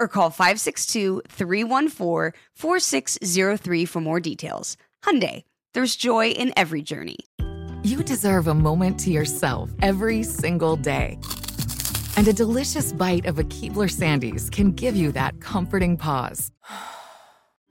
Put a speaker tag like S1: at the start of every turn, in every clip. S1: or call 562-314-4603 for more details. Hyundai, there's joy in every journey.
S2: You deserve a moment to yourself every single day. And a delicious bite of a Keebler Sandies can give you that comforting pause.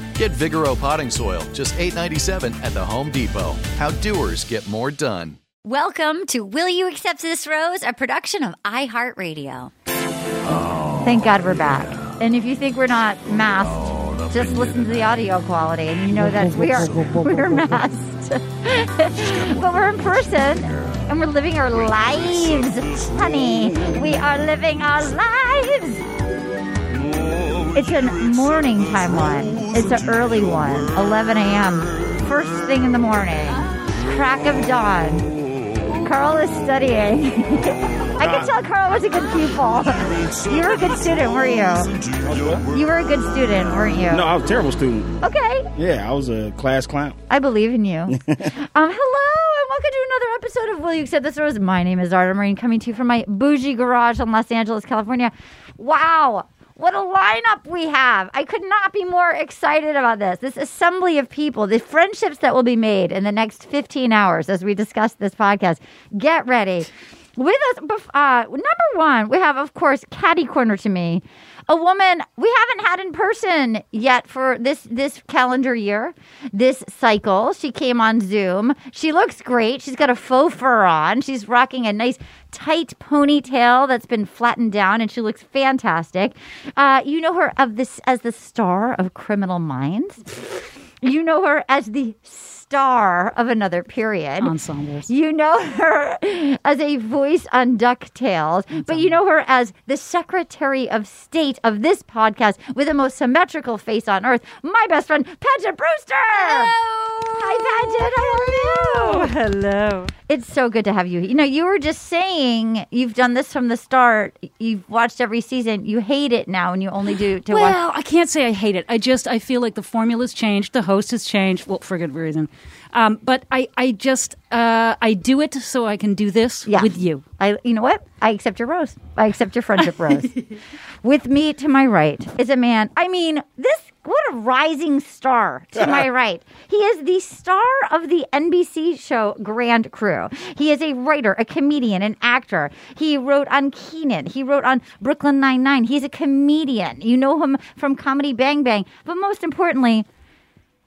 S3: Get Vigoro potting soil, just $8.97 at the Home Depot. How doers get more done.
S4: Welcome to Will You Accept This Rose, a production of iHeartRadio.
S5: Thank God we're back. And if you think we're not masked, just listen to the audio quality, and you know that we are we're masked. but we're in person, and we're living our lives, honey. We are living our lives. It's a morning time one. It's an early one, 11 a.m. First thing in the morning, crack of dawn. Carl is studying. I could tell Carl was a good pupil. You were a good student, were you? You were a good student, weren't you?
S6: No, I was a terrible student.
S5: Okay,
S6: Yeah, I was a class clown.
S5: I believe in you. um, hello, and welcome to another episode of Will You Accept This Rose? My name is Arda Marine, coming to you from my bougie garage in Los Angeles, California. Wow, what a lineup we have! I could not be more excited about this. This assembly of people, the friendships that will be made in the next 15 hours as we discuss this podcast. Get ready. With us, bef- uh, number one, we have, of course, Caddy Corner to me, a woman we haven't had in person yet for this this calendar year, this cycle. She came on Zoom. She looks great. She's got a faux fur on. She's rocking a nice tight ponytail that's been flattened down, and she looks fantastic. Uh, you know her of this as the star of Criminal Minds. You know her as the star of another period.
S7: ensembles.
S5: You know her as a voice on
S7: Mm-hmm.
S5: DuckTales, but you know her as the Secretary of State of this podcast with the most symmetrical face on earth, my best friend, Paget Brewster. Hi, Paget. How are you?
S7: Oh, Hello.
S5: It's so good to have you. You know, you were just saying you've done this from the start. You've watched every season. You hate it now, and you only do to watch.
S7: Well, I can't say I hate it. I just I feel like the formula's changed, the host has changed, well, for good reason. Um, but I I just uh, I do it so I can do this
S5: Yeah.
S7: with you.
S5: I, you know what? I accept your rose. I accept your friendship rose. With me to my right is a man. I mean, this what a rising star to my right. He is the star of the NBC show Grand Crew. He is a writer, a comedian, an actor. He wrote on Keenan. He wrote on Brooklyn Nine Nine. He's a comedian. You know him from Comedy Bang Bang. But most importantly,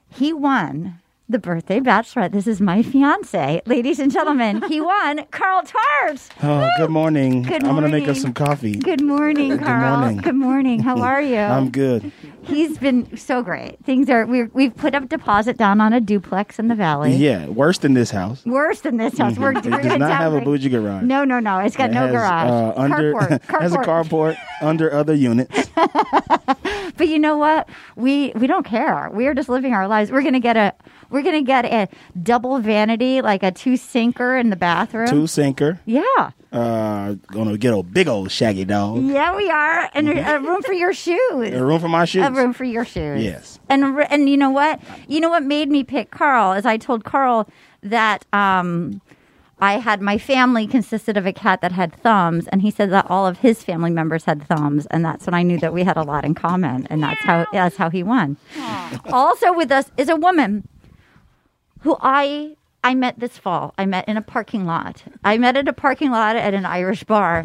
S5: he won The birthday bachelorette. This is my fiance, ladies and gentlemen. he won Carl Tart.
S6: Oh, good morning.
S5: Good
S6: I'm gonna make
S5: morning.
S6: us some coffee.
S5: Good morning, Carl.
S6: morning.
S5: Good morning. How are you?
S6: I'm good.
S5: He's been so great. Things are we're, we've put a deposit down on a duplex in the valley.
S6: Yeah, worse than this house. Mm-hmm.
S5: Worse than this house. We're,
S6: It
S5: we're gonna
S6: does not have a
S5: downgrade-
S6: bougie garage.
S5: No, no, no. It's got
S6: It
S5: no
S6: has,
S5: garage.
S6: Uh, under
S5: carport. Carport.
S6: has a carport under other units.
S5: But you know what? We we don't care. We're just living our lives. We're gonna get a we're gonna get a double vanity, like a two sinker in the bathroom.
S6: Two sinker.
S5: Yeah.
S6: Uh, gonna get a big old shaggy dog. Mm-hmm.
S5: Yeah, we are. And a, a room for your shoes.
S6: A room for my shoes.
S5: A room for your shoes.
S6: Yes.
S5: And r- and you know what? You know what made me pick Carl is I told Carl that um, I had my family consisted of a cat that had thumbs, and he said that all of his family members had thumbs, and that's when I knew that we had a lot in common, and that's how that's how he won. Also with us is a woman who I I met this fall. I met in a parking lot. I met at a parking lot at an Irish bar,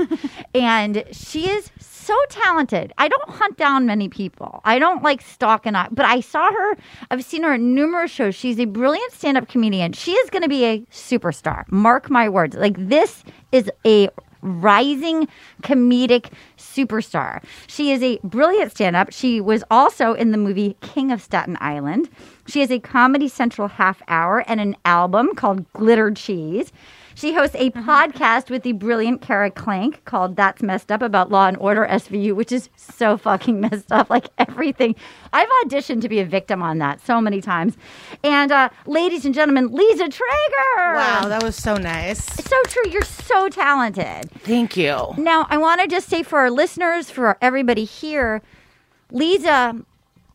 S5: and she is so talented. I don't hunt down many people. I don't like stalk and I, but I saw her. I've seen her in numerous shows. She's a brilliant stand-up comedian. She is going to be a superstar. Mark my words. Like this is a rising comedic superstar. She is a brilliant stand up. She was also in the movie King of Staten Island. She has a Comedy Central half hour and an album called Glitter Cheese. She hosts a podcast with the brilliant Kara Clank called That's Messed Up about Law and Order SVU, which is so fucking messed up. Like everything. I've auditioned to be a victim on that so many times. And uh, ladies and gentlemen, Lisa Traeger.
S8: Wow, that was so nice.
S5: So true. You're so talented.
S8: Thank you.
S5: Now, I want to just say for our listeners, for everybody here, Lisa,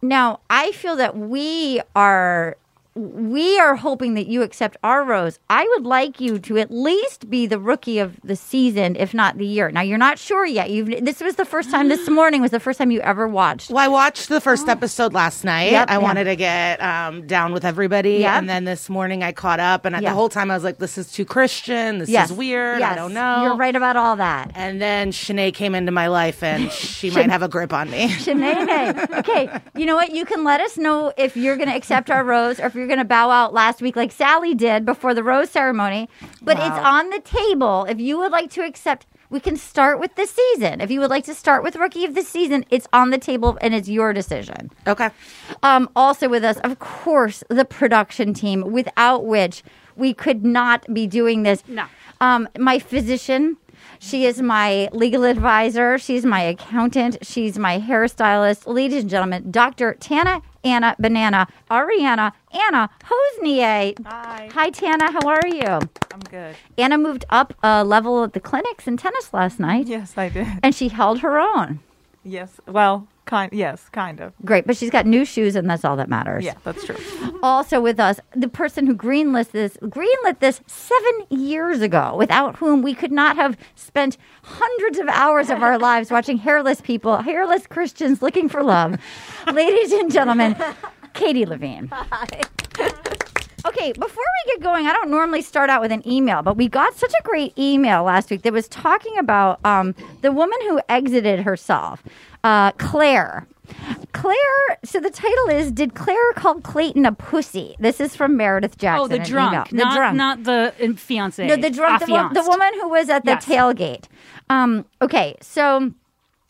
S5: now I feel that we are we are hoping that you accept our rose. I would like you to at least be the rookie of the season, if not the year. Now you're not sure yet. You've this was the first time this morning was the first time you ever watched. Oh.
S8: Well, I watched the first episode last night.
S5: Yep,
S8: I
S5: yeah.
S8: wanted to get um, down with everybody.
S5: Yep.
S8: And then this morning I caught up, and I-
S5: Yeah.
S8: the whole time I was like, this is too Christian. This
S5: Yes.
S8: is weird. I
S5: Yes.
S8: don't know.
S5: You're right about all that.
S8: And then Shanae came into my life, and she might have a grip on me.
S5: Shanae. Okay, you know what? You can let us know if you're going to accept our rose or if you're going to bow out last week, like Sally did before the rose ceremony. But it's on the table. If you would like to accept, we can start with the season. If you would like to start with rookie of the season, it's on the table and it's your decision.
S8: okay.
S5: Um, also with us, of course, the production team, without which we could not be doing this.
S7: No.
S5: Um, my physician, she is my legal advisor, she's my accountant, she's my hairstylist. Ladies and gentlemen, Dr. Tana Anna Banana, Ariana Anna Hosnier. Hi. Hi, Tana. How are you?
S9: I'm good.
S5: Anna moved up a level at the clinics in tennis last night,
S9: Yes, I did.
S5: and she held her own.
S9: Yes. Well, kind. Yes, kind of.
S5: Great, but she's got new shoes, and that's all that matters.
S9: Yeah, that's true.
S5: also with us the person who greenlit this greenlit this seven years ago without whom we could not have spent hundreds of hours of our lives watching hairless people hairless christians looking for love ladies and gentlemen katie levine Okay, before we get going, I don't normally start out with an email, but we got such a great email last week that was talking about um, the woman who exited herself, uh, Claire. Claire, so the title is Did Claire Call Clayton a Pussy? This is from Meredith Jackson.
S7: Oh, the
S5: an
S7: drunk,
S5: email. The
S7: not
S5: drunk.
S7: not the um, fiance.
S5: No, the drunk, the, wo- the
S7: affianced.
S5: woman who was at the
S7: Yes.
S5: tailgate. Um, okay, so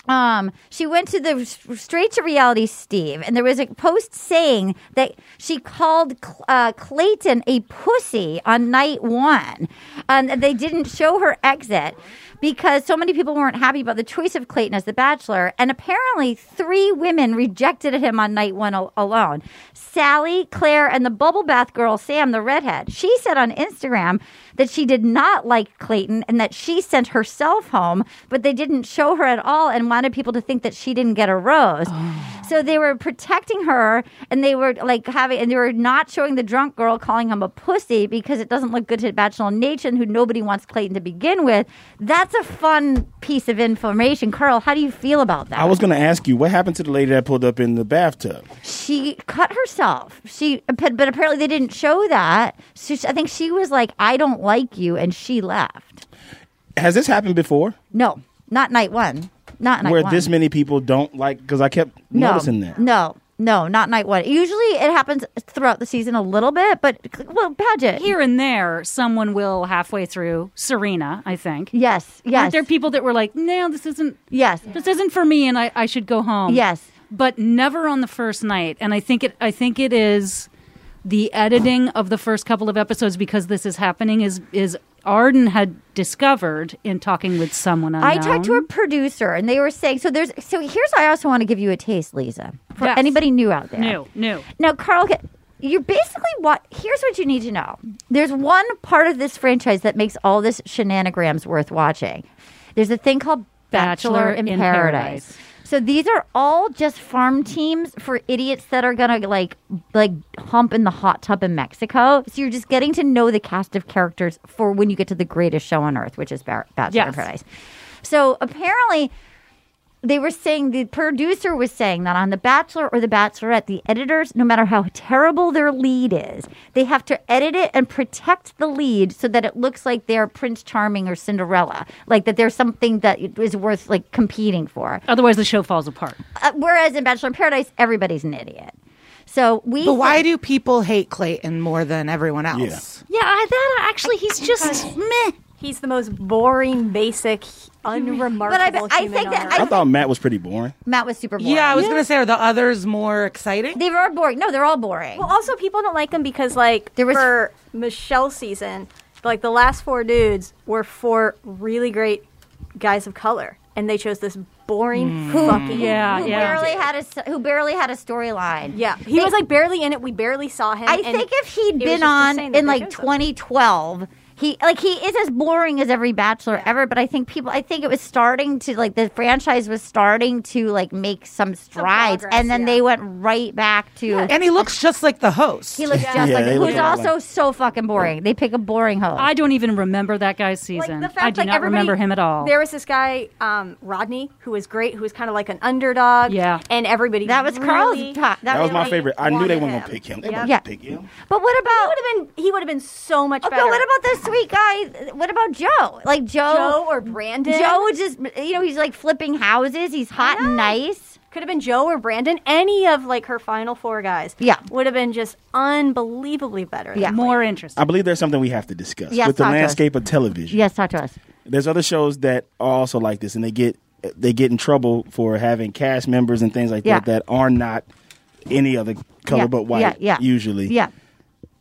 S5: um, she went to the straight to reality Steve, and there was a post saying that she called Cl- uh, Clayton a pussy on night one, and they didn't show her exit. Because so many people weren't happy about the choice of Clayton as the bachelor, and apparently three women rejected him on night one al- alone. Sally, Claire, and the bubble bath girl, Sam, the redhead. She said on Instagram that she did not like Clayton and that she sent herself home, but they didn't show her at all and wanted people to think that she didn't get a rose. So they were protecting her and they were like having, and they were not showing the drunk girl calling him a pussy because it doesn't look good to Bachelor Nation, who nobody wants Clayton to begin with. That's a fun piece of information. Carl, how do you feel about that?
S6: I was gonna ask you what happened to the lady that pulled up in the bathtub.
S5: she cut herself. She, but but apparently they didn't show that. So she, I think she was like, "I don't like you," and she left.
S6: Has this happened before?
S5: No, not night one. Not night
S6: where
S5: one.
S6: this many people don't like? Because I kept
S5: no,
S6: noticing that.
S5: No, No, not night one. Usually it happens throughout the season a little bit, but well, pageant
S7: here and there, someone will halfway through. Serena, I think.
S5: Yes, yes.
S7: Aren't there people that were like, "No, this isn't.
S5: Yes,
S7: this isn't for me, and I, I should go home."
S5: Yes,
S7: but never on the first night. And I think it. I think it is the editing of the first couple of episodes because this is happening is is Arden had discovered in talking with someone unknown.
S5: I talked to a producer and they were saying so there's so here's I also want to give you a taste, Lisa. For
S7: Yes.
S5: anybody new out there.
S7: New, new.
S5: Now Carl you're basically what here's what you need to know. There's one part of this franchise that makes all this shenanigans worth watching. There's a thing called Bachelor,
S7: Bachelor
S5: in,
S7: in
S5: Paradise.
S7: Paradise.
S5: So these are all just farm teams for idiots that are gonna like like hump in the hot tub in Mexico. So you're just getting to know the cast of characters for when you get to the greatest show on earth, which is Bar- Bachelor in
S7: Yes.
S5: Paradise. So apparently, they were saying the producer was saying that on The Bachelor or The Bachelorette, the editors, no matter how terrible their lead is, they have to edit it and protect the lead so that it looks like they're Prince Charming or Cinderella, like that there's something that is worth like competing for.
S7: Otherwise, the show falls apart.
S5: Uh, whereas in Bachelor in Paradise, everybody's an idiot. So we.
S8: But why do people hate Clayton more than everyone else?
S7: Yeah, I, that actually, he's just meh.
S10: He's the most boring, basic, unremarkable.
S5: But I- I
S10: human
S5: think
S10: on
S5: that-
S10: earth.
S6: I thought Matt was pretty boring.
S5: Matt was super boring.
S8: Yeah, I was gonna say, are the others more exciting?
S5: They were boring. No, they're all boring.
S10: Well, also people don't like him because like there was for Michelle's season, like the last four dudes were four really great guys of color, and they chose this boring
S8: Hmm.
S5: Who-
S10: fucking
S7: Yeah,
S5: who
S7: yeah.
S5: barely had a s- who barely had a storyline.
S10: yeah. He was like barely in it. We barely saw him.
S5: I
S10: and
S5: think if he'd
S10: it was
S5: been
S10: just
S5: on
S10: insane that
S5: in
S10: they
S5: like
S10: chose him.
S5: 2012, he like he is as boring as every bachelor ever. But I think people, I think it was starting to like the franchise was starting to like make some strides,
S10: progress,
S5: and then they went right back to.
S8: And he looks just like the host.
S5: He looks just
S8: Yeah,
S5: like
S8: they look
S5: who's
S8: alike.
S5: also so fucking boring. They pick a boring host.
S7: I don't even remember that guy's season.
S10: Like the
S7: I
S10: fact,
S7: do
S10: like,
S7: not
S10: everybody-
S7: remember him at all.
S10: There was this guy, um, Rodney, who was great, who was kind of like an underdog.
S7: Yeah.
S10: and everybody
S5: That was
S10: really
S5: Carl's top- that
S6: That was my
S10: really
S6: favorite. I knew they
S10: wanted
S6: weren't gonna pick him. They weren't
S5: Yeah.
S6: gonna pick him.
S5: But what about
S10: He would have been. He would have been so much
S5: Oh,
S10: better.
S5: but what about the sweet guy? What about Joe? Like Joe,
S10: Joe or Brandon?
S5: Joe would just you know he's like flipping houses. He's hot and nice.
S10: could have been Joe or Brandon? Any of like her final four guys?
S5: Yeah.
S10: would have been just unbelievably better. than
S5: Yeah.
S10: Blake.
S7: More interesting.
S6: I believe there's something we have to discuss
S5: Yes,
S6: with the
S5: talk to us.
S6: landscape of television.
S5: Yes, talk to us.
S6: There's other shows that are also like this, and they get they get in trouble for having cast members and things like
S5: Yeah.
S6: that that are not any other color
S5: Yeah,
S6: but white.
S5: yeah, yeah.
S6: Usually,
S5: Yeah,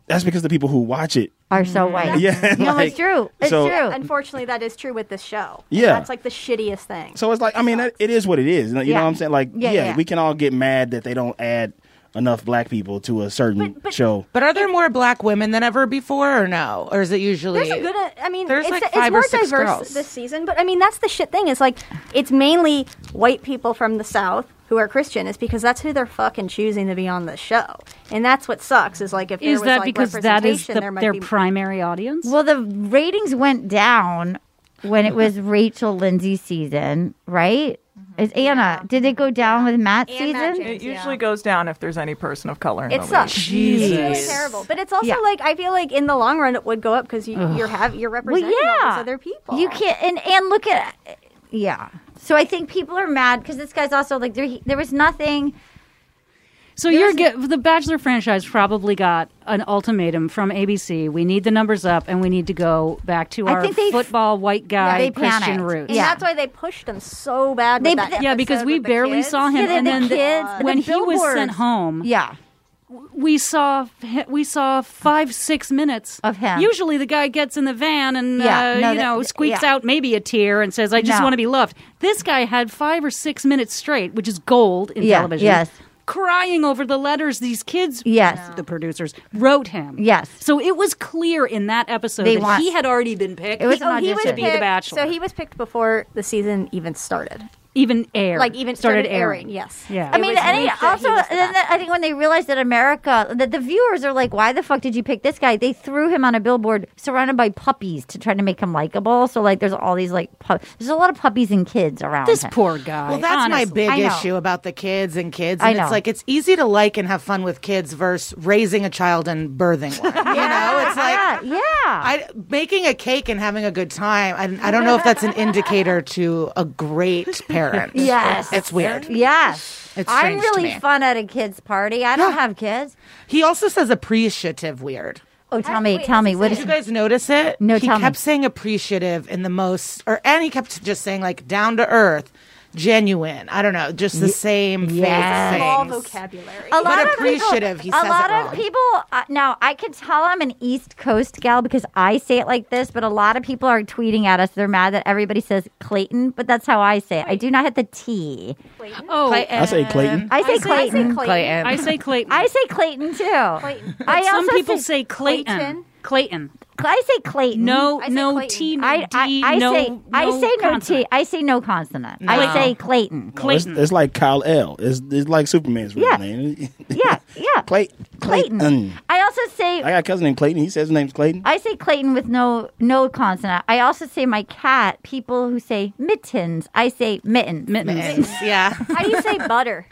S6: That's because the people who watch it.
S5: are so white.
S6: Yeah,
S5: no,
S6: like-
S5: it's true. It's
S6: so-
S5: true.
S10: Unfortunately, that is true with this show.
S6: Yeah.
S10: that's like the shittiest thing.
S6: So it's like I mean that, it is what it is. You know
S5: Yeah.
S6: what I'm saying? Like
S5: Yeah,
S6: yeah,
S5: yeah.
S6: we can all get mad that they don't add enough black people to a certain show.
S8: But are there more black women than ever before, or no? Or is it usually
S10: There's a good. uh, I mean,
S8: There's
S10: it's,
S8: like
S10: it's
S8: five
S10: more
S8: or six
S10: diverse
S8: girls.
S10: this season, but I mean, that's the shit thing. Is like it's mainly white people from the South who are Christian. Is because that's who they're fucking choosing to be on the show, and that's what sucks. Is like if there
S7: is
S10: was,
S7: that
S10: like,
S7: because that is
S10: representation,
S7: the,
S10: there might
S7: their
S10: be-
S7: primary audience?
S5: Well, the ratings went down when it was Rachel Lindsay's season, right? Is Anna? Did it go down with Matt's
S10: Mm-hmm. And
S5: season?
S10: Matt
S9: It
S10: James, yeah.
S9: usually goes down if there's any person of color in
S10: It
S9: the
S10: sucks.
S9: league.
S10: It's really terrible. But it's also
S5: Yeah.
S10: like I feel like in the long run it would go up because you, you're have you're representing all
S5: yeah.
S10: these other people.
S5: You can't. And and look at, yeah. So I think people are mad because this guy's also like there. he- There was nothing.
S7: So you're get, the Bachelor franchise probably got an ultimatum from ABC. We need the numbers up, and we need to go back to
S5: I
S7: our
S5: think they-
S7: football white guy
S5: they
S7: Christian
S5: panicked.
S7: roots.
S10: And that's why they pushed him so bad.
S5: They-
S10: with that
S7: Yeah, because
S10: episode
S7: we
S10: with the
S7: barely
S10: kids.
S7: saw him,
S5: Yeah,
S7: and
S5: the
S7: then the-
S5: kids, the
S7: when he was sent
S5: billboards.
S7: home,
S5: Yeah.
S7: we saw hi- we saw five six minutes
S5: Of him.
S7: Usually, the guy gets in the van and
S5: Yeah,
S7: uh,
S5: no,
S7: you
S5: that-
S7: know squeaks
S5: yeah.
S7: out maybe a tear and says, "I just
S5: No.
S7: want to be loved." This guy had five or six minutes straight, which is gold in
S5: Yeah,
S7: television.
S5: yes.
S7: Crying over the letters these kids,
S5: Yes.
S7: the producers wrote him.
S5: Yes.
S7: so it was clear in that episode
S5: They
S7: that
S5: want-
S7: he had already been picked.
S5: It was an
S10: Oh, he was
S7: to
S5: audition.
S7: be
S10: picked-
S7: the Bachelor.
S10: So he was picked before the season even started.
S7: even aired,
S10: Like even
S7: started,
S10: started airing, yes.
S7: yeah.
S5: I
S10: It
S5: mean,
S10: was
S5: and
S10: leaked that
S5: also,
S10: he was the
S5: then the- I think when they realized that America, that the viewers are like, why the fuck did you pick this guy? They threw him on a billboard surrounded by puppies to try to make him likable. So, like, there's all these, like, pu- there's a lot of puppies and kids around.
S7: this
S5: him.
S7: poor guy.
S8: Well, that's
S7: honestly.
S8: my big
S5: I know.
S8: issue about the kids and kids.
S5: I
S8: And
S5: know.
S8: it's like it's easy to like and have fun with kids versus raising a child and birthing one. You know, it's like
S5: Yeah, yeah.
S8: I, making a cake and having a good time. I, I don't know if that's an indicator to a great parent.
S5: Yes.
S8: It's weird.
S5: Yes.
S8: It's
S5: I'm
S8: strange to
S5: really
S8: me.
S5: fun at a kid's party. I don't have kids.
S8: He also says appreciative weird.
S5: Oh, tell me, tell me, what
S8: Did
S5: is
S8: you guys notice it?
S5: No,
S8: he
S5: tell me.
S8: kept saying appreciative in the most, or and he kept just saying like down to earth, genuine. I don't know, just the
S5: Ye-
S8: same
S5: yes.
S8: face.
S5: Small
S8: vocabulary.
S5: a lot
S8: but
S5: of
S8: appreciative.
S5: People,
S8: he says
S5: a lot
S8: it wrong.
S5: of people. Uh, now I can tell I'm an East Coast gal because I say it like this, but a lot of people are tweeting at us. They're mad that everybody says Clayton, but that's how I say it. I do not hit the T.
S7: Oh,
S6: I say Clayton.
S5: I say
S7: I say Clayton.
S5: Clayton.
S7: Clayton. I say Clayton.
S5: I say Clayton too. I
S7: But some
S5: also
S7: people
S5: say
S7: say Clayton. Clayton.
S5: I say Clayton.
S7: No, no T, no
S5: I, I,
S7: D,
S5: I
S7: no,
S5: say I
S7: no
S5: say no T.
S7: consonant.
S5: I say no consonant.
S6: No.
S5: I say Clayton.
S6: No, it's, it's like Kyle L. It's, it's like Superman's real
S5: Yeah.
S6: name.
S5: yeah, yeah.
S6: Clay,
S5: Clayton.
S6: Clayton.
S5: I also say
S6: I got a cousin named Clayton. He says his name's Clayton.
S5: I say Clayton with no no consonant. I also say my cat. People who say mittens, I say mittens.
S7: Mittens.
S8: yeah.
S10: How do you say butter?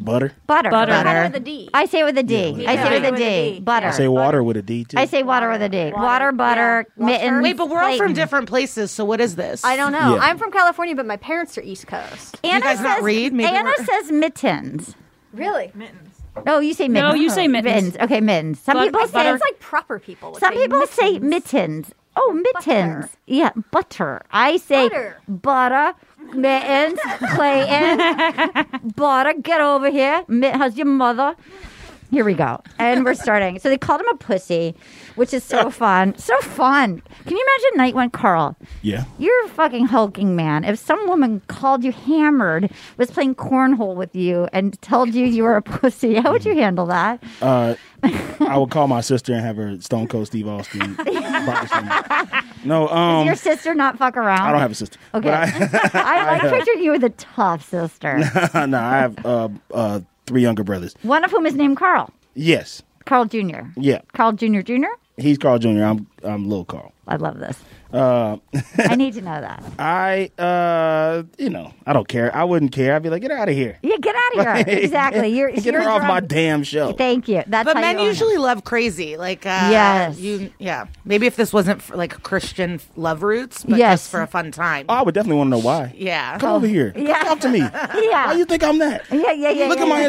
S6: Butter.
S5: Butter.
S7: Butter. Butter. Butter
S10: with a D.
S5: I say it with a D.
S6: Yeah,
S5: I
S6: with
S5: say
S6: a
S5: it with a
S10: D.
S5: D. Butter.
S6: I say water with a D too.
S5: I say water with a D. Water, butter, mittens.
S8: Wait, but we're all
S5: Clayton.
S8: from different places, so what is this?
S10: I don't know.
S6: Yeah.
S10: I'm from California, but my parents are East Coast.
S8: You
S5: Anna
S8: guys
S5: says,
S8: not read? Maybe
S5: Anna
S8: we're-
S5: says mittens.
S10: Really?
S5: No, you say mittens.
S7: No, you say mittens.
S5: Okay, mittens. Some
S7: But-
S5: people
S10: I
S5: say
S10: think it's like proper people. would
S5: some
S10: say
S5: people say
S10: mittens.
S5: mittens. Oh, mittens. Yeah, butter. I say
S10: Butter.
S5: butter, mittens, Clayton, butter. Get over here. Mitt, how's your mother? Here we go. And we're starting. So they called him a pussy, which is so fun. So fun. Can you imagine night one, Carl?
S6: yeah.
S5: You're a fucking hulking man. If some woman called you hammered, was playing cornhole with you, and told you you were a pussy, how would you handle that?
S6: Uh, I would call my sister and have her Stone Cold Steve Austin. box me. no,
S5: Does
S6: um,
S5: your sister not fuck around?
S6: I don't have a sister.
S5: Okay.
S6: But
S5: I like
S6: I-
S5: pictured you with a tough sister,
S6: I, no, I have uh, uh, three younger brothers.
S5: one of whom is named Carl.
S6: Yes.
S5: Carl Jr.
S6: Yeah.
S5: Carl Jr. Jr.
S6: He's Carl Jr. I'm I'm little Carl.
S5: I love this.
S6: Uh,
S5: I need to know that.
S6: I uh, you know, I don't care. I wouldn't care. I'd be like, get out of here.
S5: Yeah, get out of here. Exactly. You're,
S6: get
S5: you're
S6: her off my
S5: drunk.
S6: damn show.
S5: Thank you. That's
S8: But
S5: how
S8: men
S5: you own it.
S8: usually love crazy. Like, uh,
S5: Yes.
S8: You, yeah. Maybe if this wasn't for, like Christian love roots, but
S5: Yes.
S8: just for a fun time.
S6: Oh, I would definitely want to know why.
S8: Yeah.
S6: Come over here.
S5: Yeah.
S6: Talk to me.
S5: Yeah.
S6: Why you think I'm that?
S5: Yeah, yeah, yeah.
S6: Look
S5: yeah,
S6: at my
S5: yeah.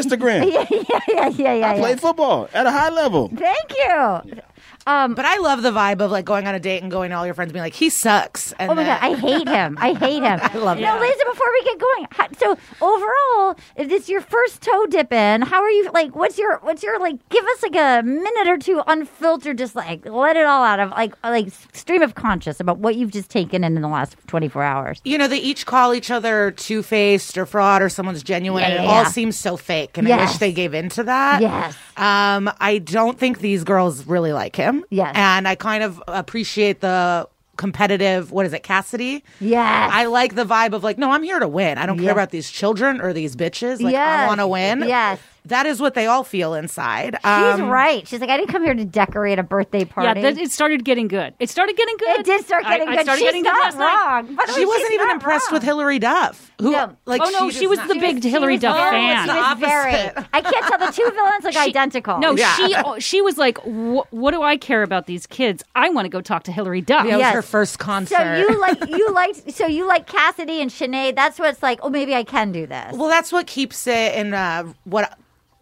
S6: Instagram.
S5: Yeah, yeah, yeah, yeah, yeah.
S6: I
S5: yeah.
S6: play football at a high level.
S5: Thank you. Um,
S8: But I love the vibe of like going on a date and going to all your friends and being like, he sucks. And
S5: oh my god,
S8: then-
S5: I hate him. I hate him. I
S8: love
S5: Now,
S8: that.
S5: Lisa, before we get going, how- so overall, if this is your first toe dip in, how are you? Like, what's your what's your like? Give us like a minute or two unfiltered, just like let it all out of like like stream of conscious about what you've just taken in in the last twenty four hours.
S8: you know, they each call each other two faced or fraud or someone's genuine,
S5: Yeah,
S8: and it
S5: yeah,
S8: all
S5: yeah.
S8: seems so fake. And I
S5: Yes.
S8: wish they gave in to that.
S5: Yes.
S8: Um, I don't think these girls really like him.
S5: Yes.
S8: And I kind of appreciate the competitive, what is it, Cassidy?
S5: Yes.
S8: I like the vibe of like, no, I'm here to win. I don't
S5: Yeah.
S8: care about these children or these bitches. Like, I
S5: Yes.
S8: want to win.
S5: Yes.
S8: That is what they all feel inside.
S5: She's
S8: Um,
S5: right. She's like, I didn't come here to decorate a birthday
S7: Yeah,
S5: party.
S7: that, it started getting good. It started getting good.
S5: It did start
S7: I-
S5: getting
S7: I
S5: good.
S7: started
S5: She's
S7: getting good
S5: not
S7: last night.
S5: wrong. By the way,
S8: She wasn't
S5: she's
S8: even
S5: not
S8: impressed
S5: wrong.
S8: with Hillary Duff. Who,
S5: No.
S8: like,
S7: oh no,
S8: does
S7: she was
S8: not-
S7: the big Hillary Duff fan.
S8: the
S5: She's very.
S8: opposite.
S5: I can't tell the two villains look identical.
S7: No,
S8: Yeah.
S7: she oh, she was like, "Wh- "What do I care about these kids? I want to go talk to Hillary Duff."
S8: Yeah, it was
S5: Yes.
S8: her first
S5: So
S8: concert.
S5: you like you liked so you like Cassidy and Sinead. That's what's like. Oh, maybe I can do this.
S8: Well, that's what keeps it in uh, what.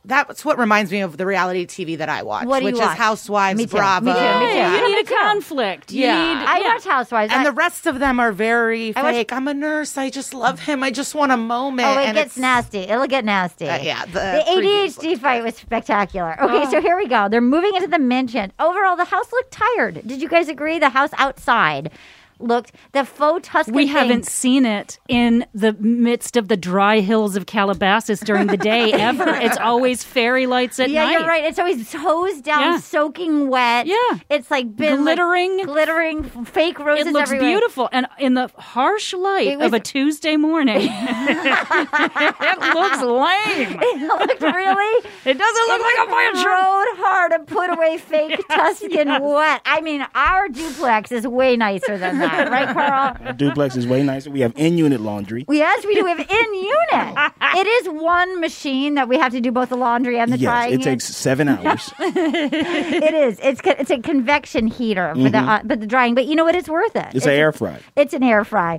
S8: That's what reminds me of the reality TV that I watch,
S5: What do you
S8: which is
S5: watch?
S8: Housewives,
S5: Me too, me
S8: Bravo,
S5: too, me too.
S7: Yeah,
S5: Yeah,
S7: you need
S5: me
S7: a
S5: too.
S7: conflict. You
S8: Yeah.
S7: need-
S5: I
S7: yeah.
S5: watch Housewives.
S8: and
S5: I-
S8: the rest of them are very
S5: watch-
S8: fake. I'm a nurse. I just love him. I just want a moment.
S5: Oh, it
S8: and it's-
S5: gets nasty. It'll get nasty.
S8: Uh, yeah, the
S5: The,
S8: previews
S5: ADHD fight was spectacular.
S7: Oh.
S5: Okay, so here we go. They're moving into the mansion. Overall, the house looked tired. Did you guys agree? The house outside looked the faux Tuscan.
S7: we
S5: thing-
S7: haven't seen it in the midst of the dry hills of Calabasas during the day ever. it's always fairy lights at
S5: Yeah,
S7: night.
S5: you're right. It's always hosed down,
S7: Yeah.
S5: soaking wet.
S7: Yeah.
S5: it's like been like,
S7: Glittering.
S5: glittering, fake roses.
S7: It looks
S5: everywhere.
S7: beautiful, and in the harsh light
S5: It was-
S7: of a Tuesday morning, it looks lame.
S5: It looked really.
S7: It doesn't look like a voyage room.
S5: Rode hard and put away fake Tuscan wet. I mean, our duplex is way nicer than that, right, Carl?
S6: Our duplex is way nicer. We have in-unit laundry.
S5: Yes, we do. We have in unit. It is one machine that we have to do both the laundry and the
S6: yes,
S5: drying.
S6: it
S5: in.
S6: takes seven hours.
S5: it is. It's co- it's a convection heater for the
S6: Mhm.
S5: uh, but the drying. But you know what? It's worth it.
S6: It's an air fry.
S5: It's an air fry.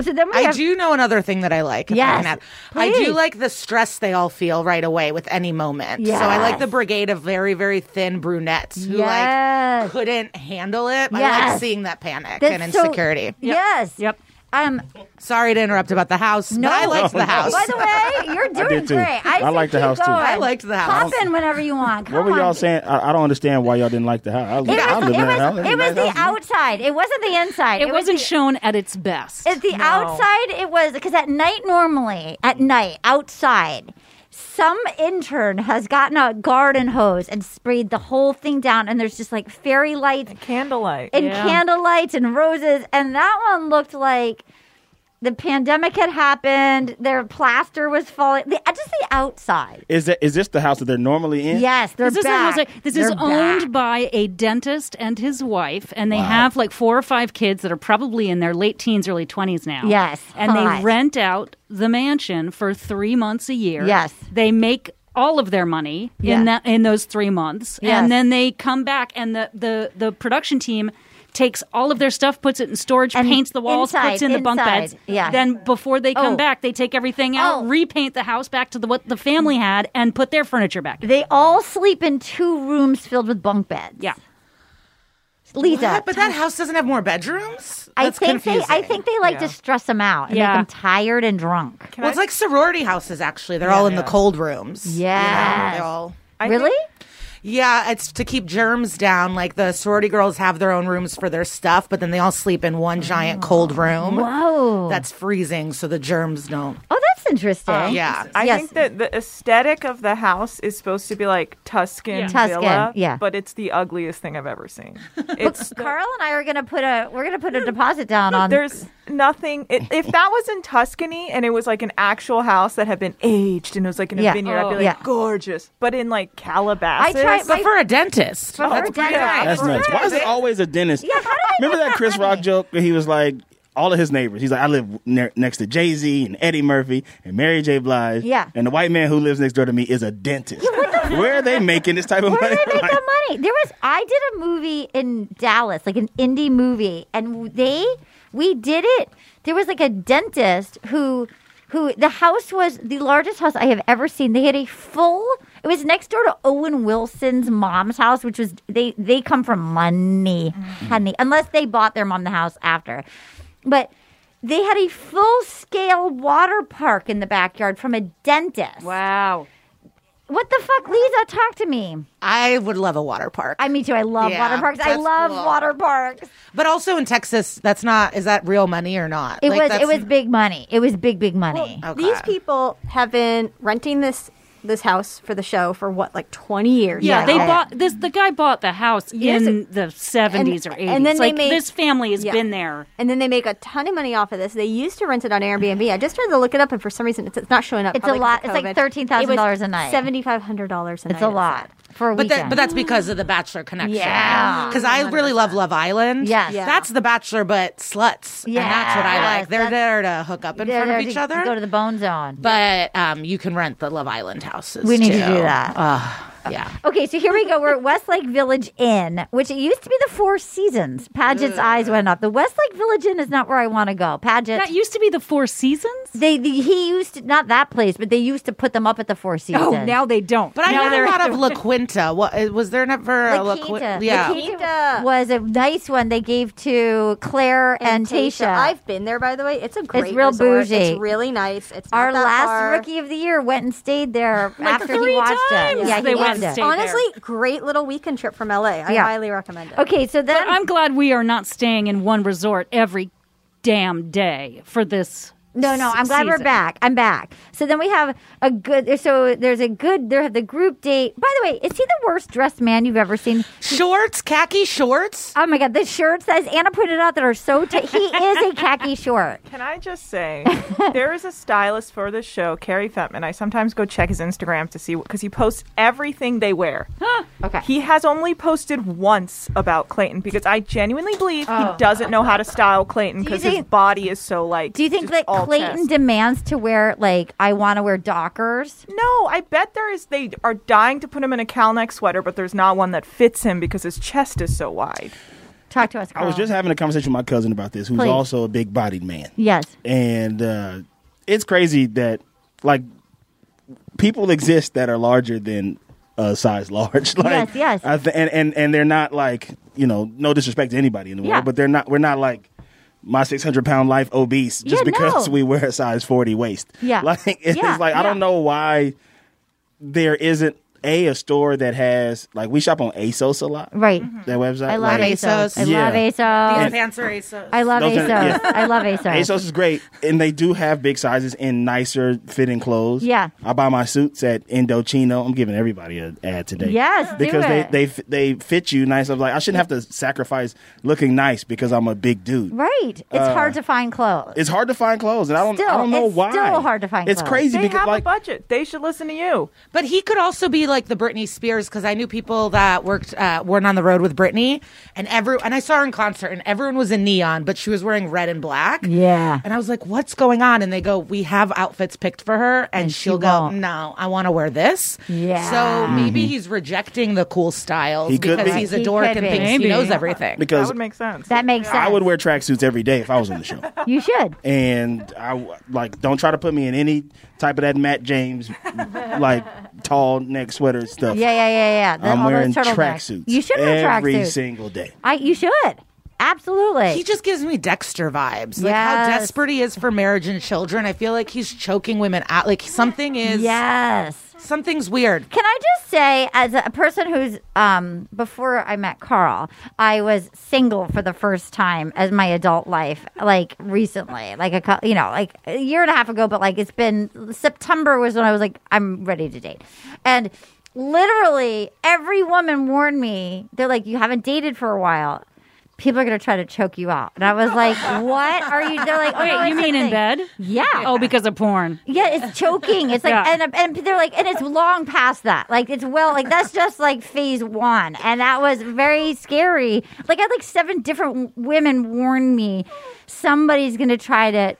S5: So then we
S8: I
S5: have,
S8: do know another thing that I like. if I
S5: Yes,
S8: can add. I do
S5: please.
S8: like the stress they all feel right away with any moment. So I like
S5: Yes.
S8: the brigade of very, very thin brunettes who like couldn't handle it. I like
S5: Yes.
S8: seeing that panic
S5: That's
S8: and
S5: so-
S8: insecurity.
S5: Yes. Yep. Um.
S8: Sorry to interrupt about the house.
S5: No.
S8: but I liked
S6: No,
S8: the
S6: no.
S8: house.
S5: By the way, you're
S6: I
S5: doing
S6: did too.
S5: great. I,
S6: I
S5: say
S6: liked the
S5: keep
S6: house too.
S5: going.
S6: I
S8: liked the house.
S5: Pop in whenever you want. Come
S6: what were
S5: on.
S6: y'all saying? I, I don't understand why y'all didn't like the house. I,
S5: It
S6: live- I
S5: was,
S6: live
S5: it
S6: in
S5: was-
S6: a house.
S5: it was the outside. It wasn't the inside.
S7: It wasn't
S5: shown at its best. At the
S7: No.
S5: outside, it was because at night, normally at night outside, some intern has gotten a garden hose and sprayed the whole thing down, and there's just like fairy lights, candlelight, and
S9: yeah.
S5: candle lights and roses, and that one looked like. The pandemic had happened. Their plaster was falling. The, just the outside.
S6: Is that is this the house that they're normally in?
S5: Yes, they're
S7: this is the house
S5: back.
S7: that- this is
S5: They're
S7: owned by a dentist and his wife, and they have like four or five kids that are probably in their late teens, early twenties now.
S5: Yes,
S7: and
S5: hot.
S7: they rent out the mansion for three months a year.
S5: Yes.
S7: they make all of their money
S5: Yes.
S7: in that in those three months,
S5: Yes.
S7: and then they come back, and the the the production team. Takes all of their stuff, puts it in storage,
S5: And
S7: paints the walls,
S5: inside-
S7: puts in the bunk
S5: inside,
S7: beds.
S5: yeah.
S7: Then before they come
S5: Oh.
S7: back, they take everything out, repaint the house back to the, what the family had, and put their furniture back.
S5: They all sleep in two rooms filled with bunk beds. Yeah. Lisa,
S8: What? But that house doesn't have more bedrooms?
S5: I
S8: That's
S5: think
S8: confusing.
S5: they I think they like
S8: Yeah.
S5: to stress them out and
S8: Yeah.
S5: make them tired and drunk.
S8: well, it's like sorority houses, actually. They're all in the cold rooms. you know,
S5: Yes.
S8: they're all.
S5: really?
S8: yeah, it's to keep germs down. Like the sorority girls have their own rooms for their stuff, but then they all sleep in one giant cold room.
S5: Whoa.
S8: That's freezing, so the germs don't.
S5: Oh, that's interesting.
S8: Um, Yeah.
S9: I
S8: Yes.
S9: think that the aesthetic of the house is supposed to be like Tuscan
S5: Yeah. Tuscan,
S9: villa,
S5: yeah.
S9: but it's the ugliest thing I've ever seen.
S5: But Carl and I are gonna put a we're gonna put a deposit down on
S9: There's nothing. It, if that was in Tuscany and it was like an actual house that had been aged and it was like in a
S8: Yeah.
S9: vineyard, I'd be
S8: Oh.
S9: like,
S8: Yeah.
S9: gorgeous. But in like Calabasas,
S8: but for a dentist.
S9: But for a
S8: That's
S9: dentist.
S8: Yeah.
S6: That's nuts. Why is it always a dentist? Remember that Chris Rock joke where he was like, all of his neighbors. He's like, I live ne- next to Jay Z and Eddie Murphy and Mary J. Blige.
S5: Yeah.
S6: And the white man who lives next door to me is a dentist. Where are they making this type of
S5: Where
S6: money?
S5: did they make
S6: Like,
S5: the money? There was I did a movie in Dallas, like an indie movie, and they we did it. There was like a dentist who who the house was the largest house I have ever seen. They had a full it was next door to Owen Wilson's mom's house, which was they they come from money, honey. Unless they bought their mom the house after. But they had a full scale water park in the backyard from a dentist. Wow. What the fuck, Lisa? Talk to me.
S8: I would love a water park.
S5: I me too. I love
S8: Yeah,
S5: water parks. I
S8: that's
S5: love
S8: cool.
S5: water parks.
S8: But also in Texas, that's not is that real money or not?
S5: It
S8: Like,
S5: was it
S8: that's-
S5: was big money. It was big big money.
S4: These people have been renting this this house for the show for what, like twenty years?
S7: Yeah,
S4: now?
S7: they bought this. The guy bought the house
S4: Years
S7: in the seventies or eighties.
S4: And then
S7: like,
S4: they make,
S7: this family has
S4: Yeah.
S7: been there.
S4: And then they make a ton of money off of this. They used to rent it on Airbnb. I just tried to look it up, and for some reason, it's, it's not showing up.
S5: It's a lot. It's like $13,000 a night.
S4: Seventy five hundred dollars a night.
S5: It's a lot for a
S8: But, that,
S5: weekend.
S8: but that's because of the Bachelor connection.
S5: Yeah.
S8: Because I really love Love Island.
S5: Yes. Yeah.
S8: That's the Bachelor, but sluts. Yeah. And that's what I like.
S5: Yes,
S8: They're there to hook up in
S5: They're
S8: front of
S5: there to-
S8: each
S5: to
S8: other.
S5: go to the bone zone.
S8: But um, you can rent the Love Island houses.
S5: We need to
S8: too.
S5: do that.
S8: Ugh, yeah.
S5: Okay, so here we go. We're at Westlake Village Inn, which it used to be the Four Seasons. Paget's eyes went up. The Westlake Village Inn is not where I want to go. Paget.
S7: That used to be the Four Seasons.
S5: They the, he used to, not that place, but they used to put them up at the Four Seasons.
S7: Oh, now they don't.
S8: But I
S5: Now
S8: had
S5: they're-
S8: a lot of La Quinta. What, was there never a La Quinta? Yeah.
S5: La Quinta was a nice one they gave to Claire and, Tasha.
S4: I've been there, by the way. It's a great.
S5: real
S4: resort.
S5: bougie.
S4: It's really nice. It's not
S5: Our
S4: that
S5: last
S4: far.
S5: rookie of the year went and stayed there
S4: Like
S5: after
S4: three
S5: he watched
S4: times
S5: it. Yeah, he
S7: they went
S5: loved
S7: and
S5: it.
S7: stayed there.
S4: Honestly, great little weekend trip from LA. I
S7: Yeah.
S4: highly recommend it.
S5: Okay, so then
S7: I'm glad we are not staying in one resort every damn day for this
S5: No, no, I'm glad we're
S4: season.
S5: back. I'm back. So then we have a good. So there's a good. There the group date. By the way, is he the worst dressed man you've ever seen?
S8: Shorts, khaki shorts.
S5: Oh my god, the shorts that Anna pointed out that are so. T- he is a khaki short.
S9: Can I just say, there is a stylist for this show, Carrie Fetman. I sometimes go check his Instagram to see because he posts everything they wear.
S5: okay.
S9: He has only posted once about Clayton because I genuinely believe he doesn't know how to style Clayton
S5: Oh. Do you
S9: because his
S5: think-
S9: body is so like.
S5: Do you think
S9: just
S5: that
S9: all
S5: Clayton
S9: chest.
S5: demands to wear like I want to wear Dockers?
S9: No, I bet there is. They are dying to put him in a Calnex sweater, but there's not one that fits him because his chest is so wide.
S5: Talk to us.
S9: Carl.
S6: I was just having a conversation with my cousin about this, who's
S9: Please.
S6: also a big bodied man.
S5: Yes.
S6: And uh, it's crazy that, like, people exist that are larger than a size large.
S5: Yes,
S6: like,
S5: yes.
S6: I th- and, and, and they're not, like, you know, no disrespect to anybody in the world,
S5: Yeah.
S6: but they're not, we're not like, my 600 pound life obese just
S5: Yeah,
S6: because
S5: no.
S6: we wear a size 40 waist.
S5: Yeah.
S6: Like, it's
S5: Yeah,
S6: like, I don't know why there isn't a a store that has like we shop on ASOS a lot.
S5: Right.
S6: That website.
S5: I love
S6: like,
S5: ASOS. I
S6: Yeah.
S5: love ASOS.
S6: And-
S8: pants are ASOS.
S5: I love
S6: Those
S5: ASOS.
S6: are- yeah.
S5: I love ASOS.
S6: ASOS is great, and they do have big sizes in nicer fitting clothes.
S5: Yeah.
S6: I buy my suits at Indochino. I'm giving everybody an ad today.
S5: Yes, do
S6: because
S5: it.
S6: they they they fit you nice. I'm like, I shouldn't have to sacrifice looking nice because I'm a big dude.
S5: Right. It's
S6: Uh,
S5: hard to find clothes.
S6: It's hard to find clothes, and I don't
S5: Still,
S6: I don't know
S5: it's
S6: why.
S5: still hard to find
S6: It's
S5: clothes.
S6: crazy
S8: They
S6: because
S8: have a
S6: like
S9: budget. They should listen to you.
S8: But he could also be like the Britney Spears because I knew people that worked uh, weren't on the road with Britney, and every and I saw her in concert, and everyone was in neon, but she was wearing red and black.
S5: Yeah.
S8: And I was like, "What's going on?" And they go, "We have outfits picked for her," and, she'll go,
S5: won't.
S8: "No, I want to wear this."
S5: Yeah.
S8: So maybe
S6: Mhm.
S8: he's rejecting the cool styles
S6: He could
S8: because
S6: be.
S8: he's a
S6: He
S8: dork
S6: could
S8: and
S6: be.
S8: thinks
S6: Maybe.
S8: he knows everything.
S6: Because- That would
S9: make sense.
S5: That makes sense.
S6: I would wear tracksuits every day if I was on the show.
S5: You should.
S6: and I like don't try to put me in any type of that Matt James like tall neck sweater stuff.
S5: Yeah, yeah, yeah, yeah. The-
S6: I'm
S5: all those
S6: wearing
S5: turtlenecks.
S6: tracksuits.
S5: You should wear
S6: every
S5: tracksuits.
S6: single day.
S5: I you should. Absolutely.
S8: He just gives me Dexter vibes. Like how
S5: Yes.
S8: desperate he is for marriage and children. I feel like he's choking women out. Like something is.
S5: Yes.
S8: Something's weird.
S5: Can I just say, as a person who's um, before I met Carl, I was single for the first time as my adult life, like recently, like a cou- you know, like a year and a half ago. But like it's been September was when I was like, I'm ready to date, and literally every woman warned me. They're like, you haven't dated for a while. People are gonna try to choke you out, and I was like, "What are you?" They're like,
S7: Wait,
S5: "Oh,
S7: you
S5: it's a
S7: mean in
S5: thing."
S7: bed?
S5: Yeah.
S7: Oh, because of porn.
S5: Yeah, it's choking. It's like
S7: Yeah.
S5: and and they're like and it's long past that. Like it's well like that's just like phase one, and that was very scary. Like I had like seven different w- women warn me somebody's gonna try to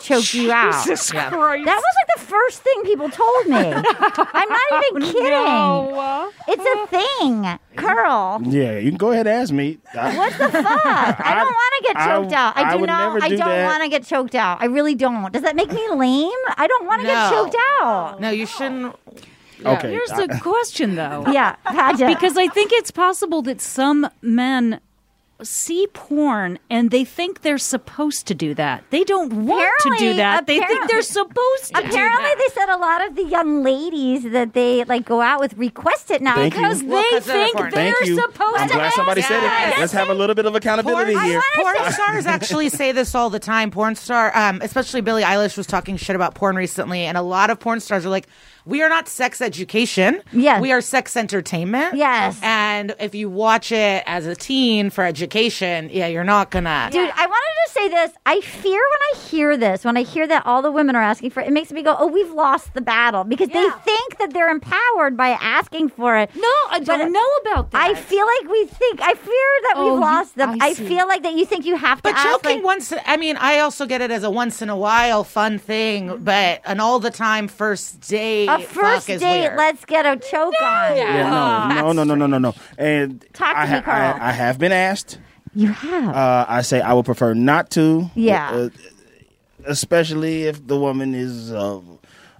S5: choke you out.
S7: Jesus Yeah.
S5: That was like the first thing people told me. I'm not even kidding. It's a thing, Carl.
S6: Yeah, you can go ahead and ask me. I,
S5: What the fuck? I don't want to get
S6: I-
S5: choked out. I
S6: I
S5: do
S6: would
S5: not.
S6: never
S5: I
S6: do
S5: don't
S6: that.
S5: want to get choked out. I really don't. Does that make me lame? I don't want to get
S8: No.
S5: choked out.
S8: No, you shouldn't.
S6: Okay.
S7: Here's
S6: I-
S7: the question, though.
S5: Yeah, Padgett.
S7: Because I think it's possible that some men see porn and they think they're supposed to do that. They don't want to do that. They think
S5: apparently-
S7: they're supposed to. do
S5: Apparently,
S7: that.
S5: they said a lot of the young ladies that they like go out with request it now
S6: Thank you.
S5: because
S6: Well,
S5: they
S6: 'cause
S8: they're
S5: think
S8: important.
S5: they're
S6: Thank you.
S5: supposed
S6: I'm
S5: to.
S6: glad somebody said it.
S8: Yes.
S6: Let's have a little bit of accountability
S8: porn,
S6: here.
S8: porn stars actually say this all the time. Porn star, um, especially Billie Eilish, was talking shit about porn recently, and a lot of porn stars are like, "We are not sex education.
S5: Yes.
S8: we are sex entertainment.
S5: Yes.
S8: and if you watch it as a teen for education, yeah, you're not gonna.
S5: Dude, I wanted to say this. I fear when I hear this, when I hear that all the women are asking for it, it makes me go, oh, we've lost the battle because they think that they're empowered by asking for it.
S7: No, I don't know about that.
S5: I feel like we think, I fear that
S7: Oh,
S5: we've
S7: you-
S5: lost them.
S7: I
S5: I,
S7: see.
S5: feel like that you think you have to
S8: But
S5: ask.
S8: joking
S5: like,
S8: once, I mean, I also get it as a once in a while fun thing, but an all the time first date.
S5: Mm. a
S8: fuck
S5: first
S8: is
S5: date,
S8: weird.
S5: let's get a choke on.
S6: Yeah, no, no, no, no, no, no, no. And
S5: Oh, Talk to
S6: I,
S5: me,
S6: ha-
S5: Carl.
S6: I, I have been asked.
S5: You have.
S6: Uh, I say I would prefer not to.
S5: Yeah.
S6: Uh, especially if the woman is uh,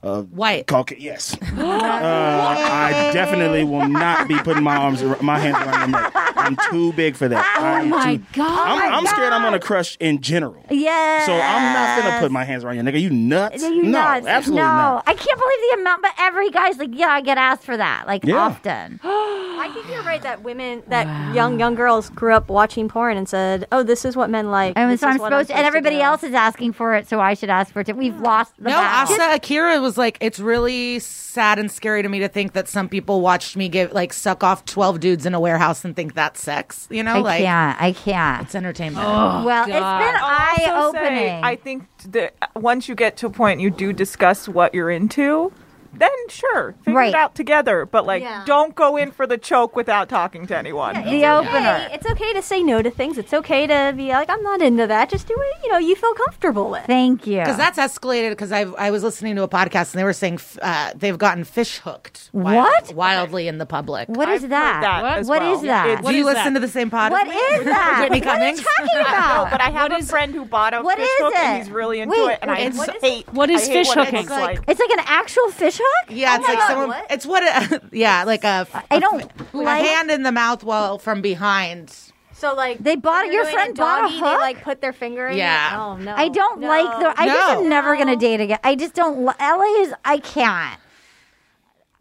S6: uh,
S8: white.
S6: Cauca- yes. uh, I definitely will not be putting my arms, ar- my hands around her neck. I'm I'm too big for that.
S5: Oh
S6: I'm
S5: my
S6: too-
S5: God.
S6: I'm,
S5: Oh my
S6: I'm scared I'm gonna crush in general.
S5: Yeah.
S6: So I'm not gonna put my hands around you, nigga. You nuts?
S5: Yeah, you
S6: no,
S5: nuts.
S6: absolutely
S5: no.
S6: not.
S5: I can't believe the amount, but every guy's like, yeah, I get asked for that, like
S6: Yeah.
S5: often.
S10: I think you're right that women, that young young girls grew up watching porn and said, "Oh, this is what men like."
S5: And
S10: this
S5: so
S10: is
S5: I'm
S10: what
S5: supposed to, and everybody
S10: do."
S5: else is asking for it, so I should ask for it. too. We've lost the
S8: No,
S5: battle.
S8: Asa Akira was like, it's really sad and scary to me to think that some people watched me give like suck off twelve dudes in a warehouse and think that's sex. You know,
S5: I
S8: like
S5: can't. I can't.
S8: It's entertainment.
S5: well, it's been
S9: I'll
S5: eye
S9: also say,
S5: opening.
S9: I think that once you get to a point you do discuss what you're into, then sure, figure
S5: Right.
S9: it out together. But like,
S10: Yeah.
S9: don't go in for the choke without talking to anyone.
S10: It's okay. It's okay to say no to things. It's okay to be like, I'm not into that. Just do what you know you feel comfortable with.
S5: Thank you.
S8: Because that's escalated. Because I I was listening to a podcast and they were saying f- uh, they've gotten fish hooked. wild-
S5: What?
S8: Wildly in the public.
S5: What is that?
S8: that
S5: What
S8: as
S5: is
S8: well.
S5: that?
S8: Yeah, it- Do you listen to the same pod?
S5: What is that?
S8: Whitney
S5: what are you
S8: Cummings?
S5: talking about?
S9: No, but I have a friend who bought a
S5: What
S9: fish
S5: is
S9: hook and
S5: it?
S9: he's really into
S5: Wait,
S9: it, and
S5: what
S9: I
S5: is- what is-
S9: hate.
S5: what is
S9: I hate
S5: fish
S9: what it
S5: hooking?
S9: looks like.
S5: It's like an actual fish hook. Oh
S8: Yeah, it's like someone. It's what? A, yeah, like a.
S5: I don't
S8: a
S5: like-
S8: hand in the mouth while from behind.
S10: So like
S5: They bought
S10: when
S5: your
S10: doing
S5: friend bought a
S10: doggy,
S5: hook?
S10: They like put their finger in.
S8: Yeah.
S10: It. Oh no.
S5: I don't
S10: no.
S5: like the. I just am never gonna date again. I just don't. li- LA is. I can't.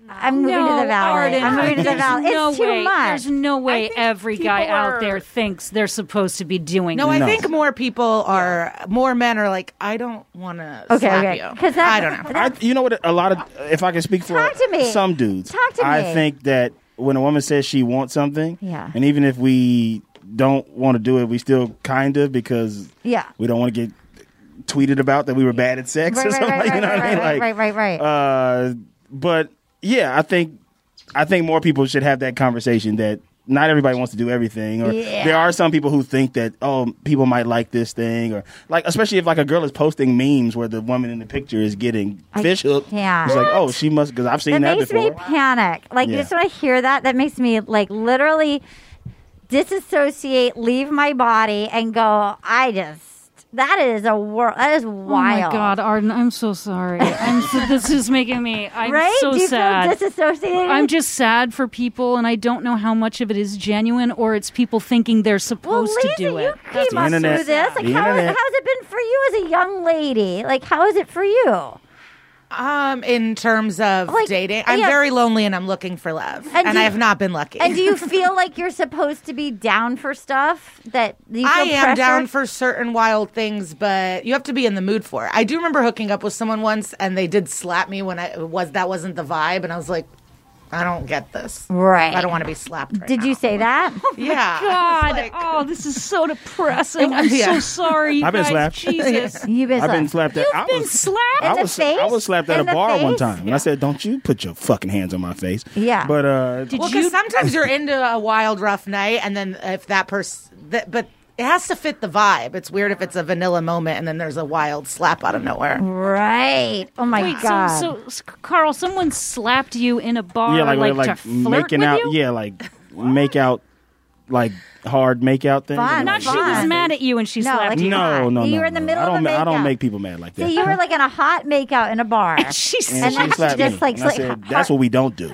S5: I'm moving to the
S7: No,
S5: valley.
S7: Arden,
S5: I'm moving to the
S7: there's
S5: valley. It's
S7: no
S5: too
S7: way-
S5: much.
S7: There's no way every guy
S8: people
S7: out
S8: are-
S7: there thinks they're supposed to be doing.
S8: No, I
S7: that.
S8: think more people are more men are like I don't want to
S5: Okay,
S8: slap
S5: okay.
S8: you
S5: 'Cause that-
S8: I don't know.
S6: I, you know what? A lot of, if I can speak for
S8: Talk to me.
S6: some dudes,
S8: Talk to
S6: I
S8: me.
S6: think that when a woman says she wants something,
S5: Yeah.
S6: and even if we don't want to do it, we still kind of because
S5: Yeah.
S6: we don't want to get tweeted about that we were bad at sex or
S5: Right,
S6: something.
S5: right, right,
S6: you know
S5: right,
S6: what I mean?
S5: right,
S6: Like,
S5: right, right, right.
S6: Uh, but yeah, I think I think more people should have that conversation that not everybody wants to do everything, or
S11: Yeah.
S6: there are some people who think that oh, people might like this thing, or like especially if like a girl is posting memes where the woman in the picture is getting fish hooked.
S5: can't.
S6: it's like oh, she must because I've seen that,
S5: makes
S6: before.
S5: me panic. Like
S6: Yeah.
S5: just when I hear that, that makes me like literally disassociate, leave my body, and go. I just that is a world. That is
S7: Oh my
S5: wild.
S7: God, Arden, I'm so sorry. I'm so, this is making me. I'm
S5: Right?
S7: so
S5: Do you feel
S7: sad.
S5: disassociated?
S7: I'm just sad for people, and I don't know how much of it is genuine or it's people thinking they're supposed to do it.
S5: came up through this. Like,
S6: The
S5: how, how
S6: internet.
S5: has it been for you as a young lady? Like, how is it for you?
S8: Um, in terms of dating, I'm
S5: yeah.
S8: very lonely and I'm looking for love,
S5: And
S8: and,
S5: do
S8: I
S5: you-
S8: have not been lucky.
S5: And do you feel like you're supposed to be down for stuff that you feel
S8: I am
S5: pressure?
S8: down for certain wild things, but you have to be in the mood for it. I do remember hooking up with someone once, and they did slap me when I it was that wasn't the vibe, and I was like, I don't get this.
S5: Right.
S8: I don't want to be slapped. Right
S5: Did you say that? Oh
S8: yeah.
S7: God, oh, this is so depressing. I'm
S8: Yeah.
S7: so sorry.
S6: I've been
S7: guys.
S6: slapped.
S7: Jesus,
S5: you've
S6: I've been slapped at. I
S7: You've been
S6: was-
S7: slapped
S6: I was, I was slapped at a bar one time, and I said, "Don't you put your fucking hands on my face."
S8: Yeah.
S6: but uh,
S8: well, because sometimes you're into a wild, rough night, and then if that person, that, but it has to fit the vibe. It's weird if it's a vanilla moment and then there's a wild slap out of nowhere.
S5: Right. Oh my
S7: Wait, So, so s- Carl, someone slapped you in a bar,
S6: yeah, like
S7: like,
S6: like,
S7: to flirt
S6: making
S7: with
S6: out,
S7: you.
S6: yeah, like make out, like hard make out thing.
S5: Fun,
S7: Not she was
S5: fun.
S7: mad at you and she
S5: No,
S7: slapped
S5: like
S7: you.
S6: no, no, no.
S5: You were in the
S6: no.
S5: middle
S6: I
S5: of a
S6: don't, ma- I don't
S5: makeout.
S6: make people mad like
S5: So
S6: that.
S5: you were like in a hot makeout in a bar. and
S7: she
S6: and she
S5: then
S6: slapped
S5: just
S6: me.
S5: like,
S6: and I
S5: like
S6: said, "That's what we don't do."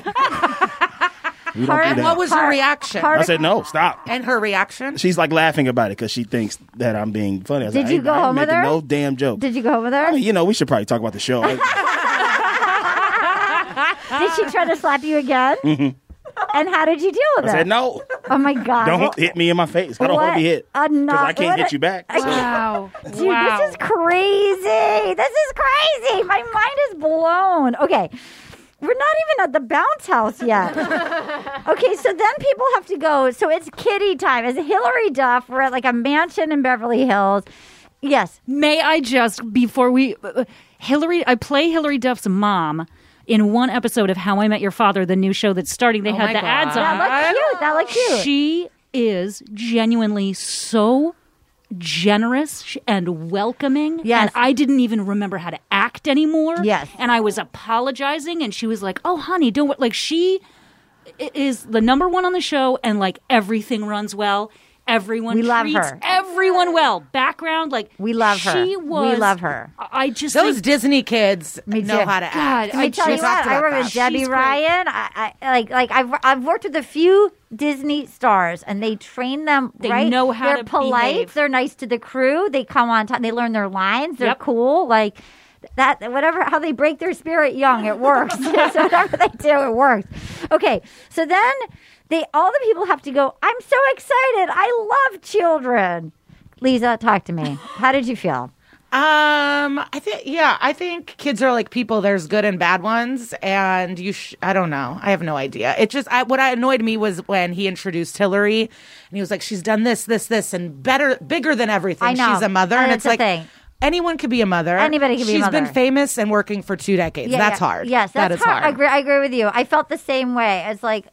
S6: we don't do
S8: And
S6: that.
S8: what was her reaction?
S6: I said, "No, stop."
S8: And her reaction?
S6: She's like laughing about it because she thinks that I'm being funny. I was
S5: Did
S6: like,
S5: you
S6: "Hey,
S5: go
S6: I ain't
S5: home with
S6: making
S5: her?
S6: No damn joke.
S5: Did you go over there?
S6: I mean, Oh, you know, we should probably talk about the show. Mm-hmm.
S5: Did she try to slap you again?
S6: Mhm.
S5: And how did you deal with
S6: I
S5: it?
S6: said, "No."
S5: Oh my god!
S6: Don't hit me in my face. I don't want to be hit
S5: What a
S6: because
S5: knock-
S6: I can't
S5: what
S6: hit
S5: a-
S6: you back.
S5: I-
S6: so-
S5: Dude, this is crazy. This is crazy. My mind is blown. Okay. We're not even at the bounce house yet. okay, so then people have to go. So it's kitty time. It's Hillary Duff. We're at like a mansion in Beverly Hills. Yes.
S7: May I just before we uh, Hillary I play Hillary Duff's mom in one episode of How I Met Your Father, the new show that's starting. They
S5: Oh
S7: had
S5: my
S7: the ads
S5: God.
S7: on.
S5: That looked cute. That looked cute.
S7: She is genuinely so generous sh- and welcoming. Yes. And I didn't even remember how to act anymore. Yes. And I was apologizing and she was like, "Oh, honey, don't wor-" like she i- is the number 1 on the show and like everything runs well. Everyone
S5: We love
S7: treats
S5: her.
S7: everyone well. Background, like
S5: We love her.
S7: She was.
S5: we love her.
S7: I just
S8: Those
S7: think-
S8: Disney kids know
S5: too.
S8: how to act.
S5: God, I tell you what, I work with Debbie Ryan. I, I like like I've I've worked with a few Disney stars, and they train them.
S7: They
S5: right?
S7: know how
S5: They're
S7: to
S5: polite.
S7: behave.
S5: They're nice to the crew. They come on time. They learn their lines. They're
S7: Yep.
S5: cool. Like that. Whatever how they break their spirit young, it works. so whatever they do, it works. Okay, so then they all the people have to go. I'm so excited. I love children. Lisa, talk to me. How did you feel?
S8: Um, I think yeah, I think kids are like people. There's good and bad ones, and you. Sh- I don't know. I have no idea. It just I, what I annoyed me was when he introduced Hillary, and he was like, "She's done this, this, this, and better, bigger than everything.
S5: I know.
S8: She's a mother."
S5: And
S8: And,
S5: that's
S8: it's
S5: the
S8: like
S5: thing.
S8: anyone could be a mother.
S5: Anybody could be a
S8: She's
S5: mother.
S8: been famous and working for two decades.
S5: Yeah,
S8: that's
S5: yeah.
S8: hard.
S5: Yes,
S8: That
S5: that's
S8: is hard.
S5: I agree, I agree with you. I felt the same way. It's like,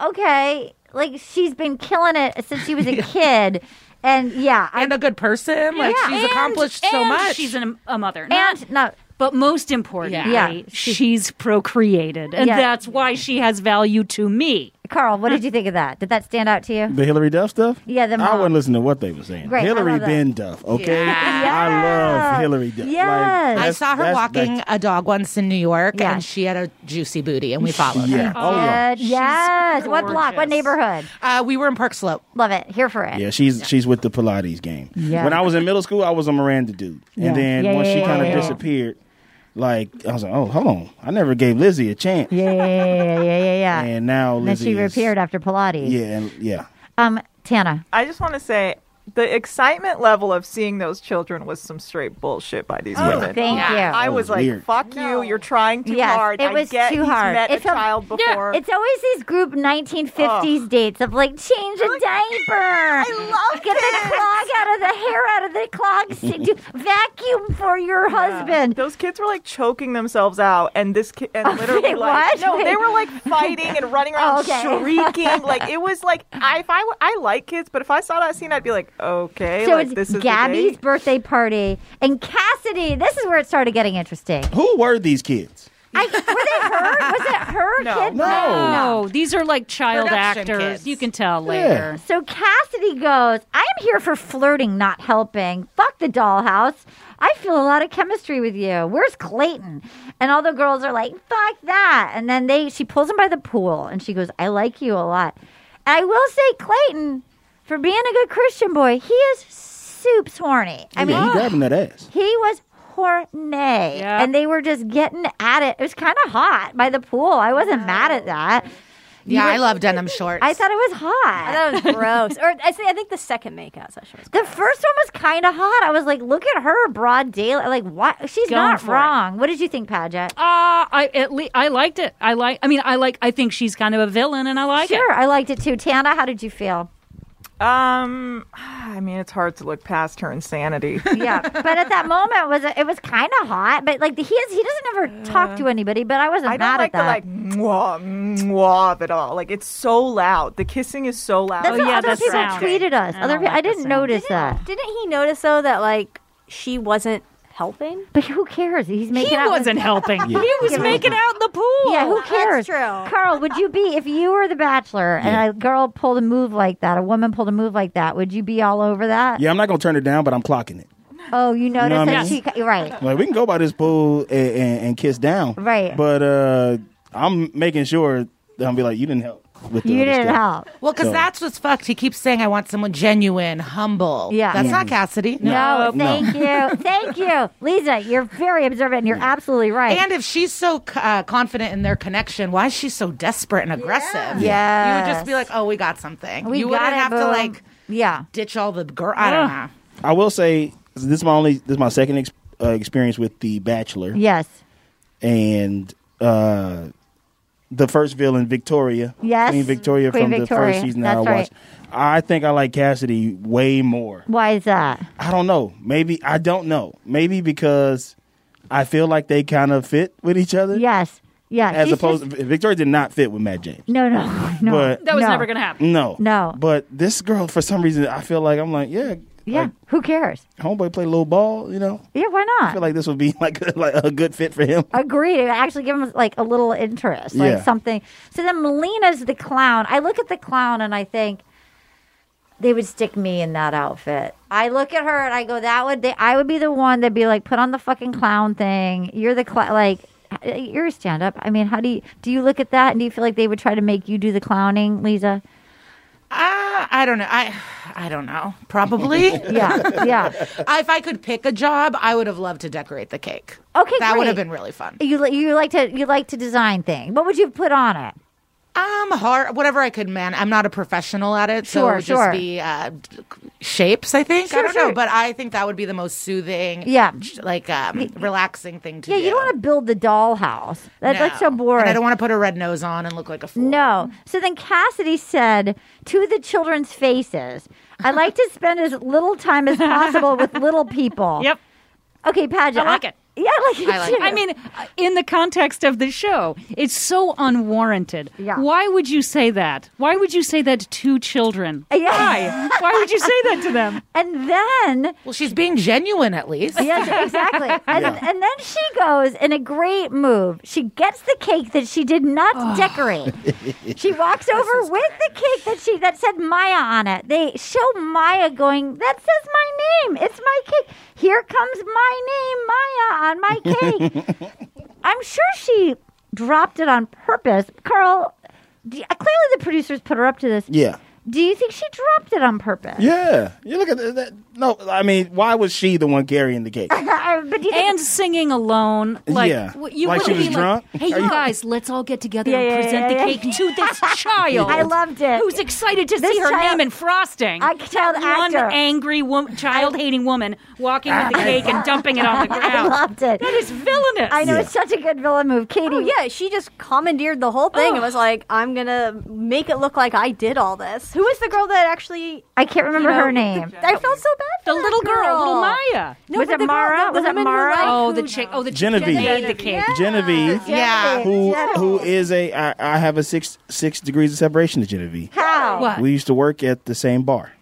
S5: okay, like she's been killing it since she was a kid, and yeah,
S8: and a good person. Like
S5: Yeah.
S8: she's
S5: And-
S8: accomplished so
S7: and
S8: much.
S7: She's an, a mother.
S5: and no,
S7: But most importantly,
S5: Yeah. Yeah.
S7: she's procreated. And
S5: Yeah.
S7: that's why she has value to me.
S5: Carl, what did you think of that? Did that stand out to you?
S6: The Hillary Duff stuff?
S5: Yeah, the
S6: I
S5: mom.
S6: wouldn't listen to what they were saying.
S5: Great, I
S6: Hillary
S5: love that.
S6: Ben Duff, okay? I love Hillary Duff. Like,
S5: Yes.
S8: I
S6: that's-
S8: saw her
S6: that's-
S8: walking
S6: that's-
S8: a dog once in New York,
S5: Yeah.
S8: and she had a juicy booty, and we followed
S6: Yeah.
S8: her.
S6: Oh, yeah.
S5: Good. yes. What block? What neighborhood?
S8: Uh, we were in Park Slope.
S5: Love it. Here for it.
S6: Yeah, she's she's with the Pilates game.
S5: Yeah.
S6: When I was in middle school, I was a Miranda dude,
S5: Yeah.
S6: and then
S5: Yeah,
S6: once
S5: yeah,
S6: she
S5: yeah,
S6: kind of
S5: yeah.
S6: disappeared, like I was like, oh, hold on, I never gave Lizzie a chance.
S5: Yeah, yeah, yeah, yeah, yeah, yeah.
S6: And now
S5: And then
S6: Lizzie
S5: she
S6: is-
S5: reappeared after Pilates.
S6: Yeah, and yeah.
S5: Um, Tana.
S9: I just want to say the excitement level of seeing those children was some straight bullshit by these
S5: Oh,
S9: women.
S5: thank Yeah. you.
S9: I
S5: That
S9: was
S5: was
S9: like,
S5: weird.
S9: "Fuck you! You're trying too
S5: yes,
S9: hard."
S5: It
S9: I
S5: was
S9: get
S5: too
S9: he's
S5: hard.
S9: met
S5: it's
S9: a child before.
S5: It's always these group 1950s dates of like change a diaper. I love Get the clog out of the hair out of the clog. si- do- vacuum for your husband.
S9: Those kids were like choking themselves out, and this kid and literally
S5: Wait,
S9: like
S5: what?
S9: no,
S5: Wait.
S9: they were like fighting and running around,
S5: Oh, okay.
S9: shrieking. Like it was like I if I were- I like kids, but if I saw that scene, I'd be like, okay,
S5: So
S9: like
S5: it's
S9: this is the
S5: Gabby's
S9: date.
S5: birthday party and Cassidy. This is where it started getting interesting.
S6: Who were these kids?
S5: I, were they her? Was it her kid?
S7: No. these are like child
S5: Production
S7: actors.
S5: kids.
S7: You can tell later.
S5: So Cassidy goes, I'm here for flirting, not helping. Fuck the dollhouse. I feel a lot of chemistry with you. Where's Clayton? And all the girls are like, fuck that. And then they she pulls him by the pool and she goes, I like you a lot. And I will say, Clayton, for being a good Christian boy, he is soups horny. I mean
S6: yeah, he grabbing that ass.
S5: he was horny. And they were just getting at it. It was kind of hot by the pool. I wasn't mad at that. You
S8: Yeah, I
S5: were-
S8: love denim shorts.
S5: I thought it was hot.
S10: I thought it was gross. or I, say, I think the second makeout session was
S5: The first one was kind of hot. I was like, look at her, broad daylight. Like, what? She's
S7: Going
S5: not
S7: for it.
S5: wrong. What did you think,
S7: Uh,
S5: Paget?
S7: I at least I liked it. I like. I mean, I like. I think she's kind of a villain, and I like
S5: sure,
S7: it.
S5: I liked it too. Tana, how did you feel?
S9: Um, I mean, it's hard to look past her insanity.
S5: Yeah, but at that moment, was it was kind of hot. But like, he is, he doesn't ever talk to anybody. But I wasn't
S9: I don't
S5: mad
S9: like
S5: at that.
S9: the like mwah, mwah of it all. Like it's so loud. The kissing is so loud.
S5: That's
S10: Oh,
S5: what other people tweeted us. other people, I didn't notice that.
S10: Didn't he notice though that like she wasn't helping?
S5: But who cares? He's making out. with-
S7: wasn't helping. Yeah. He was
S5: Yeah.
S7: making out in the pool.
S5: Yeah, who cares?
S10: true.
S5: Carl, would you be if you were the bachelor and a girl pulled a move like that, a woman pulled a move like that? Would you be all over that?
S6: Yeah, I'm not gonna turn it down, but I'm clocking it.
S5: Oh, you
S6: know
S5: noticed
S6: what I
S5: that
S6: mean?
S5: she right.
S6: Like we can go by this pool and, and, and kiss down,
S5: Right.
S6: But uh, I'm making sure that I'll be like, you didn't help with the other stuff.
S8: Well, because
S6: So-
S8: that's what's fucked. He keeps saying, I want someone genuine, humble.
S5: Yeah.
S8: That's
S5: Yeah.
S8: not Cassidy.
S5: No,
S8: No.
S5: thank you. Thank you. Lisa, you're very observant and you're absolutely right.
S8: And if she's so uh, confident in their connection, why is she so desperate and aggressive?
S5: Yeah.
S8: You would just be like, oh, we got something.
S5: We
S8: you
S5: got
S8: wouldn't
S5: it,
S8: have to,
S5: boom.
S8: like,
S5: yeah,
S8: ditch all the girl. I don't know.
S6: I will say this is my only this is my second ex- uh, experience with The Bachelor.
S5: Yes.
S6: and uh, the first villain Victoria.
S5: Yes.
S6: Queen Victoria
S5: Queen
S6: from the
S5: Victoria.
S6: first season
S5: That's
S6: that I watched. I think I like Cassidy way more.
S5: Why is that?
S6: I don't know. Maybe I don't know. Maybe because I feel like they kind of fit with each other.
S5: Yes. Yeah.
S6: As
S5: she's
S6: opposed, Victoria did not fit with Matt James.
S5: just- no, no, no.
S6: But-
S7: That was
S5: no.
S7: never gonna happen.
S6: No.
S5: No.
S6: But this girl, for some reason, I feel like I'm like, yeah,
S5: Yeah. who cares?
S6: homeboy play little ball, you know?
S5: Yeah. Why
S6: I
S5: not?
S6: feel like this would be like a, like a good fit for him.
S5: Agreed. It actually give him like a little interest, like
S6: Yeah.
S5: something. So then Melina's the clown. I look at the clown and I think, they would stick me in that outfit. I look at her and I go, that would they, I would be the one that'd be like, put on the fucking clown thing. You're the cl- like, you're a stand up. I mean, how do you do you look at that and do you feel like they would try to make you do the clowning, Lisa?
S8: Uh, I don't know. I I don't know. Probably.
S5: Yeah, yeah.
S8: I- if I could pick a job, I would have loved to decorate the cake.
S5: Okay,
S8: that would have
S5: great.
S8: been really fun.
S5: You li- you like to you like to design things. What would you put on it?
S8: Um, hard whatever I could man. I'm not a professional at it, so
S5: Sure,
S8: it would
S5: sure.
S8: just be uh, d- shapes. I think
S5: Sure,
S8: I don't
S5: sure.
S8: know, but I think that would be the most soothing,
S5: Yeah.
S8: j- like um, relaxing thing to
S5: Yeah,
S8: do.
S5: you don't want to build the dollhouse. That's like so
S8: No.
S5: boring.
S8: And I don't want to put a red nose on and look like a fool.
S5: No. So then Cassidy said to the children's faces, I like to spend as little time as possible with little people. Yep. Okay, Padgett.
S7: I like it.
S5: Yeah, I like it. too.
S7: I mean, uh, in the context of the show, it's so unwarranted. Yeah. Why would you say that? Why would you say that to children? Why? Why would you say that to them?
S5: And then.
S8: Well, she's being genuine at least.
S5: Yes, exactly. And, and then she goes in a great move. She gets the cake that she did not decorate. She walks over with the cake that she that said Maya on it. They show Maya going, that says my name. It's my cake. Here comes my name, Maya, on my cake. I'm sure she dropped it on purpose. Carl, do you- clearly the producers put her up to this.
S6: Yeah.
S5: Do you think she dropped it on purpose?
S6: Yeah. You look at that. that- No, I mean, why was she the one carrying the cake?
S7: and singing alone, like
S6: Yeah.
S7: w- you
S6: Like she
S7: wouldn't
S6: was
S7: be
S6: drunk?
S7: like, "Hey,
S6: Are
S7: you
S6: you-
S7: guys, let's all get together
S5: Yeah,
S7: and
S5: yeah,
S7: present
S5: yeah,
S7: the
S5: yeah.
S7: cake to this child."
S5: I loved it.
S7: Who's excited to see
S5: This
S7: her
S5: child-
S7: name in frosting?
S5: I- child
S7: One
S5: actor.
S7: angry woman, child-hating woman walking with the cake and dumping it on the
S5: I
S7: ground.
S5: loved it.
S7: That is villainous.
S5: I know it's such a good villain move, Katie.
S10: Oh yeah, she just commandeered the whole thing and was like, "I'm gonna make it look like I did all this." Who was the girl that actually?
S5: I can't remember
S10: you know,
S5: her name.
S10: I felt so bad. For
S7: The
S10: that
S7: little girl, little Maya.
S10: No,
S5: Was
S10: but
S5: it
S10: the girl-
S5: Mara?
S10: the- the
S5: Was it
S10: woman who,
S5: Mara?
S10: like,
S7: Oh, the
S10: who-
S7: chick. Oh, the chick that
S6: Genevieve.
S7: made the cake.
S6: Genevieve.
S7: Yeah.
S6: Who
S7: Genevieve.
S6: who is a I, I have a six six degrees of separation to Genevieve.
S5: How?
S7: What?
S6: We used to work at the same bar.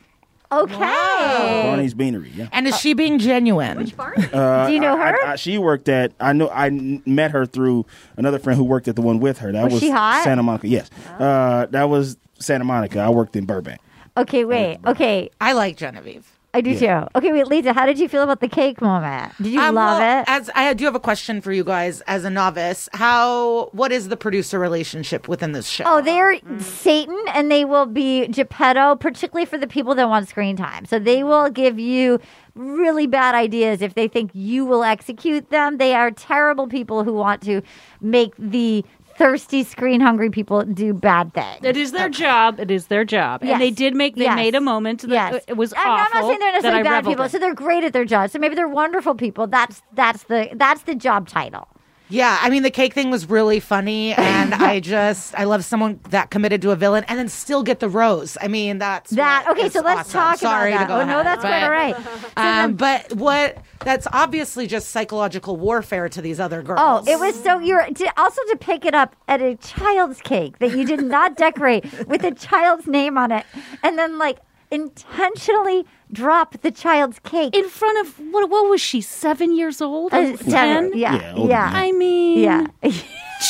S5: Okay. Oh.
S6: Barney's Beanery, yeah.
S8: And is she being genuine? Which
S10: Barney?
S6: Uh,
S5: Do you know
S6: I-
S5: her?
S6: I, I- she worked at. I know. I n- met her through another friend who worked at the one with her. That
S5: Was
S6: was,
S5: she hot? Oh.
S6: Santa Monica. Yes. Uh, that was Santa Monica. I worked in Burbank.
S5: Okay, wait. Okay.
S8: I like Genevieve.
S5: I do too. Okay, wait, Lisa, how did you feel about the cake moment? Did you
S8: Um,
S5: love
S8: well,
S5: it?
S8: As I do have a question for you guys as a novice. How what is the producer relationship within this show?
S5: Oh, they're Satan and they will be Geppetto, particularly for the people that want screen time. So they will give you really bad ideas if they think you will execute them. They are terrible people who want to make the thirsty, screen hungry people do bad things.
S7: It is their job. It is their job,
S5: Yes.
S7: and they did make. They
S5: Yes.
S7: made a moment. That
S5: Yes.
S7: it was
S5: I'm not- I'm
S7: awful.
S5: not saying they're
S7: that I
S5: necessarily bad
S7: reveled
S5: people.
S7: in.
S5: So they're great at their job. So maybe they're wonderful people. That's that's the that's the job title.
S8: yeah, I mean the cake thing was really funny, and I just I love someone that committed to a villain and then still get the rose. I mean that's
S5: That
S8: what
S5: okay.
S8: is
S5: So let's
S8: awesome.
S5: talk
S8: Sorry
S5: about
S8: to
S5: that.
S8: go
S5: oh no,
S8: ahead,
S5: that's quite
S8: but-
S5: all right.
S8: Um, but what that's obviously just psychological warfare to these other girls.
S5: Oh, it was so you're to, also to pick it up at a child's cake that you did not decorate with a child's name on it, and then like intentionally drop the child's cake
S7: in front of what? What was she? Seven years old? Ten?
S5: Uh, seven, yeah, Yeah, older yeah. than that.
S7: I mean,
S5: Yeah.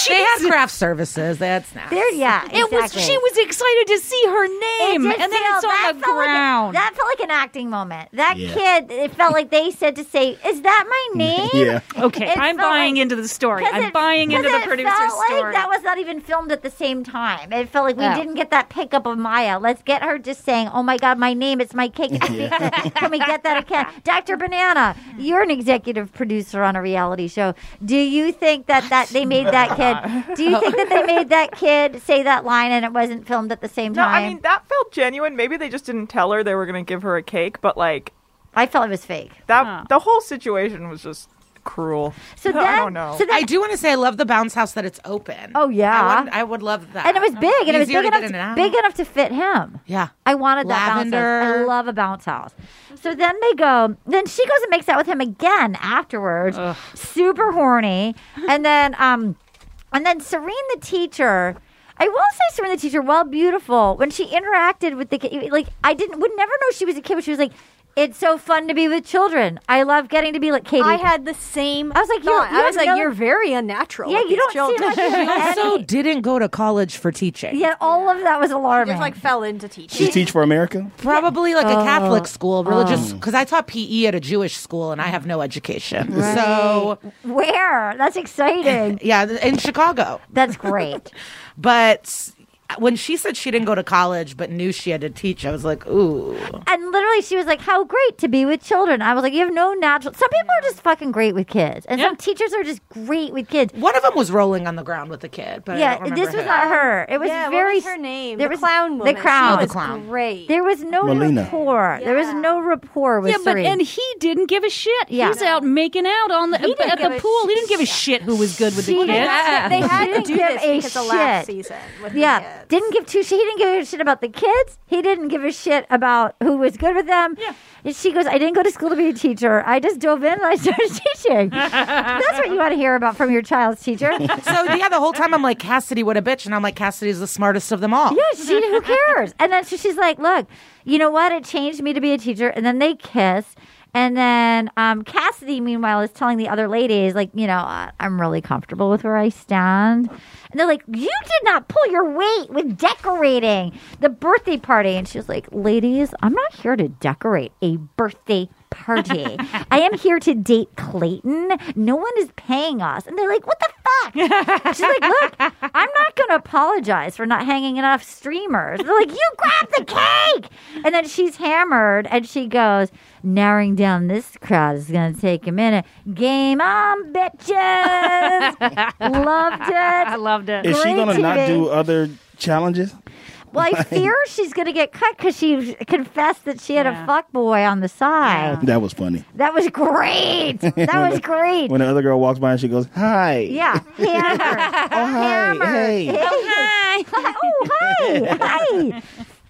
S8: They had craft services. They had snacks.
S5: there. Yeah,
S7: It was.
S5: exactly.
S7: She was excited to see her name,
S5: It did
S7: and then
S5: feel-
S7: it's
S5: that
S7: on the
S5: felt like a-
S7: ground.
S5: that felt like an acting moment. That
S7: Yeah.
S5: kid, it felt like they said to say, "Is that my name?"
S7: Okay,
S5: It
S7: I'm
S5: felt
S7: buying
S5: like-
S7: into the story.
S5: 'Cause
S7: I'm
S5: it-
S7: buying into
S5: 'cause
S7: the
S5: it
S7: producer's
S5: felt like
S7: story.
S5: that was not even filmed at the same time. It felt like we
S7: Oh.
S5: didn't get that pickup of Maya. Let's get her just saying, "Oh my God, my name! It's my cake. It's
S11: Yeah.
S5: pizza. Can we get that again?" Dr. Banana, you're an executive producer on a reality show. Do you think that that they made that kid? Do you think that they made that kid say that line and it wasn't filmed at the same
S9: No,
S5: time?
S9: I mean that felt genuine. Maybe they just didn't tell her they were going to give her a cake, but like
S5: I felt it was fake.
S9: That the whole situation was just cruel.
S5: So
S9: I
S5: then-
S9: don't know.
S5: so then-
S8: I do want to say I love the bounce house that it's open.
S5: Oh yeah,
S8: I would, I would love that.
S5: and it was big, and it was
S8: Easier
S5: big
S8: to
S5: enough,
S8: get in and
S5: to,
S8: out.
S5: big enough to fit him.
S8: Yeah.
S5: I wanted that bounce house. I
S8: Lavender.
S5: love a bounce house. So then they go. Then she goes and makes out with him again afterwards. Super horny, and then um, and then Serene the teacher. I will say, Serene the teacher, while beautiful, when she interacted with the kid, like I didn't would never know she was a kid, but she was like It's so fun to be with children. I love getting to be like Katie.
S10: I had
S5: the same. I was like,
S10: thought.
S5: you're,
S10: I was like, you're
S5: very unnatural. Yeah, you
S10: with these
S5: don't
S10: children.
S5: seem like
S8: She
S5: you do
S8: also
S5: any-
S8: didn't go to college for teaching.
S5: Yeah, all of that was alarming.
S10: Just like fell into teaching.
S6: She teach for America?
S8: Probably like
S5: Oh.
S8: a Catholic school, religious,
S6: Oh.
S8: because I taught PE at a Jewish school and I have no education. So
S5: where? That's exciting.
S8: yeah, th- in Chicago.
S5: That's great.
S8: but when she said she didn't go to college but knew she had to teach, I was like, ooh.
S5: And literally, she was like, "How great to be with children." I was like, "You have no natural." Some people are just fucking great with kids, and some teachers are just great with kids.
S8: One of them was rolling on the ground with a kid, but I
S5: yeah,
S8: don't remember
S5: this was
S8: who.
S5: not her. It was
S10: Yeah, what
S5: very
S10: was her name?
S5: There
S10: The
S5: was
S10: clown
S5: The
S10: woman. She
S5: clown.
S10: was The clown. great.
S5: There was no
S6: Melina.
S5: rapport. There was no rapport with
S7: yeah, but
S5: Serene.
S7: and he didn't give a shit.
S5: Yeah.
S7: He's out making out on the
S5: He didn't
S7: at
S5: give
S7: the
S5: a
S7: pool. He didn't give a shit who was good with the
S5: She
S7: kids.
S5: didn't- They had
S10: to
S5: to
S10: do
S5: give
S10: this
S5: a
S10: because of last
S5: shit.
S10: season with the
S5: yeah,
S10: kids.
S5: didn't give two. She didn't give a shit about the kids. He didn't give a shit about who was good with them. Yeah. And she goes, I didn't go to school to be a teacher. I just dove in and I started teaching. That's what you want to hear about from your child's teacher.
S8: so yeah, the whole time I'm like Cassidy, what a bitch, and I'm like Cassidy's the smartest of them all.
S5: Yeah, she who cares? And then so she's like, "Look, you know what? It changed me to be a teacher." And then they kiss. And then um, Cassidy, meanwhile, is telling the other ladies, like, you know, "I- I'm really comfortable with where I stand. And they're like, you did not pull your weight with decorating the birthday party. And she's like, ladies, I'm not here to decorate a birthday party. I am here to date Clayton. No one is paying us. And they're like, what the fuck? She's like, look, I'm not going to apologize for not hanging enough streamers. They're like, you grabbed the cake. And then she's hammered and she goes, narrowing down this crowd is going to take a minute. Game on, bitches. loved it. I
S7: loved it.
S6: Is she gonna not do other challenges?
S5: Well, I fear she's going to get cut because she confessed that she had a fuck boy on the side.
S6: That was funny.
S5: That was great. That was great.
S6: When the other girl walks by and she goes, "Hi."
S5: Yeah, hammer. oh, hammer.
S6: hey.
S5: Oh, hi. oh, hi. Hi.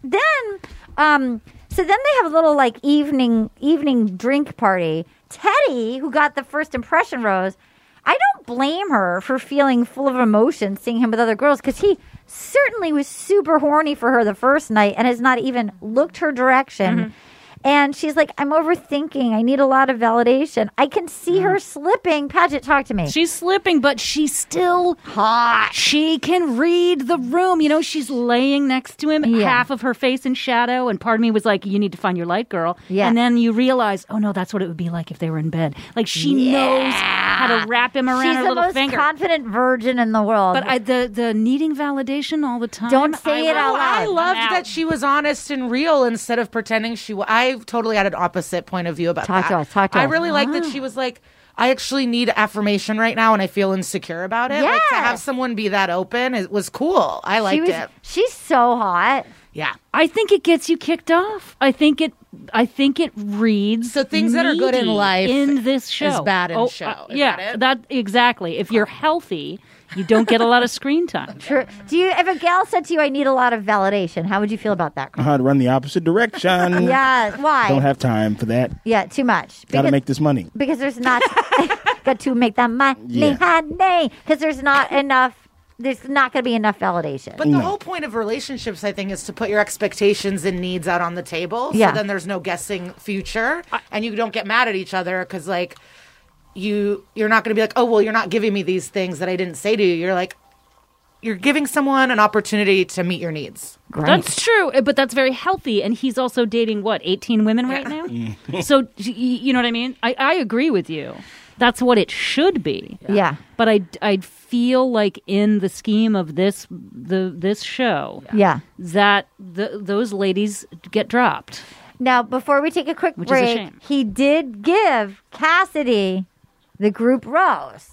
S5: Then, um, so then they have a little like evening evening drink party. Teddy, who got the first impression rose, I don't blame her for feeling full of emotion seeing him with other girls because he certainly was super horny for her the first night and has not even looked her direction.
S7: Mm-hmm.
S5: And she's like, I'm overthinking. I need a lot of validation. I can see her slipping. Paget, talk to me.
S7: Mm-hmm. She's slipping, but she's still hot. She can read the room. You know, she's laying next to him,
S5: Yeah.
S7: half of her face in shadow. And part of me was like, you need to find your light girl.
S5: Yeah.
S7: And then you realize, oh no, that's what it would be like if they were in bed. Like she knows how to wrap him around
S5: She's
S7: her
S5: the
S7: little
S5: most
S7: finger.
S5: confident virgin in the world.
S7: but I, the the needing validation all the time.
S5: Don't say
S7: I
S5: it out
S7: will-
S5: loud.
S8: I loved
S7: Wow.
S8: that she was honest and real instead of pretending she. wa- I totally had an opposite point of view about
S5: Talk
S8: that.
S5: to us, talk to
S8: I
S5: us.
S8: really liked
S7: Ah.
S8: that she was like, I actually need affirmation right now, and I feel insecure about it. Like to
S5: Yeah.
S8: have someone be that open, it was cool. I liked
S5: she was,
S8: it.
S5: She's so hot.
S8: Yeah.
S7: I think it gets you kicked off. I think it. I think it reads
S8: So things that are good in
S7: needy
S8: life
S7: in this show
S8: is bad in
S7: Oh,
S8: show.
S7: uh,
S8: Is
S7: yeah,
S8: that it?
S7: exactly. If you're healthy, you don't get a lot of screen time.
S5: True. Do you? If a gal said to you, "I need a lot of validation," how would you feel about that?
S6: I'd run the opposite direction.
S5: yeah. Why?
S6: Don't have time for that.
S5: yeah. Too much.
S6: Got to
S5: Because-
S6: make this money.
S5: because there's not got to make that money,
S6: Yeah.
S5: honey. Because there's not enough. There's not going to be enough validation.
S8: But the
S6: Mm.
S8: whole point of relationships, I think, is to put your expectations and needs out on the table.
S5: Yeah.
S8: So then there's no guessing future, and you don't get mad at each other because like you you're not going to be like, oh well, you're not giving me these things that I didn't say to you. You're like, you're giving someone an opportunity to meet your needs.
S7: That's true, uh, but that's very healthy. And he's also dating what eighteen women right
S6: Mm.
S7: now. so y- y- you know what I mean. I, I agree with you. That's what it should be.
S5: yeah.
S7: But I I feel like in the scheme of this the this show
S5: Yeah.
S7: that the, those ladies get dropped.
S5: Now, before we take a quick
S7: Which is a
S5: break,
S7: shame.
S5: he did give Cassidy the group rose.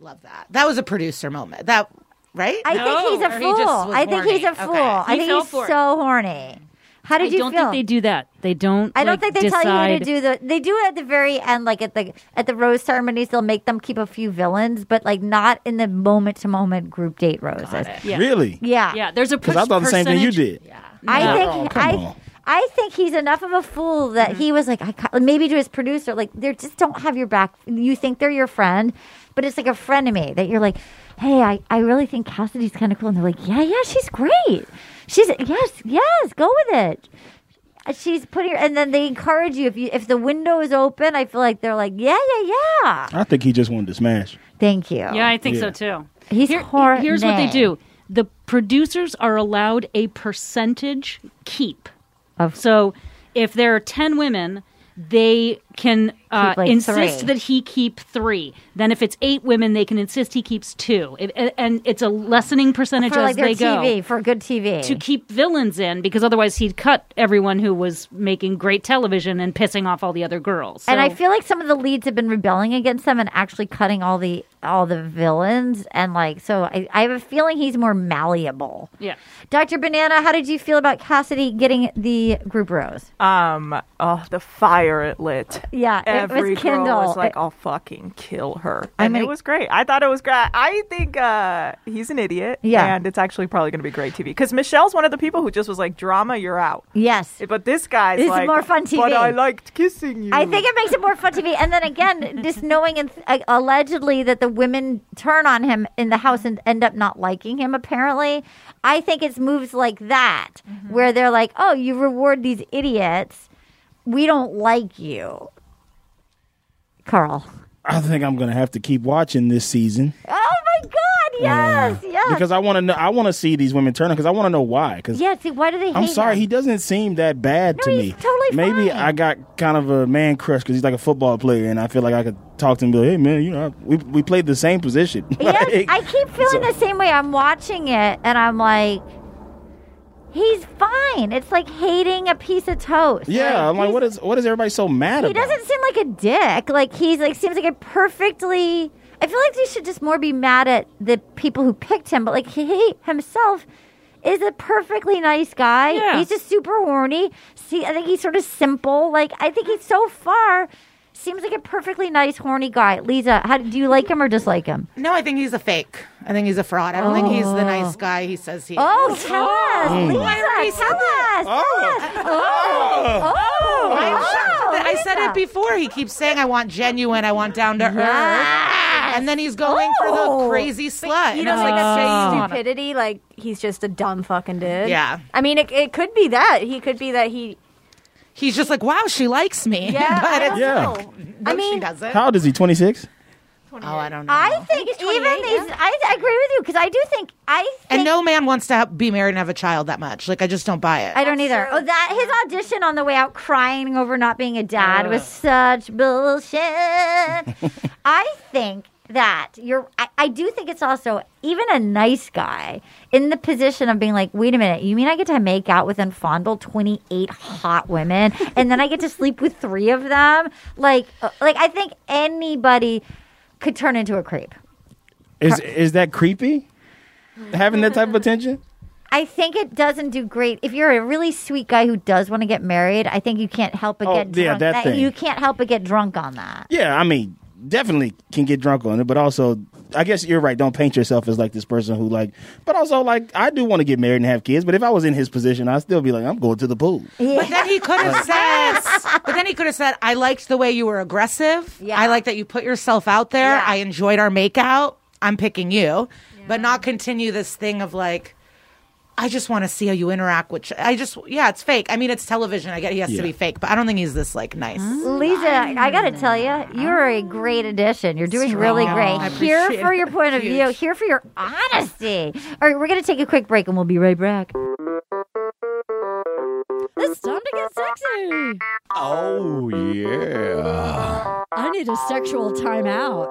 S8: Love that. That was a producer moment. That right?
S5: I think he's a
S8: Or he
S5: fool.
S8: just was
S5: I think he's a
S8: horny.
S5: fool.
S8: Okay.
S5: I
S8: He
S5: think
S8: fell
S5: he's
S8: for it.
S5: so horny. How did
S7: I
S5: you
S7: don't
S5: feel?
S7: think they do that. They don't.
S5: I don't
S7: like,
S5: think they
S7: decide.
S5: tell you to do the. They do it at the very end, like at the at the rose ceremonies. They'll make them keep a few villains, but like not in the moment to moment group date roses.
S7: Yeah.
S6: Really?
S5: Yeah.
S7: Yeah, there's a
S6: Because I thought the same thing you
S7: percentage-
S6: did.
S5: I
S6: No.
S5: think
S6: Oh, Come
S5: I,
S6: on.
S5: I think he's enough of a fool that
S7: Mm-hmm.
S5: he was like, I ca- maybe to his producer, like they just don't have your back. You think they're your friend, but it's like a frenemy that you're like, hey, I, I really think Cassidy's kind of cool, and they're like, yeah, yeah, she's great. She's yes, yes, go with it. Uh, She's putting her, and then they encourage you if you if the window is open. I feel like they're like, yeah, yeah, yeah.
S6: I think he just wanted to smash.
S5: Thank you.
S7: Yeah, I think so
S6: Yeah.
S7: too.
S5: He's hor-
S7: Here's what they
S5: nay.
S7: do: the producers are allowed a percentage keep.
S5: Of-
S7: so, if there are ten women, they can uh,
S5: Keep, like,
S7: insist
S5: three.
S7: that he keep three. Then, if it's eight women, they can insist he keeps two, If- a- and it's a lessening percentage
S5: for
S7: as
S5: like their
S7: they go
S5: TV for good TV
S7: to keep villains in because otherwise he'd cut everyone who was making great television and pissing off all the other girls.
S5: And I
S7: So-
S5: feel like some of the leads have been rebelling against them and actually cutting all the all the villains and like so I, I have a feeling he's more malleable.
S7: Yeah.
S5: Dr. Banana, how did you feel about Cassidy getting the group rose?
S9: Um, oh, the fire it lit.
S5: Yeah, it was
S9: every girl
S5: Kendall.
S9: was like,
S5: It-
S9: "I'll fucking kill her,"
S5: I
S9: and
S5: mean-
S9: it was great. I thought it was great. I think uh, he's an idiot,
S5: Yeah.
S9: and it's actually probably going to be great TV because Michelle's one of the people who just was like, "Drama, you're out."
S5: Yes.
S9: But this guy's
S5: This is
S9: like,
S5: more fun
S9: But
S5: TV."
S9: I liked kissing you.
S5: I think it makes it more fun TV. And then again, just knowing and uh, allegedly that the women turn on him in the house and end up not liking him, apparently, I think it's moves like that
S6: Mm-hmm.
S5: where they're like, "Oh, you reward these idiots. We don't like you." Carl.
S6: I think I'm gonna have to keep watching this season.
S5: Oh my God! Yes,
S6: Uh,
S5: yes.
S6: Because I want to know. I want to see these women turn because I want to know why. Because
S5: yeah. See, why do they? Hate
S6: I'm sorry,
S5: him?
S6: he doesn't seem that bad to me.
S5: totally
S6: Maybe I got kind of a man crush because he's like a football player, and I feel like I could talk to him. And be like, hey man, you know, I- we we played the same position.
S5: Yes,
S6: Like,
S5: I keep feeling the same way. I'm watching it and I'm like, he's fine. It's like hating a piece of toast.
S6: yeah, I'm like, what is what is everybody so mad
S5: He
S6: about?
S5: doesn't seem like a dick. Like he's like seems like a perfectly. I feel like he should just more be mad at the people who picked him, but like he himself is a perfectly nice guy.
S7: Yeah.
S5: He's just super horny. See, I think he's sort of simple. Like I think he's so far seems like a perfectly nice horny guy. Lisa, how do you like him or dislike him?
S8: No, I think he's a fake. I think he's a fraud. I don't think he's the nice guy he says he
S5: Oh,
S8: is.
S5: tell us,
S8: Oh.
S5: Lisa,
S8: I already said
S5: tell
S8: that.
S5: us, tell us. Oh, oh,
S8: I'm shocked at that. I said
S5: Lisa.
S8: it before. He keeps saying, I want genuine, I want down to earth. And then he's going
S5: Oh.
S8: for the crazy slut.
S10: Oh.
S8: And
S10: You
S8: "Oh."
S10: know,
S8: I'm
S10: like
S8: "Shame
S10: that
S8: on him."
S10: stupidity. Like he's just a dumb fucking dude.
S8: Yeah.
S10: I mean, it, it could be that he could be that he.
S8: He's just like, wow, she likes me.
S10: Yeah,
S8: But
S10: I
S8: it's-
S10: don't
S6: Yeah.
S10: know.
S8: I mean, she doesn't.
S6: How old is he? 26.
S8: Oh, I don't know.
S5: I think even these. I agree with you because I do think I. Think,
S8: and no man wants to ha- be married and have a child that much. Like, I just don't buy it.
S5: I don't either. Oh, that his audition on the way out, crying over not being a dad, was such bullshit. I think that you're. I, I do think it's also even a nice guy in the position of being like, wait a minute, you mean I get to make out with and fondle twenty eight hot women, and then I get to sleep with three of them? Like, uh, like I think anybody could turn into a creep.
S6: Is is that creepy? Having that type of attention?
S5: I think it doesn't do great. If you're a really sweet guy who does want to get married, I think you can't help but
S6: Oh,
S5: get drunk.
S6: yeah, that thing.
S5: You can't help but get drunk on that.
S6: Yeah, I mean, definitely can get drunk on it, but also, I guess you're right. Don't paint yourself as like this person who like, but also like, I do want to get married and have kids. But if I was in his position, I'd still be like, I'm going to the pool.
S8: But then he could have said, but then he could have said, I liked the way you were aggressive. Yeah. I like that you put yourself out there. I enjoyed our makeout. I'm picking you, but not continue this thing of like, I just want to see how you interact with. Ch- I just, yeah, it's fake. I mean, it's television. I get he has
S5: Yeah.
S8: to be fake, but I don't think he's this like nice.
S5: Lisa, I got to tell you, you're a great addition. You're doing really
S8: Strong.
S5: great.
S8: I
S5: Here
S8: appreciate
S5: for your point of view, here for your honesty. All right, we're going to take a quick break and we'll be right back. It's time to get sexy.
S11: Oh, yeah.
S12: I need a sexual timeout.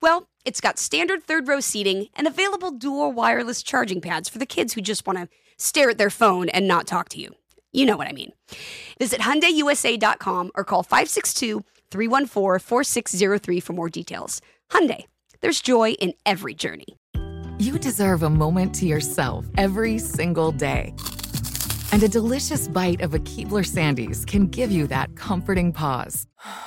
S1: Well, it's got standard third row seating and available dual wireless charging pads for the kids who just want to stare at their phone and not talk to you. You know what I mean. Visit HyundaiUSA.com or call 562-314-4603 for more details. Hyundai, there's joy in every journey.
S2: You deserve a moment to yourself every single day. And a delicious bite of a Keebler Sandies can give you that comforting pause.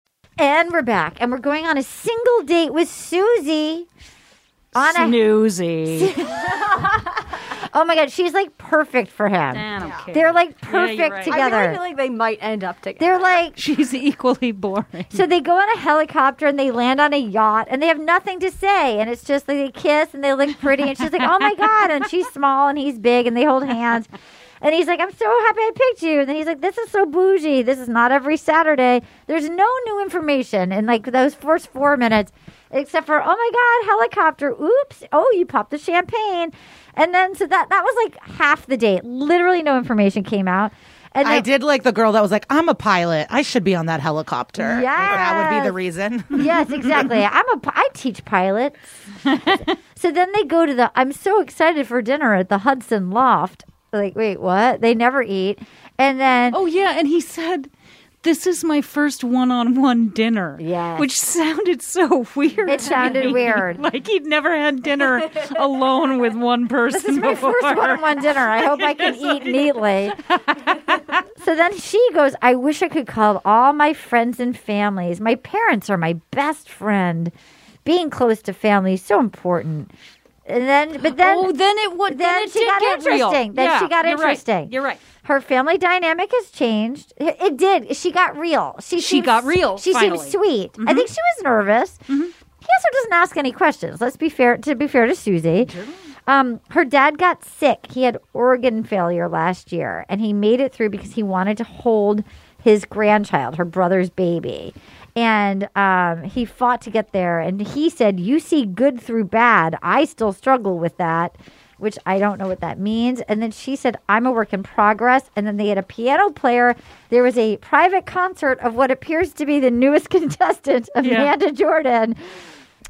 S5: And we're back, and we're going on a single date with Susie. On a
S7: Snoozy.
S5: oh my god, she's like perfect for him.
S7: I don't care.
S5: They're like
S7: Yeah, you're
S5: perfect
S7: right.
S5: together.
S7: I really feel
S5: like they might end up together. They're like
S7: she's equally boring.
S5: So they go on a helicopter and they land on a yacht and they have nothing to say and it's just like they kiss and they look pretty and she's like, "Oh my god!" and she's small and he's big and they hold hands. And he's like, I'm so happy I picked you. And then he's like, This is so bougie. This is not every Saturday. There's no new information in like those first four minutes, except for, oh my God, helicopter. Oops. Oh, you popped the champagne. And then so that that was like half the date. Literally no information came out. And
S8: I
S5: then-
S8: did like the girl that was like, I'm a pilot. I should be on that helicopter. Like, that would be
S5: Yes.
S8: the reason.
S5: yes, exactly. I'm a pi- I teach pilots. so then they go to the I'm so excited for dinner at the Hudson Loft. Like, wait, what? They never eat. And then
S7: Oh yeah, and he said this is my first one-on-one dinner.
S5: Yes.
S7: Which sounded so weird.
S5: It
S7: to
S5: sounded
S7: me.
S5: weird.
S7: Like he'd never had dinner alone with one person
S5: This is my
S7: before.
S5: first one-on-one dinner. I hope I can
S7: Yes,
S5: eat neatly. so then she goes, I wish I could call all my friends and families. My parents are my best friend. Being close to family is so important. And then, but then,
S7: Oh, then it would-
S5: Then,
S7: then it
S5: she
S7: did
S5: got
S7: get real.
S5: interesting. Then
S7: Yeah,
S5: she got
S7: you're right.
S5: interesting.
S7: You're right.
S5: Her family dynamic has changed. It did. She got real. She
S7: She
S5: seems-
S7: got real,
S5: She
S7: finally. Mm-hmm.
S5: seems sweet. I think she was nervous. He also doesn't ask any questions. Let's be fair. To be fair to Susie, um, her dad got sick. He had organ failure last year, and he made it through because he wanted to hold his grandchild, her brother's baby. And um, he fought to get there. And he said, "You see good through bad. I still struggle with that." Which I don't know what that means. And then she said, I'm a work in progress. And then they had a piano player. There was a private concert of what appears to be the newest contestant, Amanda Jordan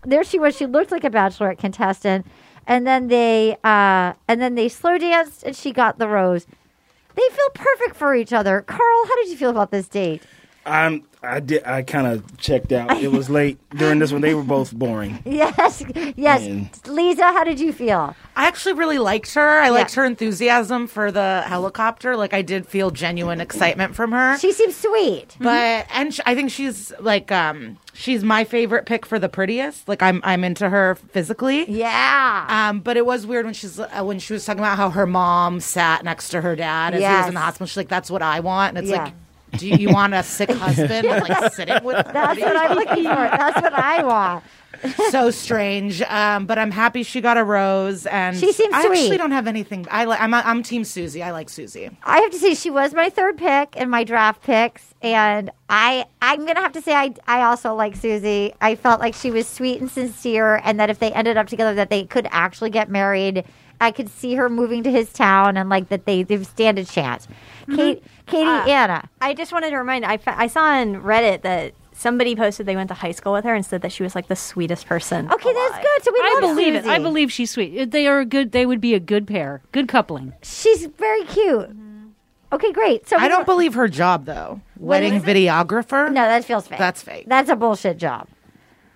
S5: there she was. She looked like a bachelorette contestant. And then they uh, and then they slow danced, and she got the rose. They feel perfect for each other. Carl, how did you feel about this date?
S6: I'm. I did. I kind of checked out. It was late during this one. They were both boring.
S5: Yes, yes.
S6: Man.
S5: Lisa, how did you feel?
S8: I actually really liked her. I liked her enthusiasm for the helicopter. Like I did feel genuine excitement from her.
S5: She seems sweet.
S8: But and sh- I think she's like um she's my favorite pick for the prettiest. Like I'm I'm into her physically.
S5: Yeah.
S8: Um but it was weird when she's uh, when she was talking about how her mom sat next to her dad as he was in the
S5: Yes.
S8: hospital. She's like that's what I want. And it's
S5: Yeah.
S8: like do you, you want a sick husband like sitting with
S5: That's what I'm looking for. That's what I want.
S8: so strange. Um, but I'm happy she got a rose, and
S5: She seems
S8: I
S5: sweet.
S8: actually don't have anything. I like. I'm, I'm Team Susie. I like Susie.
S5: I have to say she was my third pick in my draft picks, and I I'm gonna have to say I I also like Susie. I felt like she was sweet and sincere, and that if they ended up together, that they could actually get married. I could see her moving to his town, and like that they they stand a chance. Kate, Katie,
S10: Uh,
S5: Anna.
S10: I just wanted to remind. I, fa- I saw on Reddit that somebody posted they went to high school with her and said that she was like the sweetest person.
S5: Okay, that's good. So we
S7: I
S5: love
S7: believe it. I
S5: Susie.
S7: believe she's sweet. Uh, They are a good. They would be a good pair. Good coupling.
S5: She's very cute. Okay, great. So
S8: I
S5: we-
S8: don't believe her job though.
S5: What
S8: Wedding
S5: is it?
S8: videographer.
S5: No, that feels fake.
S8: That's fake.
S5: That's a bullshit job.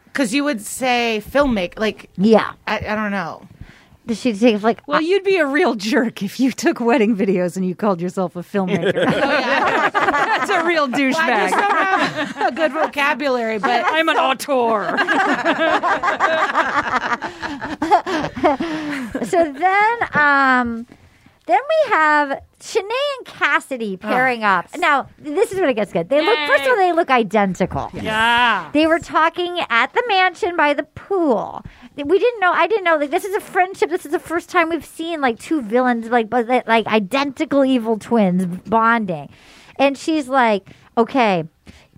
S8: Because you would say filmmaker. Like
S5: yeah,
S8: I, I don't know.
S5: Does she take like?
S7: Well, you'd be a real jerk if you took wedding videos and you called yourself a filmmaker. That's a real douchebag.
S8: a good vocabulary, but
S7: I'm an auteur.
S5: so then um then we have Shanae and Cassidy pairing up. Now, this is when it gets good. They look first of all, they look identical.
S7: Yeah.
S5: They were talking at the mansion by the pool. We didn't know. I didn't know. Like this is a friendship. This is the first time we've seen like two villains, like but like like identical evil twins bonding. And she's like, "Okay,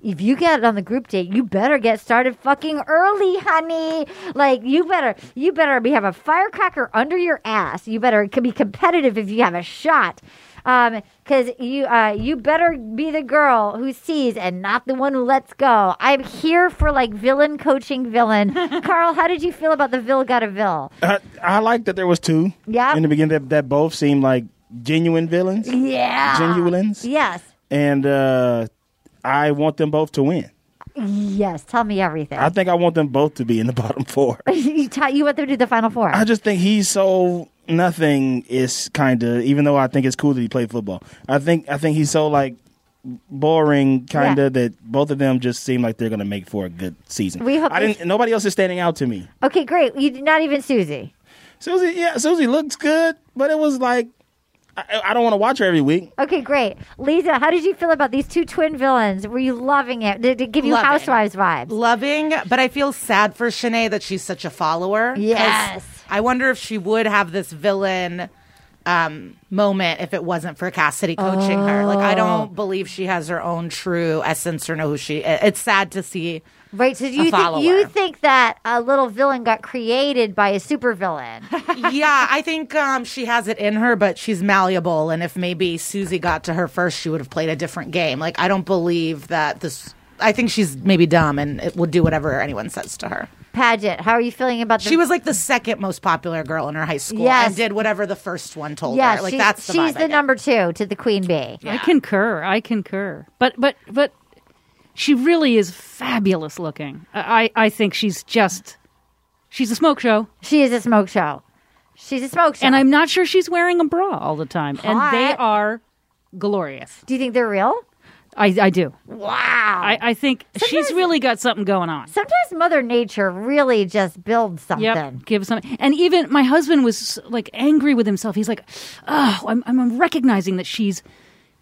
S5: if you get it on the group date, you better get started fucking early, honey. Like you better, you better be have a firecracker under your ass. You better c- be competitive if you have a shot." Um, cause you, uh, you better be the girl who sees and not the one who lets go. I'm here for like villain coaching villain. Carl, how did you feel about the Vil got a Vil?
S6: I, I like that there was two.
S5: Yeah.
S6: In the beginning, that, that both seemed like genuine villains.
S5: Yeah.
S6: Genuines.
S5: Yes.
S6: And uh, I want them both to win.
S5: Yes. Tell me everything.
S6: I think I want them both to be in the bottom four.
S5: you, t- you went through to the final four.
S6: I just think he's so nothing is kind of even though I think it's cool that he played football. I think I think he's so like boring kind of
S5: Yeah.
S6: that both of them just seem like they're going to make for a good season.
S5: We hope
S6: I
S5: they-
S6: didn't nobody else is standing out to me.
S5: Okay, great. You did not even Susie.
S6: Susie, yeah, Susie looks good, but it was like I, I don't want to watch her every week.
S5: Okay, great. Lisa, how did you feel about these two twin villains? Were you loving it? Did it give you
S8: Loving.
S5: housewives vibes?
S8: Loving, but I feel sad for Shanae that she's such a follower. 'cause
S5: Yes.
S8: I wonder if she would have this villain um, moment if it wasn't for Cassidy coaching her. Like, I
S5: Oh.
S8: don't believe she has her own true essence or know who she i- It's sad to see.
S5: Right. So You, think, you think that a little villain got created by a supervillain?
S8: yeah, I think um, she has it in her, but she's malleable. And if maybe Susie got to her first, she would have played a different game. Like, I don't believe that this. I think she's maybe dumb and it will do whatever anyone says to her.
S5: Paget, how are you feeling about? The-
S8: She was like the second most popular girl in her high school
S5: Yes.
S8: and did whatever the first one told
S5: Yes,
S8: her. Like
S5: she's,
S8: that's the
S5: she's
S8: vibe. I
S5: the number two to the queen bee.
S7: I concur. I concur. But but but she really is fabulous looking. I I I think she's just she's a smoke show.
S5: She is a smoke show. She's a smoke show.
S7: And I'm not sure she's wearing a bra all the time. And they
S5: Hot.
S7: are glorious.
S5: Do you think they're real?
S7: I I do.
S5: Wow.
S7: I I think she's really got something going on.
S5: Sometimes Mother Nature really just builds something.
S7: Yep, give something. And even my husband was like angry with himself. He's like, "Oh, I'm, I'm recognizing that she's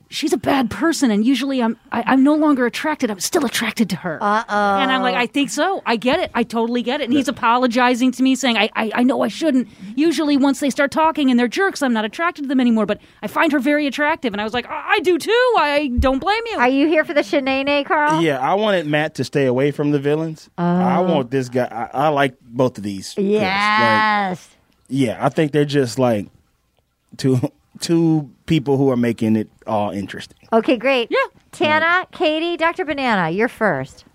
S7: she's a bad person, and usually I'm I, I'm no longer attracted. I'm still attracted to her." Uh oh. And I'm like, "I think so. I get it. I totally get it." And he's apologizing to me, saying, I, "I I know I shouldn't. Usually, once they start talking and they're jerks, I'm not attracted to them anymore. But I find her very attractive." And I was like, "I I do too. I don't blame you." Are
S5: you here for the shenanigans, Carl?
S6: Yeah, I wanted Matt to stay away from the villains. I
S5: Oh.
S6: want this guy. I, I like both of these. girls. Like,
S5: Yes.
S6: yeah, I think they're just like two two people who are making it all interesting.
S5: Okay, great. Yeah. Tana, Katie, Dr. Banana, you're first.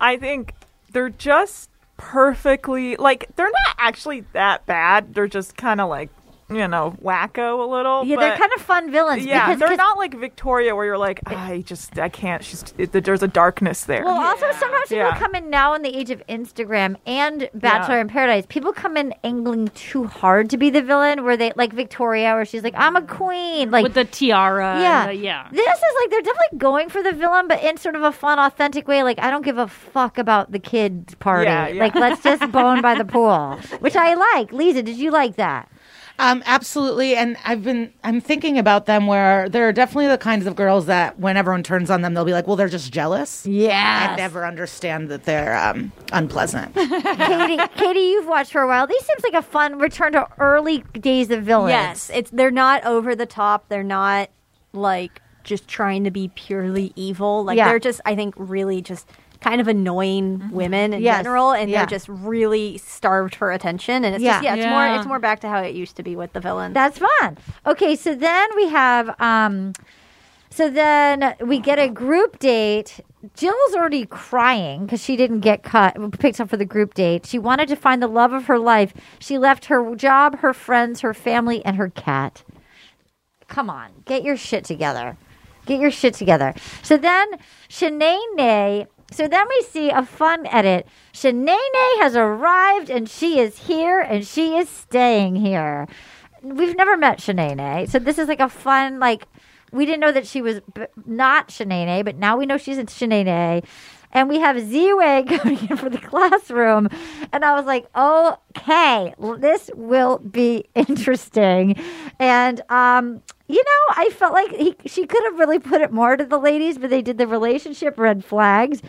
S9: I think they're just perfectly like they're not actually that bad. They're just kind of like you know wacko a little.
S5: Yeah, they're
S9: Oh, but-
S5: kind of fun villains.
S9: Yeah,
S5: because,
S9: they're
S5: 'cause-
S9: not like Victoria where you're like I just I can't. She's it, there's a darkness there.
S5: Well, also sometimes people
S9: Yeah.
S5: come in now in the age of Instagram and Bachelor in Paradise. People come in angling too hard to be the villain, where they like Victoria, where she's like, "I'm a queen," like
S7: with the tiara.
S5: yeah,
S7: and the- yeah.
S5: This is like they're definitely going for the villain, but in sort of a fun, authentic way. Like I don't give a fuck about the kid party.
S8: Yeah, yeah.
S5: Like let's just bone by the pool, which I like. Lisa, did you like that?
S8: Um, absolutely. And I've been I'm thinking about them where there are definitely the kinds of girls that when everyone turns on them, they'll be like, Well, they're just jealous.
S5: Yeah.
S8: I never understand that they're um unpleasant.
S5: Katie, Katie, you've watched for a while. These seems like a fun return to early days of villains.
S10: Yes, it's they're not over the top. They're not like just trying to be purely evil. Like
S5: Yeah. Mm-hmm.
S10: they're just, I think, really just kind of annoying women in
S5: Yes,
S10: general, and
S5: yeah.
S10: they're just really starved for attention. And it's just
S5: Yeah.
S10: yeah, it's
S5: Yeah.
S10: more it's more back to how it used to be with the villains.
S5: That's fun. Okay, so then we have um so then we get a group date. Jill's already crying because she didn't get cut picked up for the group date. She wanted to find the love of her life. She left her job, her friends, her family, and her cat. Come on, get your shit together. Get your shit together. So then Shanae So then we see a fun edit. Shanae has arrived and she is here and she is staying here. We've never met Shanae, so this is like a fun like we didn't know that she was b- not Shanae, but now we know she's in Shanae. And we have Z-Way going in for the classroom. And I was like, okay, well, this will be interesting. And, um, you know, I felt like he, she could have really put it more to the ladies, but they did the relationship red flags.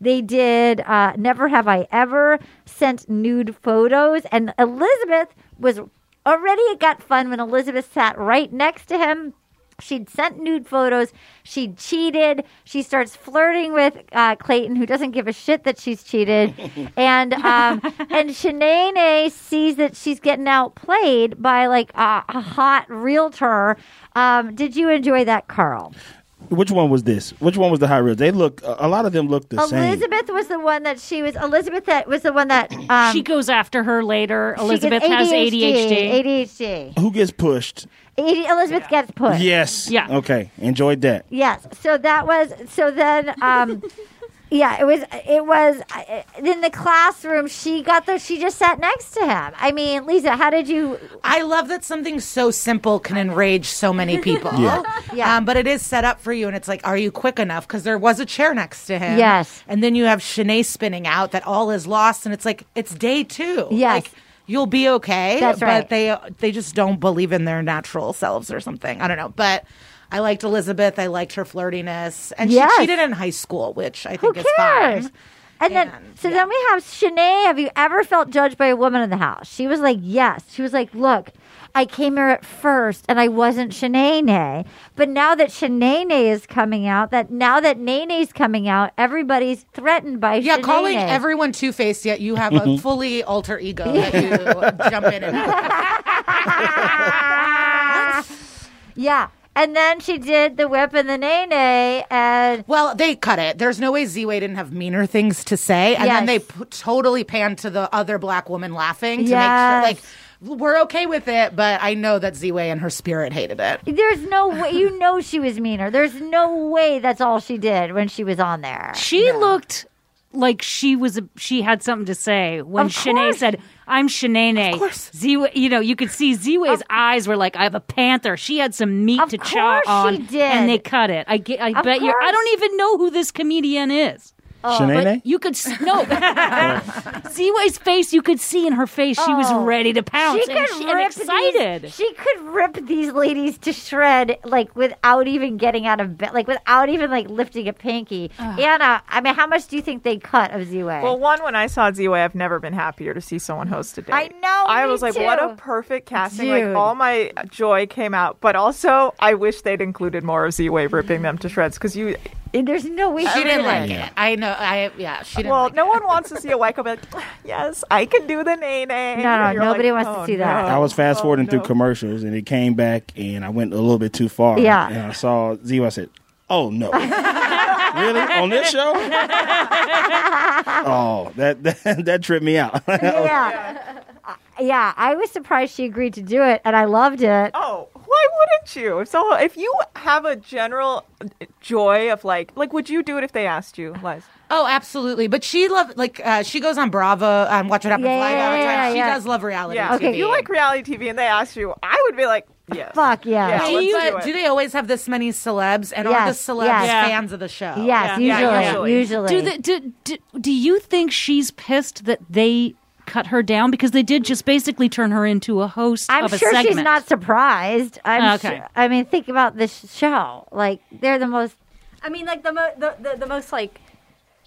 S5: They did uh, Never Have I Ever, sent nude photos. And Elizabeth was already, it got fun when Elizabeth sat right next to him. She'd sent nude photos. She cheated. She starts flirting with uh, Clayton, who doesn't give a shit that she's cheated. and um, and Shanae sees that she's getting outplayed by like a, a hot realtor. Um, did you enjoy that, Carl?
S6: Which one was this? Which one was the high reel? They look. A lot of them look the same.
S5: Elizabeth was the one that she was. Elizabeth that was the one that um,
S7: she goes after her later.
S5: she gets
S7: Elizabeth has ADHD.
S5: ADHD.
S6: Who gets pushed?
S5: AD- Elizabeth gets pushed.
S6: Yes.
S5: Yeah.
S6: Okay. Enjoyed that.
S5: Yes. So that was so then um yeah, it was it was uh, in the classroom she got the she just sat next to him. I mean, Lisa, how did you
S8: I love that something so simple can enrage so many people.
S5: Yeah.
S8: Um, but it is set up for you, and it's like, are you quick enough? Because there was a chair next to him.
S5: Yes.
S8: And then you have Shanae spinning out that all is lost, and it's like, it's day two. Yes. Like, you'll be okay.
S5: That's right.
S8: But they, they just don't believe in their natural selves or something. I don't know. But I liked Elizabeth. I liked her flirtiness. And
S5: Yes.
S8: she cheated in high school, which I
S5: Who
S8: think is
S5: cares?
S8: fine.
S5: And then, so then we have Shanae. Have you ever felt judged by a woman in the house? She was like, yes. She was like, look, I came here at first and I wasn't Shanae. But now that Shanae is coming out, that now that Nene's coming out, everybody's threatened by
S8: Yeah,
S5: Shanae.
S8: calling everyone two faced, yet you have a
S5: Mhm.
S8: fully alter ego that you jump in and out.
S5: Ah, Yeah. And then she did the whip and the nene, and
S8: well, they cut it. There's no way Z-Way didn't have meaner things to say, and then
S5: Yes.
S8: they p- totally panned to the other black woman laughing to
S5: Yes.
S8: make sure, like, we're okay with it, but I know that Z-Way and her spirit hated it.
S5: There's no way. You know she was meaner. There's no way that's all she did when she was on there.
S7: She looked like she was a, she had something to say when
S5: Of
S7: Shanae
S5: course.
S7: said, "I'm Shanae." Of course, Z, you know you could see Zway's eyes were like, "I have a panther." She had some meat to chow
S5: course she
S7: on,
S5: did.
S7: and they cut it. I get, I
S5: Of
S7: bet you. I
S5: course.
S7: don't even know who this comedian is.
S5: Oh.
S7: But
S5: Shanae?
S7: you could s- no Zway's face. You could see in her face she was
S5: Oh.
S7: ready to pounce
S5: She
S7: and,
S5: could
S7: she- and
S5: rip
S7: excited.
S5: These, she could rip these ladies to shred, like without even getting out of bed, like without even like lifting a pinky. Anna, I mean, how much do you think they cut of Z-Way?
S9: Well, one, when I saw Z-Way, I've never been happier to see someone host a date.
S5: I know,
S9: I
S5: me
S9: was like, what
S5: too.
S9: a perfect casting!
S5: Dude.
S9: Like all my joy came out, but also I wish they'd included more of Z-Way ripping them to shreds because you.
S5: there's no way
S8: She didn't like it. I know. I yeah. She didn't.
S9: Well, no one wants to see a white girl be like, yes, I can do the nay nay.
S5: No, no, nobody wants
S9: "Oh,
S5: to see that.
S6: I was
S7: Oh,
S6: fast forwarding through commercials, and it came back, and I went a little bit too far.
S5: Yeah.
S6: And I saw Z. I said, "Oh no, really on this show? oh that that, that tripped me out."
S5: yeah. Yeah, I was surprised she agreed to do it, and I loved it.
S9: Oh, why wouldn't you? If so, if you have a general joy of like, like, would you do it if they asked you, Les?
S8: Oh, absolutely. But she loved like uh, she goes on Bravo on Watch What Happens
S9: Yeah,
S8: Live all the time.
S9: yeah,
S8: she
S9: yeah.
S8: does love reality.
S9: Yeah.
S8: TV.
S9: If you like reality TV and they asked you, I would be like, yes.
S5: Fuck yeah.
S9: Yeah,
S8: do,
S9: let's
S8: you-
S9: do
S8: do,
S9: it.
S8: they always have this many celebs and all the
S7: Yes,
S8: celebs
S7: yes.
S8: fans of the show?
S5: Yes, Yeah. usually, Yeah, usually. usually.
S7: Do, the, do, do, do you think she's pissed that they cut her down because they did just basically turn her into a host
S5: I'm
S7: of a
S5: sure
S7: segment?
S5: she's not surprised. I'm
S7: Okay.
S5: sure- I mean, think about this show. Like, they're the most.
S10: I mean, like the, mo- the the the most like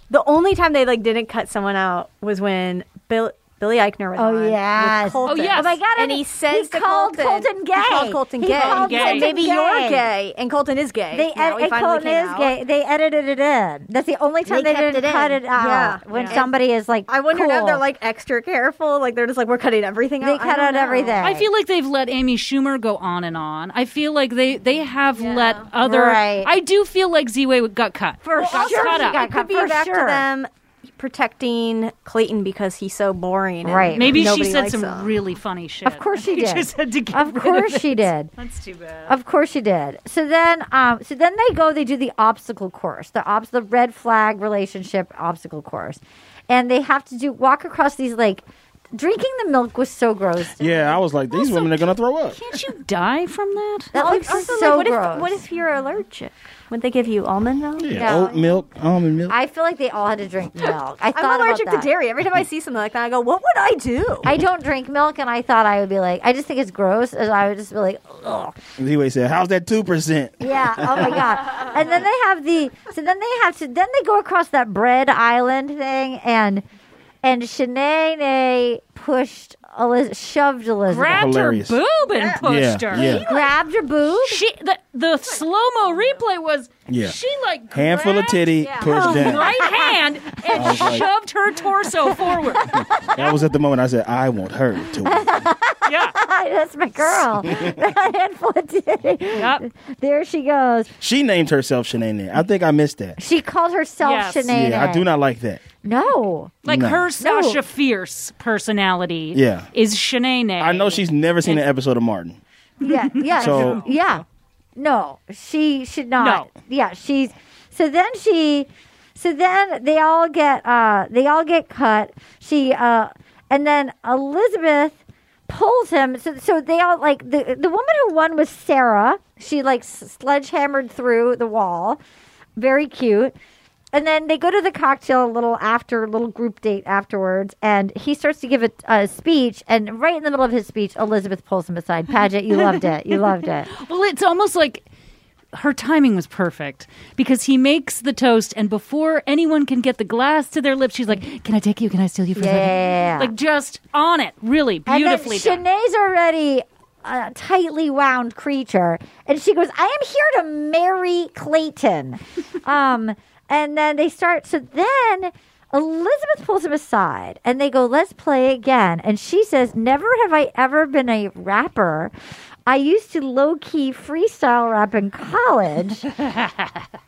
S10: the only time they like didn't cut someone out was when Bill Billy Eichner was on.
S5: Oh
S10: with
S5: yes.
S10: Colton.
S5: Oh my god.
S10: And he says
S5: he
S10: to
S5: called
S10: Colton,
S5: Colton gay.
S10: He called Colton
S5: He
S10: gay.
S5: called
S10: He said,
S5: Colton
S10: Maybe
S5: gay.
S10: you're gay, and Colton is gay.
S5: They
S10: now.
S5: ed-
S10: He
S5: and
S10: finally
S5: Colton
S10: came
S5: is
S10: out.
S5: gay. They edited it in. That's the only time they,
S10: They kept
S5: didn't
S10: it in.
S5: cut it out.
S10: Yeah.
S5: When
S10: Yeah.
S5: somebody is like,
S10: I wonder
S5: cool.
S10: if they're like extra careful. Like they're just like we're cutting everything out.
S5: They cut out everything.
S7: I feel like they've let Amy Schumer go on and on. I feel like they they have let other.
S10: Right.
S7: I do feel like Z-Way got cut
S10: For
S7: Got
S10: sure
S7: Cut
S10: she
S7: up.
S10: got It could cut, be for back to sure. them protecting Clayton because he's so boring. and
S5: Right.
S7: Maybe
S10: nobody
S7: she said
S10: likes
S7: some
S10: him.
S7: really funny shit.
S5: Of course she
S7: He
S5: did.
S7: just had to get
S5: of
S7: rid
S5: course she
S7: it.
S5: did.
S7: That's too bad.
S5: Of course she did. So then, um, so then they go. They do the obstacle course, the obs, the red flag relationship obstacle course, and they have to do walk across these like. Drinking the milk was so gross.
S6: Yeah, I was like, these women are gonna throw up.
S5: Can't you die from that? That
S10: Well,
S5: looks
S10: also, like,
S5: so
S10: what
S5: gross.
S10: If, what if you're allergic? Would they give you almond milk?
S6: Yeah, oat milk, almond milk.
S5: I feel like they all had to drink milk. I
S10: I'm
S5: thought about
S10: allergic to
S5: that.
S10: dairy. Every time I see something like that, I go, "What would I do?"
S5: I don't drink milk, and I thought I would be like, I just think it's gross, and I would just be like, ugh.
S6: Leeway said, "How's that two percent?"
S5: Yeah. Oh my god. And then they have the. So then they have to. Then they go across that bread island thing, and and Shanae pushed Eliz- shoved Elizabeth,
S7: Grabbed
S6: Hilarious.
S7: her boob and
S5: Yeah.
S7: pushed
S6: Yeah,
S7: her.
S6: yeah. He,
S5: grabbed her boob.
S7: She the, the slow mo replay was
S6: Yeah.
S7: she like
S6: Handful of
S7: grabbed
S6: titty,
S7: her
S6: pushed down.
S7: right hand
S6: I
S7: and
S6: was like-
S7: shoved her torso forward.
S6: That was at the moment I said, "I want her to."
S7: yeah,
S5: that's my girl. that handful of titty. There she goes.
S6: She named herself Shanae. I think I missed that.
S5: She called herself
S7: Yes.
S5: Shanae.
S6: Yeah, I do not like that.
S5: No.
S7: Like
S6: No.
S7: her
S6: No.
S7: Sasha Fierce personality
S6: Yeah.
S7: is Shanae.
S6: I know she's never seen an episode of Martin.
S5: Yeah, yeah,
S6: So-
S5: yeah. No, she should not. Yeah, she's. So then she. So then they all get. Uh, they all get cut. She. Uh, and then Elizabeth pulls him. So so they all like the the woman who won was Sarah. She like s- sledgehammered through the wall. Very cute. And then they go to the cocktail little after little group date afterwards, and he starts to give a, a speech. And right in the middle of his speech, Elizabeth pulls him aside. Paget, you loved it. You loved it.
S7: Well, it's almost like her timing was perfect because he makes the toast, and before anyone can get the glass to their lips, she's like, "Can I take you? Can I steal you for a
S5: Yeah.
S7: second? Like just on it, really beautifully. done.
S5: And then Shanae's already a tightly wound creature, and she goes, "I am here to marry Clayton." um, and then they start. So then Elizabeth pulls him aside, and they go, "Let's play again." And she says, "Never have I ever been a rapper." I used to low key freestyle rap in college.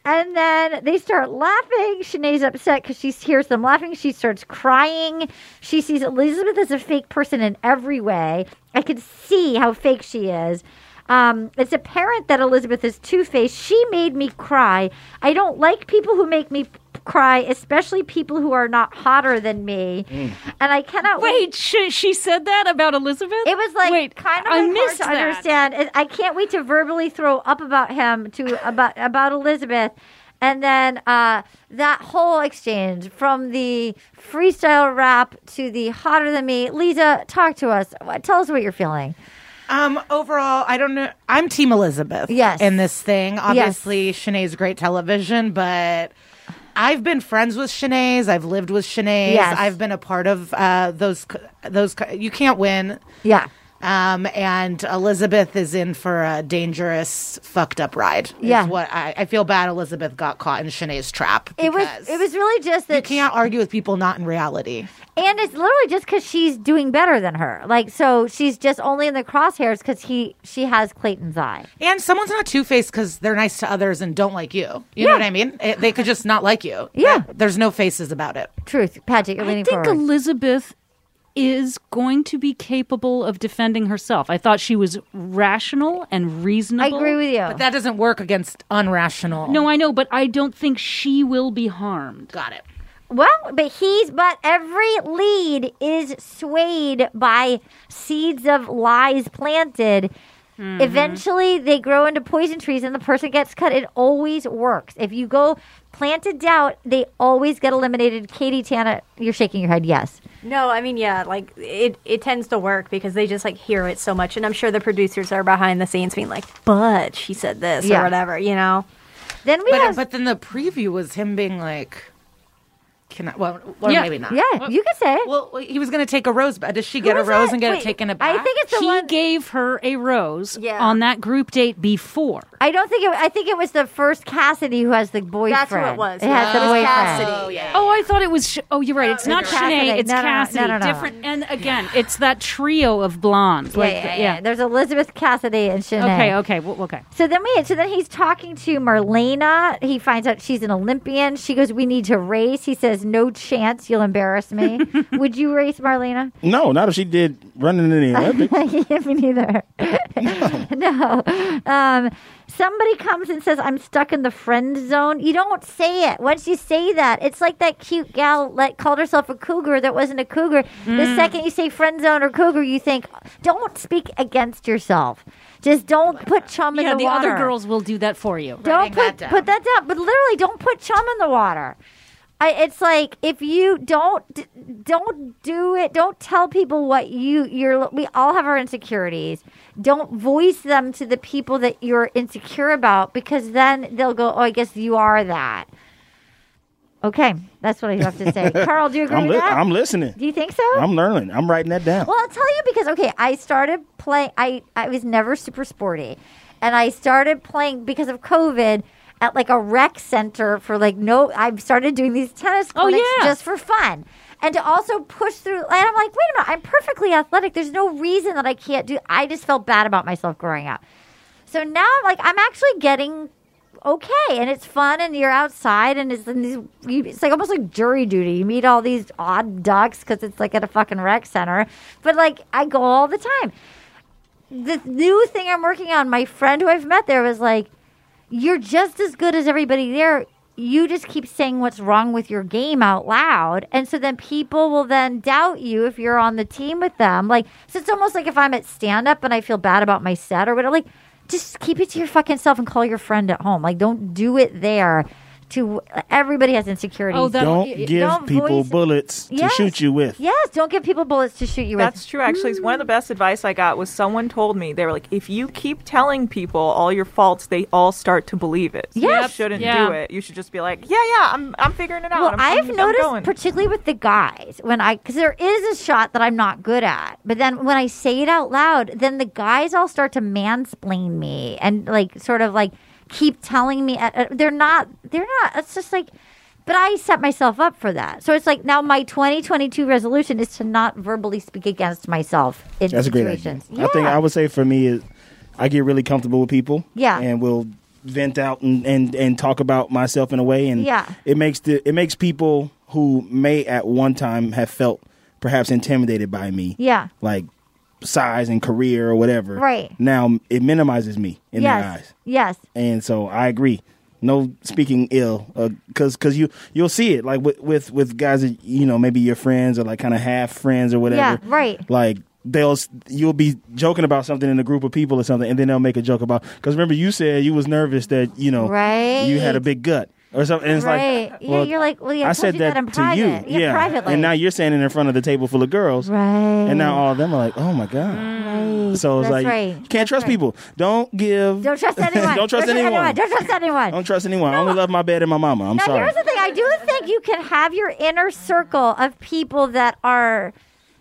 S5: And then they start laughing. Shanae's upset because she hears them laughing. She starts crying. She sees Elizabeth as a fake person in every way. I can see how fake she is. Um, it's apparent that Elizabeth is two faced. She made me cry. I don't like people who make me p- cry, especially people who are not hotter than me. And I cannot
S7: Wait, she, she said that about Elizabeth?
S5: It was like kind of
S7: I
S5: like hard
S7: missed
S5: to
S7: that.
S5: understand. And I can't wait to verbally throw up about him to about about Elizabeth, and then uh, that whole exchange from the freestyle rap to the hotter than me. Lisa, talk to us. What- Tell us what you're feeling.
S8: Um, overall, I don't know. I'm Team Elizabeth.
S5: Yes.
S8: In this thing, obviously, Shanae's great television, but I've been friends with Shanae's. I've lived with Shanae's.
S5: Yes.
S8: I've been a part of uh, those. c- Those c- you can't win.
S5: Yeah.
S8: Um, and Elizabeth is in for a dangerous, fucked up ride. is
S5: Yeah.
S8: What I, I feel bad. Elizabeth got caught in Shanae's trap.
S5: It was
S8: because
S5: it was really just
S8: You
S5: that,
S8: can't argue with people not in reality.
S5: and it's literally just because she's doing better than her. Like so, she's just only in the crosshairs because he she has Clayton's eye.
S8: And someone's not two faced because they're nice to others and don't like you. You know what I mean? It, they could just not like you. Yeah. There's no faces about it.
S5: Truth, Patrick, you're
S7: I
S5: leaning
S7: think
S5: forward.
S7: Elizabeth is going to be capable of defending herself. I thought she was rational and reasonable.
S8: But that doesn't work against unrational.
S7: No, I know, but I don't think she will be harmed.
S8: Got it.
S5: Well, but he's but every lead is swayed by seeds of lies planted.
S7: Mm-hmm.
S5: Eventually, they grow into poison trees, and the person gets cut. It always works. If you go planted doubt, they always get eliminated. Katie Tana, you're shaking your head. Yes.
S10: No, I mean, yeah, like it, it tends to work because they just like hear it so much, and I'm sure the producers are behind the scenes being like, "But she said this
S5: Yeah.
S10: or whatever," you know.
S5: Then we
S8: but, but then the preview was him being like, can I? Well, well
S10: Yeah.
S8: maybe not.
S5: Yeah, you can say.
S8: Well, he was going to take a rose, but does she get a
S7: was
S8: rose
S7: that?
S8: and get
S7: Wait,
S8: it taken aback?
S5: I think it's the
S7: he
S5: one.
S7: gave her a rose
S5: Yeah.
S7: on that group date before.
S5: I don't think it. I think it was the first Cassidy who has the boyfriend.
S10: That's who it was.
S5: It has the
S10: It was
S5: boyfriend.
S10: Cassidy.
S7: Oh, I thought it was. Sh- oh, you're right. It's
S5: No,
S7: not
S5: it's Cassidy.
S7: Shanae. It's
S5: No, no, no,
S7: Cassidy.
S5: no, no, no.
S7: Different. And again, it's that trio of blondes.
S5: Yeah,
S7: like,
S5: yeah, yeah, There's Elizabeth Cassidy and Shanae.
S7: Okay. Okay. w- okay.
S5: So then we so then he's talking to Marlena. He finds out she's an Olympian. She goes, "We need to race." He says, no chance you'll embarrass me. Would you race Marlena?
S6: No, not if she did running in the Olympics.
S5: yeah, me neither. No. Um, somebody comes and says, I'm stuck in the friend zone. You don't say it. Once you say that, it's like that cute gal that called herself a cougar that wasn't a cougar. The
S10: Mm.
S5: second you say friend zone or cougar, you think, don't speak against yourself. Just don't put chum in
S7: Yeah,
S5: the,
S7: the
S5: water.
S7: other girls will do that for you.
S5: Don't put put that down. But literally, don't put chum in the water. I, it's like if you don't d- don't do it, don't tell people what you you're. We all have our insecurities. Don't voice them to the people that you're insecure about because then they'll go, "Oh, I guess you are that." Okay, that's what I have to say. Carl, do you agree
S6: I'm,
S5: with
S6: li-
S5: that?
S6: I'm listening.
S5: Do you think so?
S6: I'm learning. I'm writing that down.
S5: Well, I'll tell you because okay, I started playing. I I was never super sporty, and I started playing because of COVID at like a rec center for like no. I started doing these tennis clinics
S10: yeah.
S5: just for fun. And to also push through, and I'm like, wait a minute, I'm perfectly athletic. There's no reason that I can't do. I just felt bad about myself growing up. So now, like, I'm actually getting okay, and it's fun, and you're outside, and it's in these. You, it's like almost like jury duty. You meet all these odd ducks because it's like at a fucking rec center. But like, I go all the time. The new thing I'm working on, my friend who I've met there was like, "You're just as good as everybody there." You just keep saying what's wrong with your game out loud. And so then people will then doubt you if you're on the team with them. Like, so it's almost like if I'm at stand up and I feel bad about my set or whatever, like, just keep it to your fucking self and call your friend at home. Like, don't do it there. To everybody has insecurities.
S9: Oh,
S6: don't give
S5: Don't
S6: people
S5: voice-
S6: bullets to
S5: Yes.
S6: shoot you with.
S5: Yes, don't give people bullets to shoot you with.
S9: That's true. Actually, it's one of the best advice I got was someone told me they were like, if you keep telling people all your faults, they all start to believe it. So
S5: Yes.
S9: you shouldn't
S5: Yeah.
S9: do it. You should just be like, yeah, yeah, I'm, I'm figuring it out.
S5: Well,
S9: I'm,
S5: I have
S9: I'm
S5: noticed,
S9: going."
S5: particularly with the guys, when I because there is a shot that I'm not good at, but then when I say it out loud, then the guys all start to mansplain me and like sort of like keep telling me uh, uh, they're not they're not. It's just like. But I set myself up for that. So it's like now my 2022 resolution is to not verbally speak against myself in
S6: That's a great idea.
S5: situations.
S6: I think I would say for me is I get really comfortable with people.
S5: Yeah.
S6: And will vent out and, and, and talk about myself in a way and
S5: Yeah.
S6: it makes the it makes people who may at one time have felt perhaps intimidated by me.
S5: Yeah.
S6: Like size and career or whatever.
S5: Right.
S6: Now it minimizes me in
S5: yes.
S6: their eyes.
S5: Yes.
S6: And so I agree. No speaking ill, because because you you'll see it like with with with guys that you know maybe your friends or like kind of half friends or whatever.
S5: Yeah, right.
S6: Like they'll s- you'll be joking about something in a group of people or something, and then they'll make a joke about because remember you said you was nervous that you know you had a
S5: Right.
S6: big gut or something. And it's
S5: right.
S6: like
S5: Yeah,
S6: well,
S5: you're like, well, yeah, I,
S6: I
S5: told
S6: said
S5: you
S6: that,
S5: that, in
S6: to
S5: private.
S6: you,
S5: Yeah, privately.
S6: and now you're standing in front of the table full of girls,
S5: right?
S6: And now all of them are like, oh my god. So it's
S5: Mm. That's
S6: like
S5: right.
S6: you can't trust people. Don't give.
S5: Don't trust anyone.
S6: Don't trust anyone.
S5: Don't trust anyone.
S6: Don't trust anyone. I only love my bed and my mama. I'm
S5: now,
S6: sorry.
S5: here's the thing. I do think you can have your inner circle of people that are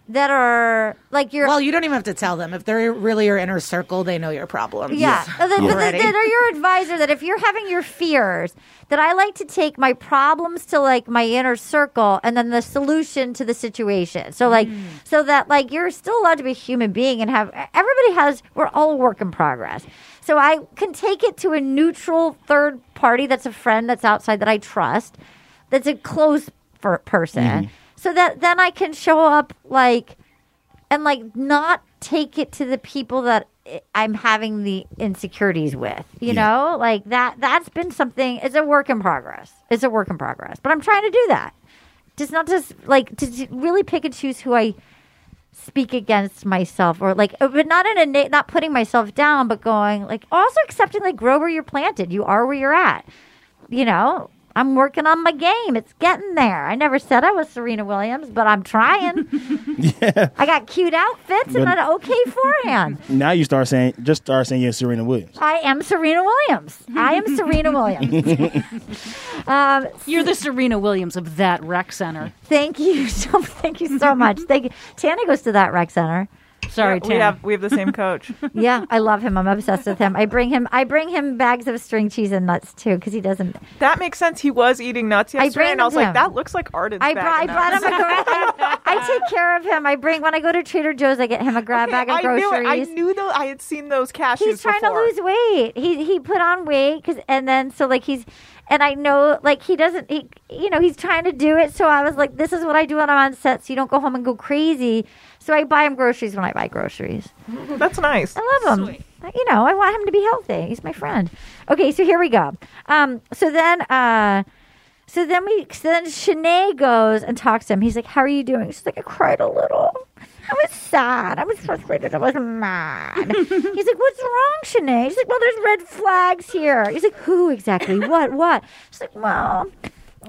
S5: that are like your.
S8: Well, you don't even have to tell them. If they're really your inner circle, they know your problems.
S5: Yeah, Uh, th- but th-
S8: Already.
S5: that are your advisor. That if you're having your fears, that I like to take my problems to like my inner circle, and then the solution to the situation. So like,
S8: Mm.
S5: so that like you're still allowed to be a human being and have everybody has. We're all a work in progress. So I can take it to a neutral third party that's a friend that's outside that I trust, that's a close per- person.
S10: Mhm.
S6: Mm-hmm.
S5: So that then I can show up like and like not take it to the people that I- I'm having the insecurities with. You know, like that. That's been something. It's a work in progress. It's a work in progress. But I'm trying to do that. Just not just like to j- really pick and choose who I speak against myself or like uh, but not in a na- not putting myself down but going like also accepting like grow where you're planted you are where you're at you know i'm working on my game it's getting there i never said i was serena williams but i'm trying i got cute outfits and
S6: But-
S5: an okay forehand
S6: now you start saying, just start saying you're Serena Williams.
S5: i am serena williams i am serena williams um,
S7: You're the Serena Williams of that rec center.
S5: thank you so thank you so much thank you tana goes to that rec center
S7: Sorry,
S9: we
S7: Tana.
S9: have we have the same coach.
S5: yeah, I love him. I'm obsessed with him. I bring him. I bring him bags of string cheese and nuts too, because he doesn't.
S9: that makes sense. He was eating nuts
S5: I
S9: yesterday,
S5: bring
S9: and I was
S5: them to
S9: like,
S5: him.
S9: that looks like Arden's
S5: I
S9: bag
S5: brought. I
S9: of
S5: brought him
S9: nuts."
S5: a. gra- I, I take care of him. I bring when I go to Trader Joe's, I get him a grab bag of
S9: I knew
S5: groceries.
S9: it. I knew though. I had seen those cashews.
S5: he's trying
S9: before.
S5: to lose weight. He he put on weight 'cause- and then so like he's and I know like he doesn't he you know he's trying to do it. So I was like, this is what I do when I'm on set, so you don't go home and go crazy. So I buy him groceries when I buy groceries.
S9: That's nice.
S5: I love him. You know, I want him to be healthy. He's my friend. Okay, so here we go. Um, so then, uh, so then we, so then Shanae goes and talks to him. He's like, "How are you doing?" She's like, "I cried a little. I was sad. I was frustrated. I was mad." He's like, "What's wrong, Shanae?" She's like, "Well, there's red flags here." He's like, "Who exactly? What? What?" She's like, "Well."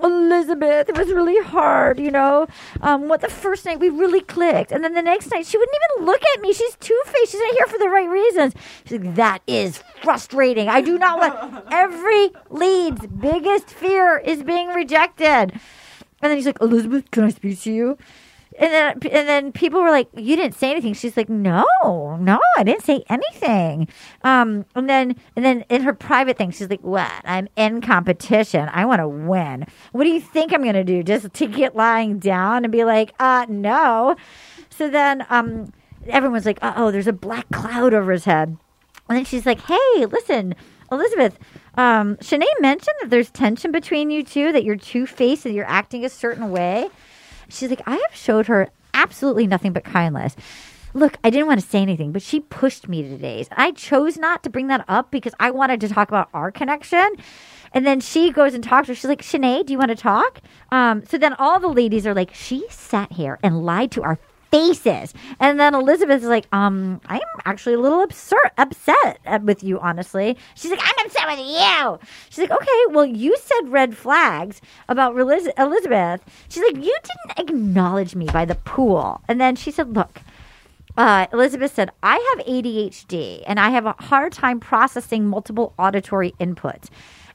S5: Elizabeth, it was really hard, you know. Um, what the first night we really clicked, and then the next night she wouldn't even look at me. She's two faced. She's not here for the right reasons. She's like, that is frustrating. I do not want every lead's biggest fear is being rejected. And then he's like, Elizabeth, can I speak to you? And then and then people were like, you didn't say anything. She's like, no, no, I didn't say anything. Um, and then and then in her private thing, she's like, what? I'm in competition. I want to win. What do you think I'm gonna do? Just to get lying down and be like, uh, no. So then um, everyone's like, uh oh, there's a black cloud over his head. And then she's like, hey, listen, Elizabeth, um, Shanae mentioned that there's tension between you two, that you're two faced and you're acting a certain way. She's like, I have showed her absolutely nothing but kindness. Look, I didn't want to say anything, but she pushed me today. I chose not to bring that up because I wanted to talk about our connection. And then she goes and talks to her. She's like, Shanae, do you want to talk? Um, so then all the ladies are like, she sat here and lied to our faces. And then Elizabeth is like, um, I'm actually a little absurd, upset at- with you, honestly. She's like, I'm upset with you. She's like, okay, well, you said red flags about Reliz- Elizabeth. She's like, you didn't acknowledge me by the pool. And then she said, look, uh, Elizabeth said, I have ADHD and I have a hard time processing multiple auditory inputs.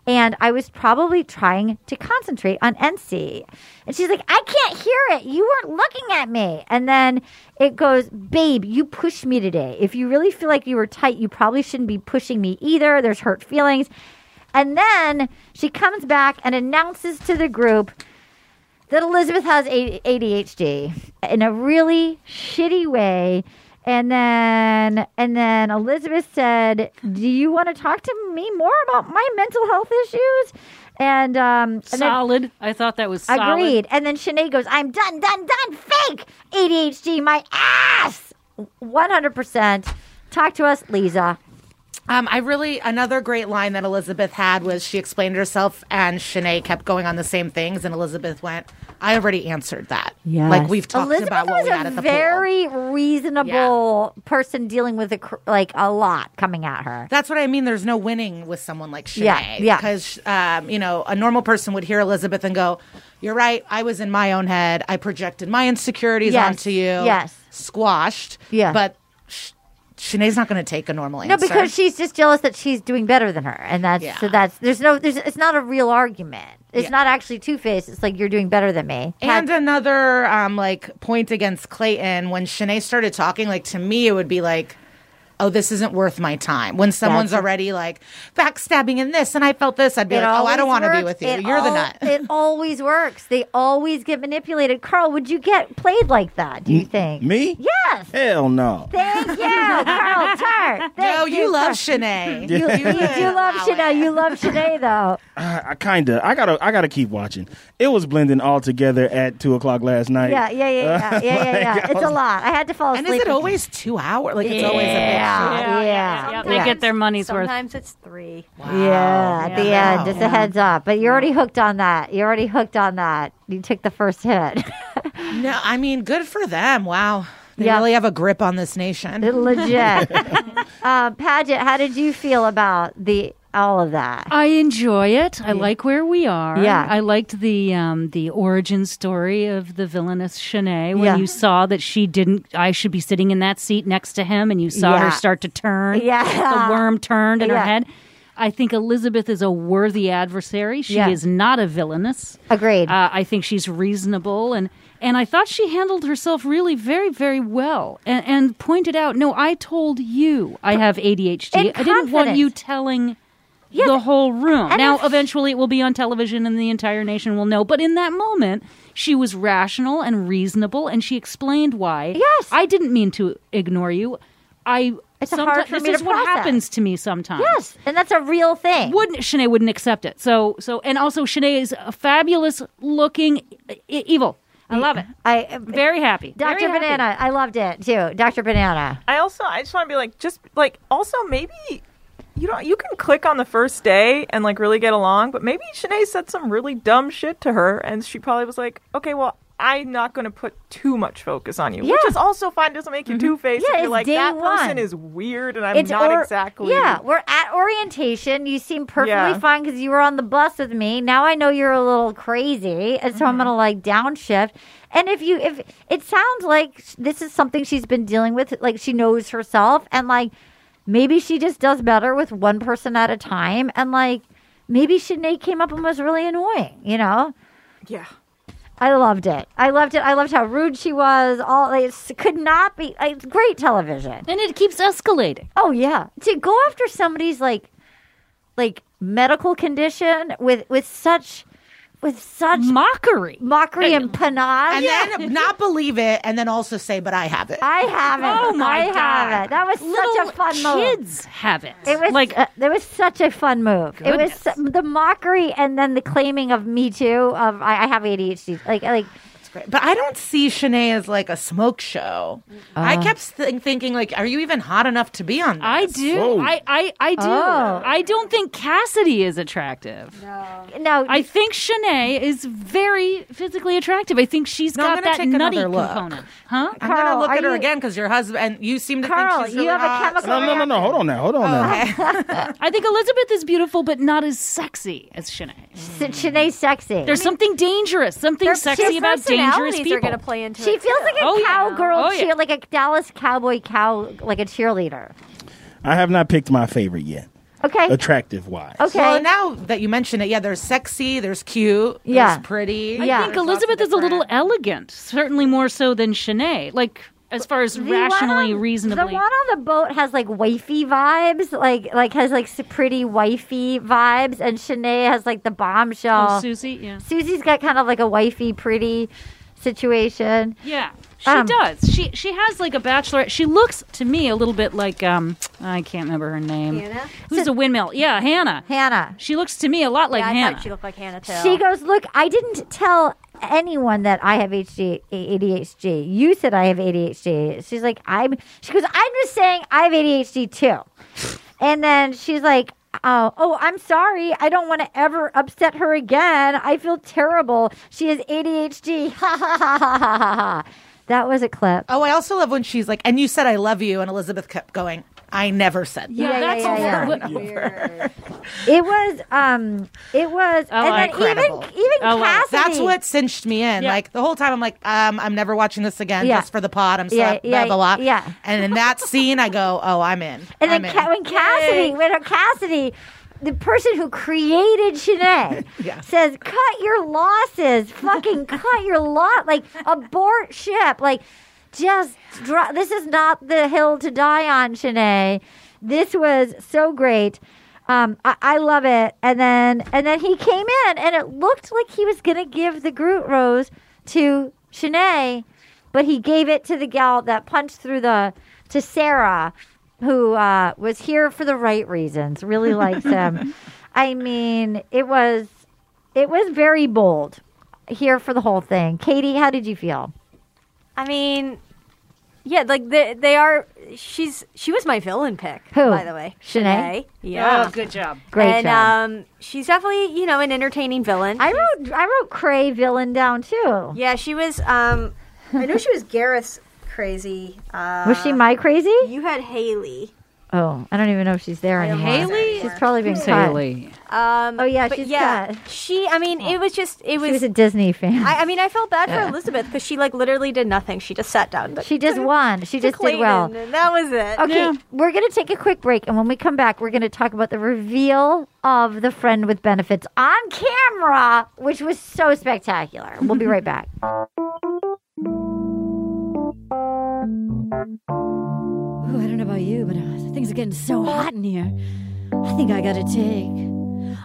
S5: And I was probably trying to concentrate on NC. And she's like, I can't hear it. You weren't looking at me. And then it goes, Babe, you pushed me today. If you really feel like you were tight, you probably shouldn't be pushing me either. There's hurt feelings. And then she comes back and announces to the group, that Elizabeth has A- ADHD in a really shitty way. And then and then Elizabeth said, "Do you want to talk to me more about my mental health issues?" And um and then-
S7: solid. I thought that was solid.
S5: Agreed. And then Sinead goes, I'm done, done, done, fake ADHD, my ass. 100%. Talk to us, Lisa.
S8: Um, I really another great line that Elizabeth had was she explained herself and Shanae kept going on the same things and Elizabeth went, I already answered that.
S5: Yes.
S8: Like we've talked
S5: Elizabeth
S8: about what
S5: was
S8: we
S5: a
S8: had at the pool.
S5: very reasonable person dealing with a, cr- like a lot coming at her.
S8: That's what I mean. There's no winning with someone like Shanae.
S5: Yeah, yeah.
S8: Because, um, you know, a normal person would hear Elizabeth and go, You're right. I was in my own head. I projected my insecurities
S5: Yes,
S8: onto you.
S5: yes.
S8: Squashed.
S5: Yeah.
S8: But Sh- Shanae's not going to take a normal
S5: No,
S8: answer.
S5: because she's just jealous that she's doing better than her, and that's so that's there's no there's it's not a real argument. It's
S8: Yeah.
S5: not actually two faced. It's like you're doing better than me.
S8: And another um, like point against Clayton when Shanae started talking, like to me, it would be like, "Oh, this isn't worth my time." When someone's
S5: That's-
S8: already like backstabbing in this, and I felt this, I'd be like, "Oh, I don't want to be with you. You're the nut."
S5: It always works. They always get manipulated. Carl, would you get played like that? Do you think?
S6: Me?
S5: Yes.
S6: Hell no.
S5: Thank you, Carl Tart.
S8: No, you love
S5: Shanae.
S8: Shanae.
S5: You,
S6: Yeah.
S5: you, do love Shanae. You love Shanae, though.
S6: I, I kinda. I gotta. I gotta keep watching. It was blending all together at two o'clock last night.
S5: Yeah, yeah, yeah, yeah, yeah,
S6: Uh,
S5: yeah. yeah.
S6: like, I
S5: It's a
S6: was-
S5: lot. I had to fall
S8: And
S5: asleep.
S8: is it always two hours? Like it's always a big
S5: Yeah,
S8: show.
S5: yeah, yeah.
S7: yeah. They get their money's worth.
S10: Sometimes it's three.
S5: Yeah, at the end, just a heads up. But you're already hooked on that. You're already hooked on that. You took the first hit.
S8: No, I mean, good for them. Wow, they really have a grip on this nation.
S5: Legit. uh, Paget, how did you feel about the all of that?
S7: I enjoy it. I like where we are.
S5: Yeah.
S7: I liked the um, the origin story of the villainous Shanae when
S5: Yeah.
S7: you saw that she didn't. I should be sitting in that seat next to him, and you saw
S5: Yeah.
S7: her start to turn.
S5: Yeah.
S7: the worm turned in
S5: Yeah.
S7: her head. I think Elizabeth is a worthy adversary. She
S5: Yeah.
S7: is not a villainous.
S5: Agreed.
S7: Uh, I think she's reasonable and and I thought she handled herself really very very well and, and pointed out. No, I told you I have ADHD.
S5: And
S7: I didn't want
S5: confidence.
S7: you telling the whole room.
S5: and
S7: Now,
S5: if-
S7: eventually, it will be on television, and the entire nation will know. But in that moment, She was rational and reasonable, and she explained why. Yes, I didn't mean to ignore you. I.
S5: It's hard for
S7: this
S5: me to
S7: is what
S5: process.
S7: happens to me sometimes.
S5: Yes, and that's a real thing.
S7: Wouldn't Shanae wouldn't accept it? So so and also Shanae is a fabulous looking e- evil. I love it.
S5: I
S7: very happy.
S5: Dr.
S7: Very happy.
S5: Banana, I loved it too. Dr. Banana.
S9: I also I just want to be like just like also maybe you don't you can click on the first day and like really get along, but maybe Shanae said some really dumb shit to her and she probably was like, okay, well. I'm not going to put too much focus on you, which
S5: Yeah. Mm-hmm.
S9: is also fine. Doesn't make you two faced.
S5: Yeah,
S9: you're
S5: it's
S9: like
S5: day
S9: that
S5: one.
S9: person is weird, and I'm
S5: It's
S9: not
S5: or-
S9: exactly.
S5: Yeah, we're at orientation. You seem perfectly
S9: Yeah.
S5: fine because you were on the bus with me. Now I know you're a little crazy, and so
S9: Mm-hmm.
S5: I'm gonna like downshift. And if you, if it sounds like this is something she's been dealing with, like she knows herself, and like maybe she just does better with one person at a time, and like maybe Sinead came up and was really annoying, you know.
S9: Yeah.
S5: I loved it. I loved it. I loved how rude she was. All like, it could not be. like, It's great television,
S7: and it keeps escalating.
S5: Oh yeah, to go after somebody's like, like medical condition with with such, with such
S7: mockery,
S5: mockery and panache,
S8: And then not believe it, and then also say, "But I have it."
S5: I have it.
S8: Oh, my
S5: I have
S8: God.
S5: it. That was such
S8: Little
S5: a fun move.
S7: kids have it.
S5: It was like uh, there was such a fun move.
S7: Goodness.
S5: It was su- the mockery and then the claiming of me too of I, I have ADHD. Like like
S8: But I don't see Shanae as like a smoke show. I
S5: Uh.
S8: kept th- thinking, like, are you even hot enough to be on this?
S7: I do. I, I, I do.
S8: Oh.
S7: I don't think Cassidy is attractive.
S5: No. No.
S7: I think Shanae is very physically attractive. I think she's
S8: No, I'm
S7: got
S8: gonna
S7: that
S8: take
S7: nutty
S8: another look.
S7: component. Huh?
S8: I'm gonna look at her again because your husband. You seem to
S7: Carl,
S8: think she's
S7: you
S8: really
S7: have a
S8: hot.
S7: chemical
S6: No, no, no, no. Hold on now. Hold on now.
S7: I think Elizabeth is beautiful, but not as sexy as Shanae.
S5: Shanae's sexy.
S7: There's something dangerous, something sexy about dangerous people.
S5: She feels like a
S7: Oh, yeah.
S5: cowgirl
S7: Oh, yeah.
S5: cheer, like a Dallas cowboy cow, like a cheerleader.
S6: I have not picked my favorite yet.
S5: Okay.
S6: Attractive wise.
S8: Well, now that you mention it, yeah, there's sexy, there's cute,
S7: Yeah.
S8: there's pretty.
S7: I think Elizabeth is a little elegant, certainly more so than Shanae. Like as far as
S5: The one
S7: rationally,
S5: on-
S7: reasonably.
S5: The one on the boat has like wifey vibes, like like has like s- pretty wifey vibes, and Shanae has like the bombshell.
S7: Oh, Susie, yeah.
S5: Susie's got kind of like a wifey pretty situation.
S7: Yeah, she
S5: Um,
S7: does. She she has like a bachelorette. She looks to me a little bit like um I can't remember her name.
S5: Hannah?
S7: Who's a windmill? Yeah, Hannah.
S5: Hannah.
S7: She looks to me a lot like
S5: Yeah, I thought
S7: Hannah.
S5: she looked She goes, look, I didn't tell anyone that I have HD, ADHD. You said I have ADHD. She's like, I'm. She goes, I'm just saying I have ADHD too. and then she's like, oh, oh, I'm sorry. I don't want to ever upset her again. I feel terrible. She has ADHD. Ha ha ha ha ha ha. That was a clip.
S8: Oh, I also love when she's like, and you said I love you, and Elizabeth kept going, I never said that.
S5: Yeah, Yeah, that's yeah, yeah,
S8: over
S5: yeah.
S8: and over.
S5: It was, um, it was, and then
S8: Oh, incredible. Oh,
S5: even even Cassidy.
S8: That's what cinched me in.
S5: Yeah.
S8: Like the whole time, I'm like, um, I'm never watching this again,
S5: Yeah.
S8: just for the pod. I'm so
S5: Yeah, yeah,
S8: blah blah blah.
S5: yeah.
S8: And in that scene, I go, oh, I'm in.
S5: And
S8: I'm in.
S5: then Ca- when Cassidy, when her Cassidy, the person who created Shanae, says, "Cut your losses, fucking cut your lot, like abort ship, like just dro- this is not the hill to die on, Shanae. This was so great." Um, I-, I love it, and then and then he came in, and it looked like he was gonna give the Groot rose to Shanae, but he gave it to the gal that punched through the to Sarah, who uh, was here for the right reasons. Really likes him. I mean, it was it was very bold. Here for the whole thing, Katie. How did you feel?
S10: I mean, yeah, like they, they are. She's she was my villain pick.
S5: Who?
S10: by the way,
S5: Shanae?
S10: Yeah,
S7: Oh, good job.
S5: Great
S10: and,
S5: job.
S10: um, she's definitely you know an entertaining villain.
S5: I wrote I wrote Cray villain down too.
S10: Yeah, she was. Um, I know she was Gareth's crazy. Uh,
S5: Was she my crazy?
S10: You had Haley.
S5: Oh, I don't even know if she's there anymore.
S10: Haley?
S5: she's probably been
S7: Who's
S5: cut.
S7: Haley?
S10: Um, oh
S5: yeah,
S10: but
S5: she's
S10: yeah.
S5: cut.
S10: She. I mean, it was just it was.
S5: She was a Disney fan.
S10: I, I mean, I felt bad
S5: Yeah.
S10: for Elizabeth because she like literally did nothing. She just sat down. to-
S5: She just
S10: to-
S5: won. She
S10: to
S5: just did well.
S10: Clayton, and that was it.
S5: Okay, we're going to take a quick break, and when we come back, we're going to talk about the reveal of the friend with benefits on camera, which was so spectacular. We'll be right back.
S12: Ooh, I don't know about you, but uh, things are getting so hot in here. I think I gotta
S7: uh,
S12: take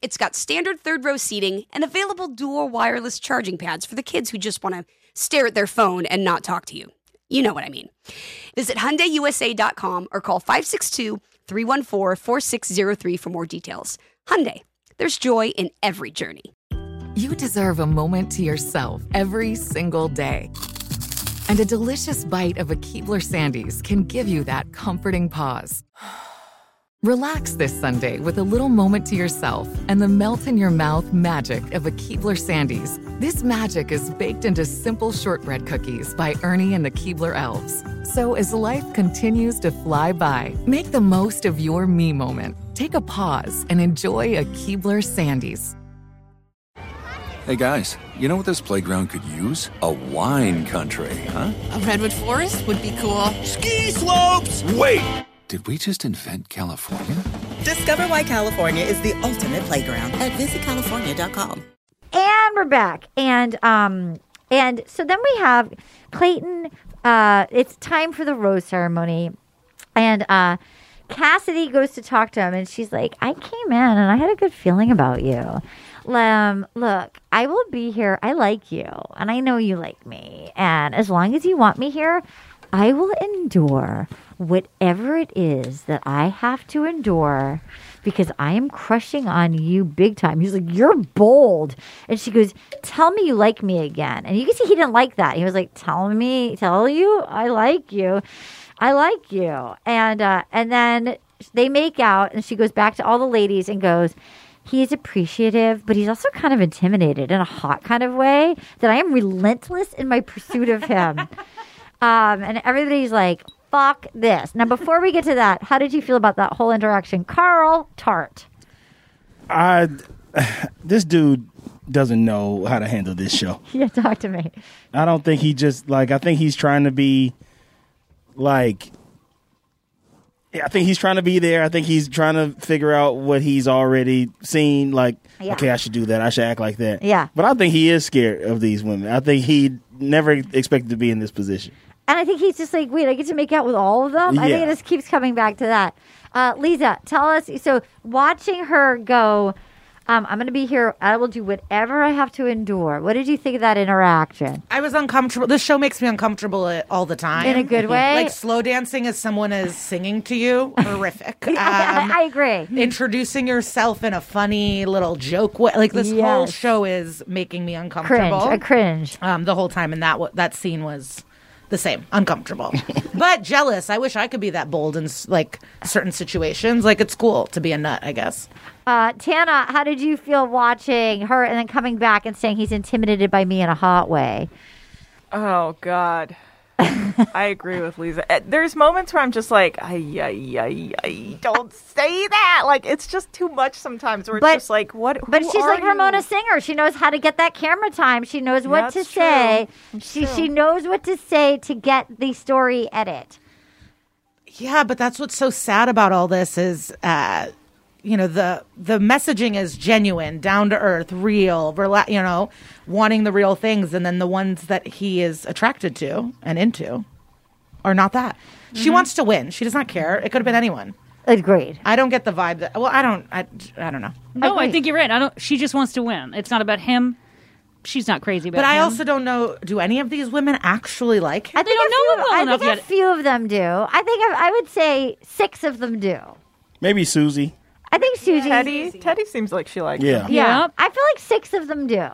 S1: it's got standard third row seating and available dual wireless charging pads for the kids who just want to stare at their phone and not talk to you. You know what I mean. Visit HyundaiUSA.com or call 562 314 4603 for more details. Hyundai, there's joy in every journey.
S2: You deserve a moment to yourself every single day. And a delicious bite of a Keebler Sandies can give you that comforting pause. Relax this Sunday with a little moment to yourself and the melt in your mouth magic of a Keebler Sandies. This magic is baked into simple shortbread cookies by Ernie and the Keebler Elves. So as life continues to fly by, make the most of your me moment. Take a pause and enjoy a Keebler Sandies.
S11: Hey guys, you know what this playground could use? A wine country, huh?
S13: A redwood forest would be cool. Ski
S11: slopes! Wait! Did we just invent California?
S14: Discover why California is the ultimate playground at visitcalifornia.com.
S5: And we're back. And um and so then we have Clayton uh it's time for the rose ceremony. And uh Cassidy goes to talk to him and she's like, I came in and I had a good feeling about you. Um, look, I will be here. I like you and I know you like me. And as long as you want me here, I will endure whatever it is that I have to endure because I am crushing on you big time. He's like, You're bold. And she goes, Tell me you like me again. And you can see he didn't like that. He was like, Tell me, tell you I like you. I like you. And uh, and then they make out and she goes back to all the ladies and goes, he is appreciative, but he's also kind of intimidated in a hot kind of way that I am relentless in my pursuit of him. um, and everybody's like, fuck this. Now, before we get to that, how did you feel about that whole interaction? Carl Tart.
S6: I this dude doesn't know how to handle this show.
S5: Yeah, talk to me.
S6: I don't think he just like I think he's trying to be like yeah, I think he's trying to be there. I think he's trying to figure out what he's already seen. Like,
S5: Yeah.
S6: okay, I should do that. I should act like that.
S5: Yeah.
S6: But I think he is scared of these women. I think he never expected to be in this position.
S5: And I think he's just like, wait, I get to make out with all of them? I think
S6: Yeah.
S5: it just keeps coming back to that. Uh, Lisa, tell us. So, watching her go, um, I'm going to be here. I will do whatever I have to endure. What did you think of that interaction?
S8: I was uncomfortable. This show makes me uncomfortable uh, all the time.
S5: In a good way?
S8: Like slow dancing as someone is singing to you. Horrific. Um,
S5: I agree.
S8: Introducing yourself in a funny little joke way. Like this whole
S5: Yes.
S8: show is making me uncomfortable.
S5: I cringe.
S8: Um, the whole time. And that, wa- that scene was the same. Uncomfortable. but jealous. I wish I could be that bold in s- like certain situations. Like it's cool to be a nut, I guess.
S5: Uh, Tana, how did you feel watching her and then coming back and saying he's intimidated by me in a hot way?
S9: Oh God, I agree with Lisa. Uh, There's moments where I'm just like, ay, ay, ay, ay, don't say that. Like it's just too much sometimes. Where it's
S5: But-
S9: just like, what?
S5: But
S9: who
S5: she's
S9: are
S5: like Ramona Singer. She knows how to get that camera time. She knows what
S9: That's
S5: to
S9: true.
S5: say.
S9: That's
S5: She
S9: true.
S5: she knows what to say to get the story edit.
S8: Yeah, but that's what's so sad about all this is, uh, you know, the the messaging is genuine, down to earth, real, rela- you know, wanting the real things, and then the ones that he is attracted to and into are not that. She
S5: Mhm.
S8: wants to win. She does not care. It could have been anyone.
S5: Agreed.
S8: I don't get the vibe that. Well, I don't. I, I don't know.
S7: No, oh, I think you're right. I don't. She just wants to win. It's not about him. She's not crazy about.
S8: But I
S7: him.
S8: also don't know. Do any of these women actually like him?
S5: I think
S7: don't
S5: a
S7: know him
S5: few-
S7: well
S5: I
S7: enough
S5: think
S7: yet.
S5: a few of them do. I think I, I would say six of them do.
S6: Maybe Susie.
S5: I think Susie.
S9: Teddy. Teddy seems like she likes.
S6: Yeah.
S9: him.
S5: Yeah. I feel like six of them do.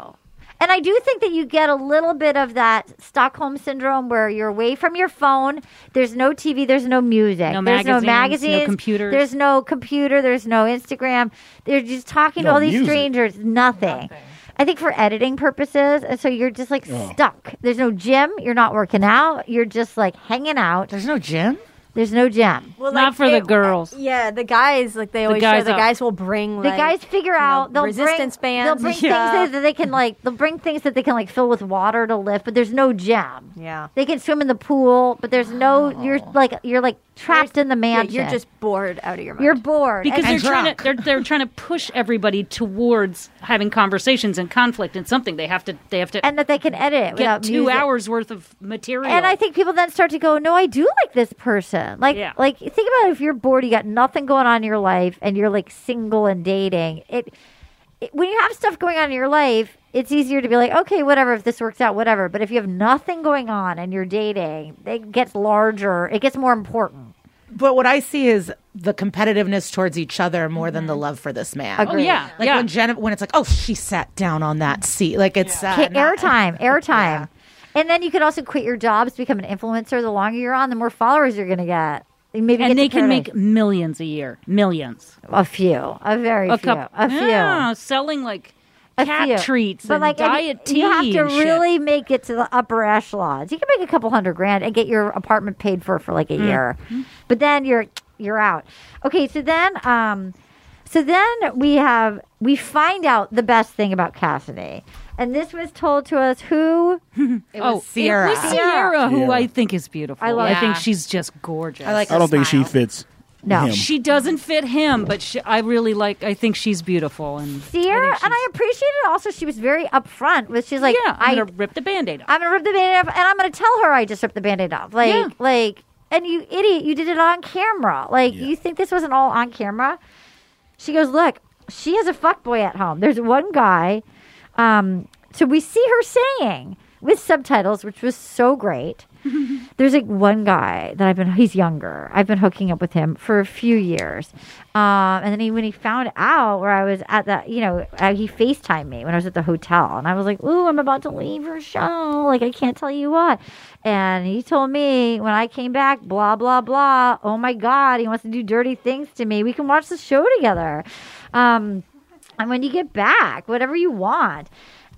S5: And I do think that you get a little bit of that Stockholm syndrome where you're away from your phone. There's no TV. There's no music.
S7: No
S5: there's
S7: magazines,
S5: no
S7: no
S5: magazines.
S7: computers.
S5: There's no computer. There's no Instagram. They're just talking
S7: No
S5: to all these
S7: music.
S5: strangers. Nothing. I think for editing purposes, and so you're just like
S8: Oh.
S5: stuck. There's no gym. You're not working out. You're just like hanging out. There's
S8: no gym.
S5: There's no gym.
S10: Well, Not like, for the it- girls. Yeah, the guys like they
S5: The
S10: always
S5: guys
S10: show the
S5: are-
S10: guys will bring
S5: the
S10: like,
S5: guys figure
S10: you know,
S5: out they'll
S10: resistance
S5: bring, They'll
S10: bands.
S5: bring
S10: and
S5: things
S10: stuff.
S5: that they can like. They'll bring things that they can like fill with water to lift, but there's no gym.
S10: Yeah.
S5: They can swim in the pool, but there's no. You're like you're like trapped in the
S10: Oh. Yeah,
S5: mansion.
S10: you're just bored out of your mind.
S5: You're bored
S7: because
S5: and
S7: they're trying to they're, they're trying to push everybody towards having conversations and conflict and something they have to they have to
S5: and that they can edit it
S7: get
S5: without
S7: two
S5: music.
S7: hours worth of material
S5: And I think people then start to go, no, I do like this person. Like,
S7: Yeah.
S5: like think about if you're bored, you got nothing going on in your life, and you're like single and dating. It, it when you have stuff going on in your life, it's easier to be like, okay, whatever. If this works out, whatever. But if you have nothing going on and you're dating, it gets larger. It gets more important.
S8: But what I see is the competitiveness towards each other more than the love for this man.
S5: Agreed. Oh, yeah,
S8: like
S5: yeah.
S8: when Jen, when it's like, oh, she sat down on that seat. Like it's uh,
S5: Ki-
S8: not-
S5: airtime, airtime. And then you could also quit your jobs, become an influencer. The longer you're on, the more followers you're going to get. Maybe
S7: and
S5: get to
S7: they can
S5: 30.
S7: make millions a year millions
S5: a few a very few. A few.
S7: yeah, selling like ah, cat treats and diet
S5: if- You have
S7: tea
S5: to
S7: and shit.
S5: really make it to the upper echelons. You can make a couple hundred grand and get your apartment paid for for like a
S7: Mm.
S5: year, but then you're you're out. Okay, so then um, so then we have we find out the best thing about Cassidy, and this was told to us who it
S7: oh it was Sierra who I think is beautiful
S5: I love
S7: I think
S5: her.
S7: she's just gorgeous
S5: I like
S6: I don't think she fits. him.
S7: she doesn't fit him but she, I really like I think she's beautiful and
S5: Sierra, and I appreciated also she was very upfront with she's like,
S7: yeah
S5: I
S7: I'm gonna rip the band-aid off
S5: I'm gonna rip the band-aid off and I'm gonna tell her I just ripped the band-aid off. Like
S7: Yeah.
S5: like and you idiot, you did it on camera. Like you think this wasn't all on camera? She goes, Look, she has a fuckboy at home. There's one guy. Um, so we see her saying with subtitles, which was so great. There's like one guy that I've been he's younger. I've been hooking up with him for a few years. Um, and then he when he found out where I was at that, you know, uh, he FaceTimed me when I was at the hotel and I was like, "Ooh, I'm about to leave your show. Like I can't tell you what." And he told me when I came back, blah blah blah. Oh my god, he wants to do dirty things to me. We can watch the show together. Um and when you get back, whatever you want.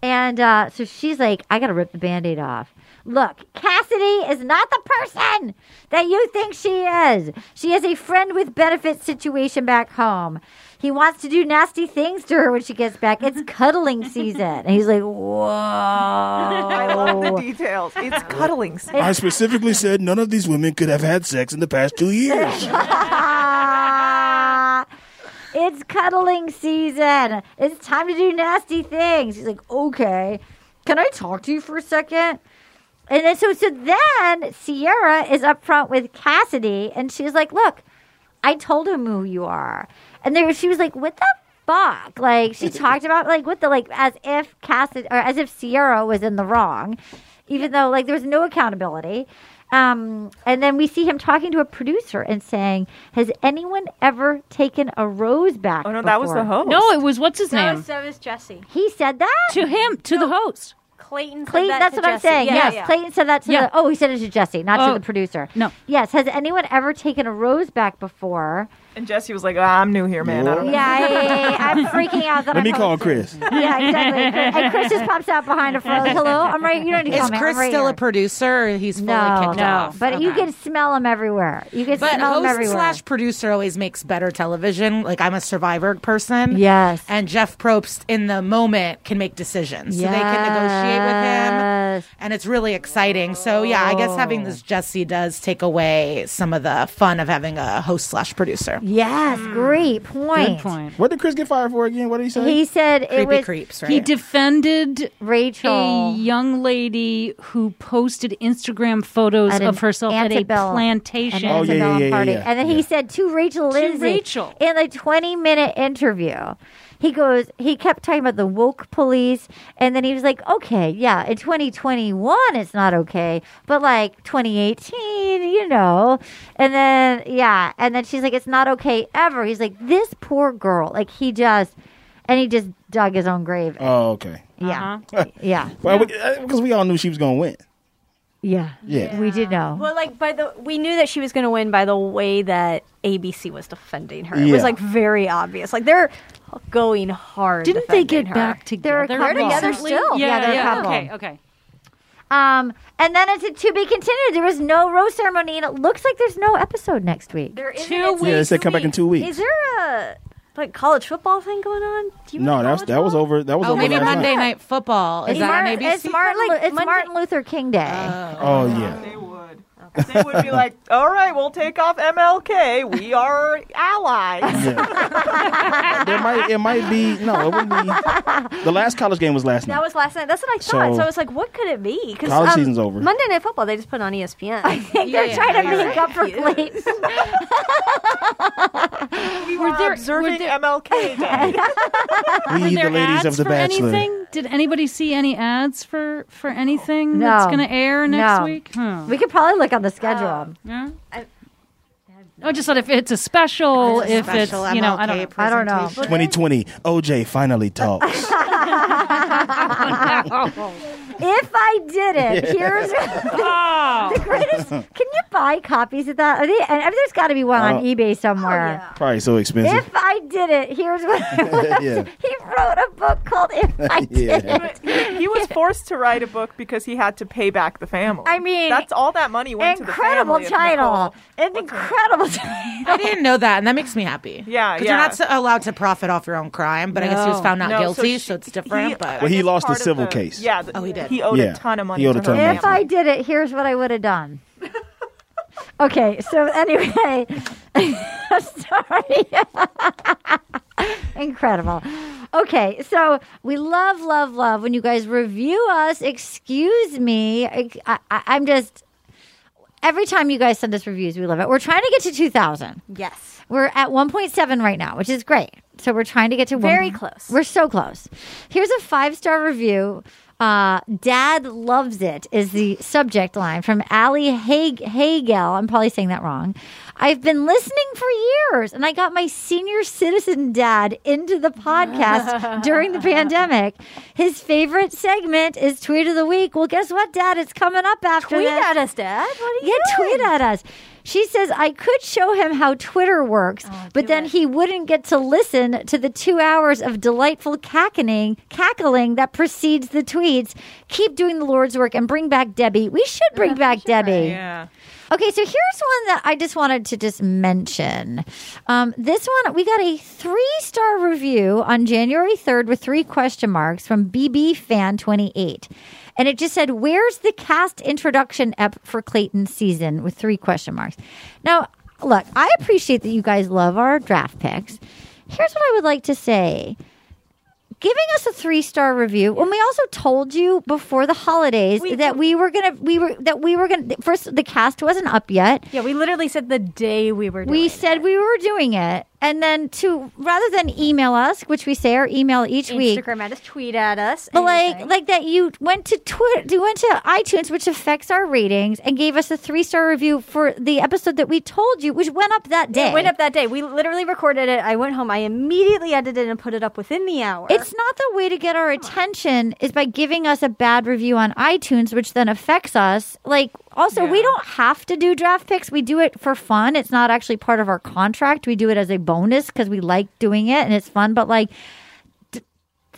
S5: And uh, so she's like, I got to rip the band aid off. Look, Cassidy is not the person that you think she is. She is a friend with benefits situation back home. He wants to do nasty things to her when she gets back. It's cuddling season. And he's like, "Oh." whoa. I
S9: love the details. It's cuddling.
S6: I specifically said none of these women could have had sex in the past two years.
S5: it's cuddling season. It's time to do nasty things. He's like, okay, can I talk to you for a second? And then so so then Sierra is up front with Cassidy, and she's like, look, I told him who you are, and there she was like, what the fuck? Like she talked about like what the like as if Cassidy or as if Sierra was in the wrong, even though like there was no accountability. Um, and then we see him talking to a producer and saying, "Has anyone ever taken a rose back?" Oh no,
S9: that was the host.
S7: no it was what's his
S10: No,
S7: name
S10: so is Jesse.
S5: He said that
S7: to him to the host
S10: Clayton. Said
S5: Clayton,
S10: that
S5: that's
S10: to
S5: what I'm
S10: Jesse.
S5: saying.
S10: Yeah,
S5: yes,
S10: yeah.
S5: Clayton said that to
S7: Yeah.
S5: the. Oh, he said it to Jesse, not
S9: Oh.
S5: to the producer.
S7: No.
S5: Yes. Has anyone ever taken a rose back before?
S9: And Jesse was like, ah, "I'm new here, man. I don't know."
S5: Yeah, I'm freaking out. That
S6: Let
S5: I'm
S6: me call
S5: hosting.
S6: Chris.
S5: Yeah, exactly. And Chris just pops out behind a froze. Hello, I'm right. You don't need to
S8: Is
S5: call me. I'm
S8: Chris
S5: right
S8: still
S5: here.
S8: a producer? Or he's fully
S5: no,
S8: kicked
S5: no.
S8: off.
S5: But you can smell him everywhere. You can
S8: But
S5: smell him
S8: host
S5: everywhere.
S8: slash producer always makes better television. Like I'm a survivor person.
S5: Yes.
S8: And Jeff Probst in the moment can make decisions. So they can negotiate with him. And it's really exciting. So yeah, I guess having
S5: Oh.
S8: this Jesse does take away some of the fun of having a host slash producer.
S5: Yes, great point.
S7: point.
S6: What did Chris get fired for again? What did he say?
S5: He said it was
S7: He defended
S5: Rachel,
S7: a young lady who posted Instagram photos
S5: At an
S7: of herself at
S5: Antebellum-
S7: a plantation.
S5: an Oh, yeah, yeah, Antebellum yeah, party. yeah. And then he said to Rachel Lindsay
S7: Rachel.
S5: in a 20 minute interview. He goes, he kept talking about the woke police. And then he was like, okay, yeah, in 2021, it's not okay. But like 2018, you know. And then, yeah. And then she's like, it's not okay ever. He's like, this poor girl. Like, he just, and he just dug his own grave.
S6: Oh, okay.
S5: Yeah.
S7: Uh-huh.
S5: Yeah.
S6: Well, because we all knew she was going to win.
S5: Yeah.
S6: Yeah.
S5: We did know.
S10: Well, like by the we knew that she was going to win by the way that ABC was defending her. It
S5: Yeah.
S10: was like very obvious. Like they're going hard.
S5: Didn't they
S10: defending
S5: get
S10: her.
S5: back together
S10: They're, they're together
S5: recently?
S10: still.
S5: Yeah, Yeah, they're a yeah. couple.
S7: Okay, okay.
S5: Um, and then it's to be continued. There was no rose ceremony, and it looks like there's no episode next week.
S10: There isn't-
S5: Two
S10: it's-
S6: Yeah, they said come back in two weeks.
S10: Is there a like college football thing going on? Do you
S6: No, that's that was over. That was
S10: Oh,
S6: over
S10: maybe
S6: last
S10: Monday
S6: night.
S8: Night Football. Is
S5: It's
S8: that
S5: Martin-
S8: on ABC?
S5: it's Martin, Lu- it's Martin Luther King Day.
S6: Oh yeah.
S9: They would be like, all right, we'll take off MLK. We are allies.
S6: There might it might be no. It wouldn't be. The last college game was last night.
S10: That was last night. That's what I thought. So,
S6: So-
S10: I was like, what could it be? Because
S6: College season's over.
S10: Monday Night Football, they just put it on E ESPN. I think
S5: they're trying to make up for
S10: claims.
S9: we were,
S7: there-
S9: observing
S7: were there-
S9: MLK Day.
S6: We,
S7: Were
S6: the
S7: there
S6: ladies of
S7: ads
S6: The
S7: for
S6: Bachelor.
S7: Anything? Did anybody see any ads for for anything
S5: No.
S7: that's going to air next
S5: No.
S7: week? Huh. Uh,
S5: We could probably look on the schedule.
S7: Yeah. I just thought if it's a special,
S5: If it's a
S7: if
S5: special
S7: it's you know, I
S5: MLK
S7: don't, I don't know.
S6: 2020. OJ finally talks.
S5: If I did it,
S6: Yeah.
S5: here's the greatest. Can you buy copies of that? Are they, and I mean, there's got to be one
S6: Oh.
S5: on eBay somewhere.
S9: Oh,
S6: Probably so expensive.
S5: If I did it, here's what I would
S6: Yeah.
S5: do. He wrote a book called If I Did
S6: Yeah.
S5: It.
S9: he was forced to write a book because he had to pay back the family.
S5: I mean,
S9: that's all that money went
S5: Incredible
S9: to the family. of
S5: title.
S9: Nicole.
S5: An incredible title.
S8: I didn't know that, and that makes me happy.
S9: Yeah,
S8: Because you're
S9: yeah.
S8: not so allowed to profit off your own crime, but I guess he was
S9: No.
S8: found not
S9: No, so
S8: guilty, so,
S9: she-
S8: it's different.
S9: he-
S8: but
S6: Well, he lost the civil case.
S9: Yeah,
S8: oh, he did.
S9: He owed
S6: Yeah.
S9: a ton of money.
S6: He owed a
S9: to
S6: ton
S9: her
S6: of money.
S5: If I did it, here's what I would have done. Okay, so anyway, I'm sorry. Incredible. Okay, so we love, love, love when you guys review us. Excuse me. I, I, I'm just, every time you guys send us reviews, we love it. We're trying to get to 2,000.
S10: yes.
S5: We're at 1.7 right now, which is great. So we're trying to get to
S10: Very
S5: one,
S10: close.
S5: We're so close. Here's a five star review. Uh, Dad loves it is the subject line from Allie Hag- Hagel. I'm probably saying that wrong. I've been listening for years, and I got my senior citizen dad into the podcast during the pandemic. His favorite segment is Tweet of the Week. Well, guess what, Dad? It's coming up after
S10: Tweet
S5: this
S10: at us, Dad. What are you
S5: yeah, tweet at us. She says, I could show him how Twitter works, but then he wouldn't get to listen to the two hours of delightful cackling, cackling that precedes the tweets. Keep doing the Lord's work and bring back Debbie. We should bring back Debbie.
S9: Yeah.
S5: Okay, so here's one that I just wanted to just mention. Um, this one, we got a three star review on January 3rd with three question marks from BB Fan 28. And it just said, Where's the cast introduction ep for Clayton season with three question marks? Now, look, I appreciate that you guys love our draft picks. Here's what I would like to say giving us a three star review when we also told you before the holidays that we were gonna we were that we were gonna first the cast wasn't up yet
S10: Yeah, we literally said the day we were doing
S5: we said we were doing it and then to rather than email us which we say our email each week
S10: Instagram at us, tweet at us.
S5: but like like that you went to Twitter, you went to iTunes, which affects our ratings, and gave us a three star review for the episode that we told you, which went up that day.
S10: It went up that day. We literally recorded it. I went home. I immediately edited and put it up within the hour.
S5: It's not the way to get our attention is by giving us a bad review on iTunes, which then affects us. Like, also, we don't have to do draft picks. We do it for fun. It's not actually part of our contract. We do it as a bonus because we like doing it and it's fun. But like, d-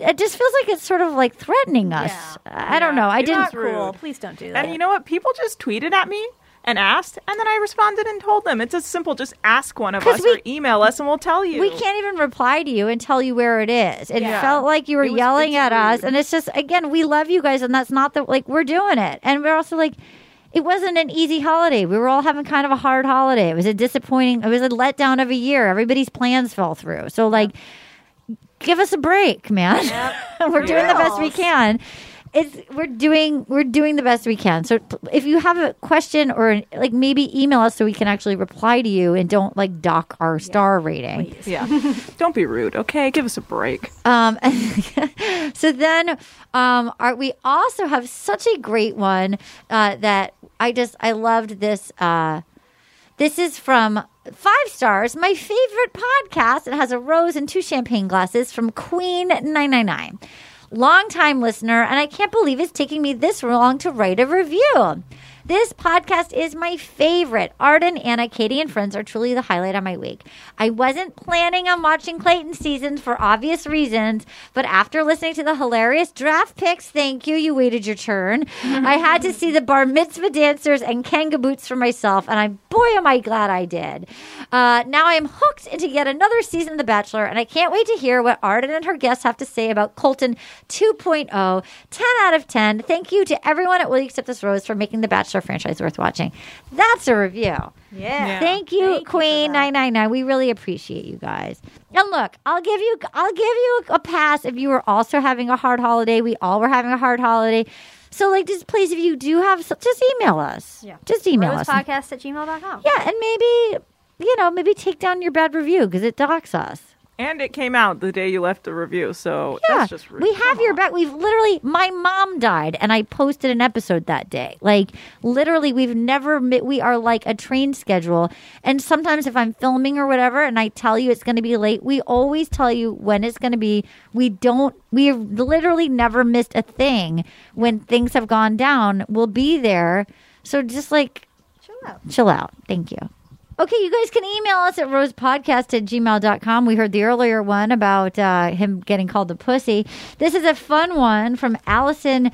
S5: it just feels like it's sort of like threatening us. I I don't know. I
S9: It's
S5: didn't.
S9: not rude.
S10: Please don't do that.
S9: And you know what? People just tweeted at me and asked, and then I responded and told them. It's as simple. Just ask one of
S5: 'Cause
S9: us
S5: we-
S9: or email us, and we'll tell you.
S5: We can't even reply to you and tell you where it is. It
S9: Yeah.
S5: felt like you were
S9: It was-
S5: yelling
S9: it's
S5: at us,
S9: rude.
S5: and it's just again, we love you guys, and that's not the like we're doing it, and we're also like. It wasn't an easy holiday. We were all having kind of a hard holiday. It was a disappointing. It was a letdown of a year. Everybody's plans fell through. So, like, give us a break, man. we're doing the best we
S10: Yes.
S5: can. It's we're doing we're doing the best we can. So p- if you have a question or like maybe email us so we can actually reply to you and don't like dock our star rating.
S9: Yeah. Don't be rude, okay? Give us a break.
S5: Um, so then, um, are, we also have such a great one uh, that I just I loved this. Uh, This is from Five Stars, my favorite podcast. It has a rose and two champagne glasses from Queen999. Longtime listener, and I can't believe it's taking me this long to write a review. This podcast is my favorite. Arden, Anna, Katie, and friends are truly the highlight of my week. I wasn't planning on watching Clayton seasons for obvious reasons, but after listening to the hilarious draft picks, thank you, you waited your turn. I had to see the bar mitzvah dancers and kanga boots for myself, and I'm boy am I glad I did. Uh, now I'm hooked into yet another season of The Bachelor, and I can't wait to hear what Arden and her guests have to say about Colton 2.0. 10 out of 10. Thank you to everyone at Will You Accept This Rose for making The Bachelor franchise worth watching. That's a review.
S4: Yeah. Yeah.
S5: Thank you, Queen nine nine nine. We really appreciate you guys. And look, I'll give you I'll give you a pass if you were also having a hard holiday. We all were having a hard holiday. So like just please if you do have so- just email us.
S4: Yeah.
S5: Just email us.
S4: Rosepodcast us. at gmail.com.
S5: Yeah, and maybe you know, maybe take down your bad review because it docks us.
S9: And it came out the day you left the review, so
S5: Yeah,
S9: that's just rude.
S5: we have your back. We've literally, my mom died, and I posted an episode that day. Like literally, we've never. mi- We are like a train schedule, and sometimes if I'm filming or whatever, and I tell you it's going to be late, we always tell you when it's going to be. We don't. We have literally never missed a thing when things have gone down. We'll be there. So just like chill out. Chill out. Thank you. Okay, you guys can email us at rosepodcast at gmail.com. We heard the earlier one about uh, him getting called the pussy. This is a fun one from Allison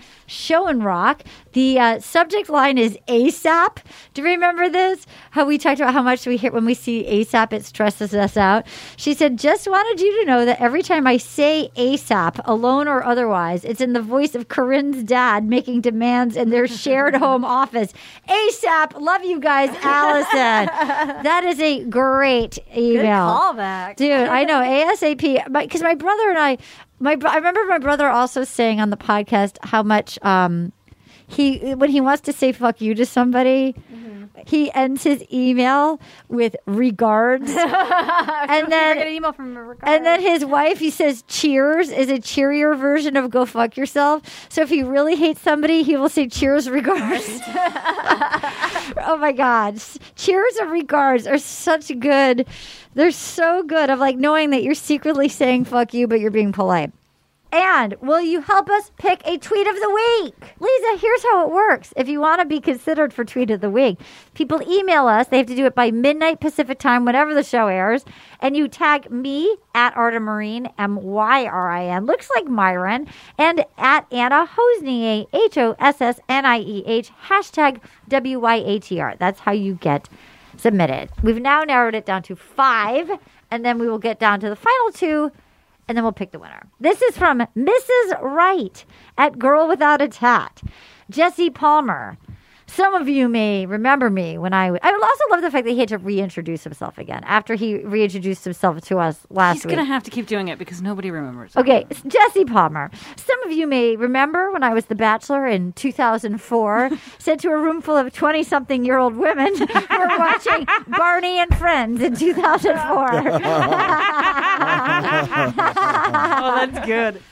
S5: Schoenrock. The uh, subject line is ASAP. Do you remember this? How we talked about how much we hit when we see ASAP, it stresses us out. She said, Just wanted you to know that every time I say ASAP, alone or otherwise, it's in the voice of Corinne's dad making demands in their shared home office. ASAP, love you guys, Allison. that is a great email.
S4: callback.
S5: Dude, I know ASAP because my brother and I my bro- I remember my brother also saying on the podcast how much um he when he wants to say fuck you to somebody he ends his email with regards. and then
S4: an email from a
S5: and then his wife, he says, "Cheers" is a cheerier version of "Go fuck yourself." So if he really hates somebody, he will say "Cheers, regards." oh my god, S- "Cheers" and "Regards" are such good. They're so good. Of like knowing that you're secretly saying "fuck you," but you're being polite. And will you help us pick a tweet of the week? Lisa, here's how it works. If you want to be considered for tweet of the week, people email us. They have to do it by midnight Pacific time, whenever the show airs. And you tag me at Artemarine, M Y R I N, looks like Myron, and at Anna Hosnier, H O S S N I E H, hashtag W Y A T R. That's how you get submitted. We've now narrowed it down to five, and then we will get down to the final two and then we'll pick the winner. This is from Mrs. Wright at Girl Without a Tat, Jesse Palmer. Some of you may remember me when I. I also love the fact that he had to reintroduce himself again after he reintroduced himself to us last
S7: He's
S5: week.
S7: gonna have to keep doing it because nobody remembers.
S5: Okay, s- Jesse Palmer. Some of you may remember when I was the bachelor in 2004, said to a room full of 20 something year old women who were watching Barney and Friends in 2004.
S9: oh, that's good.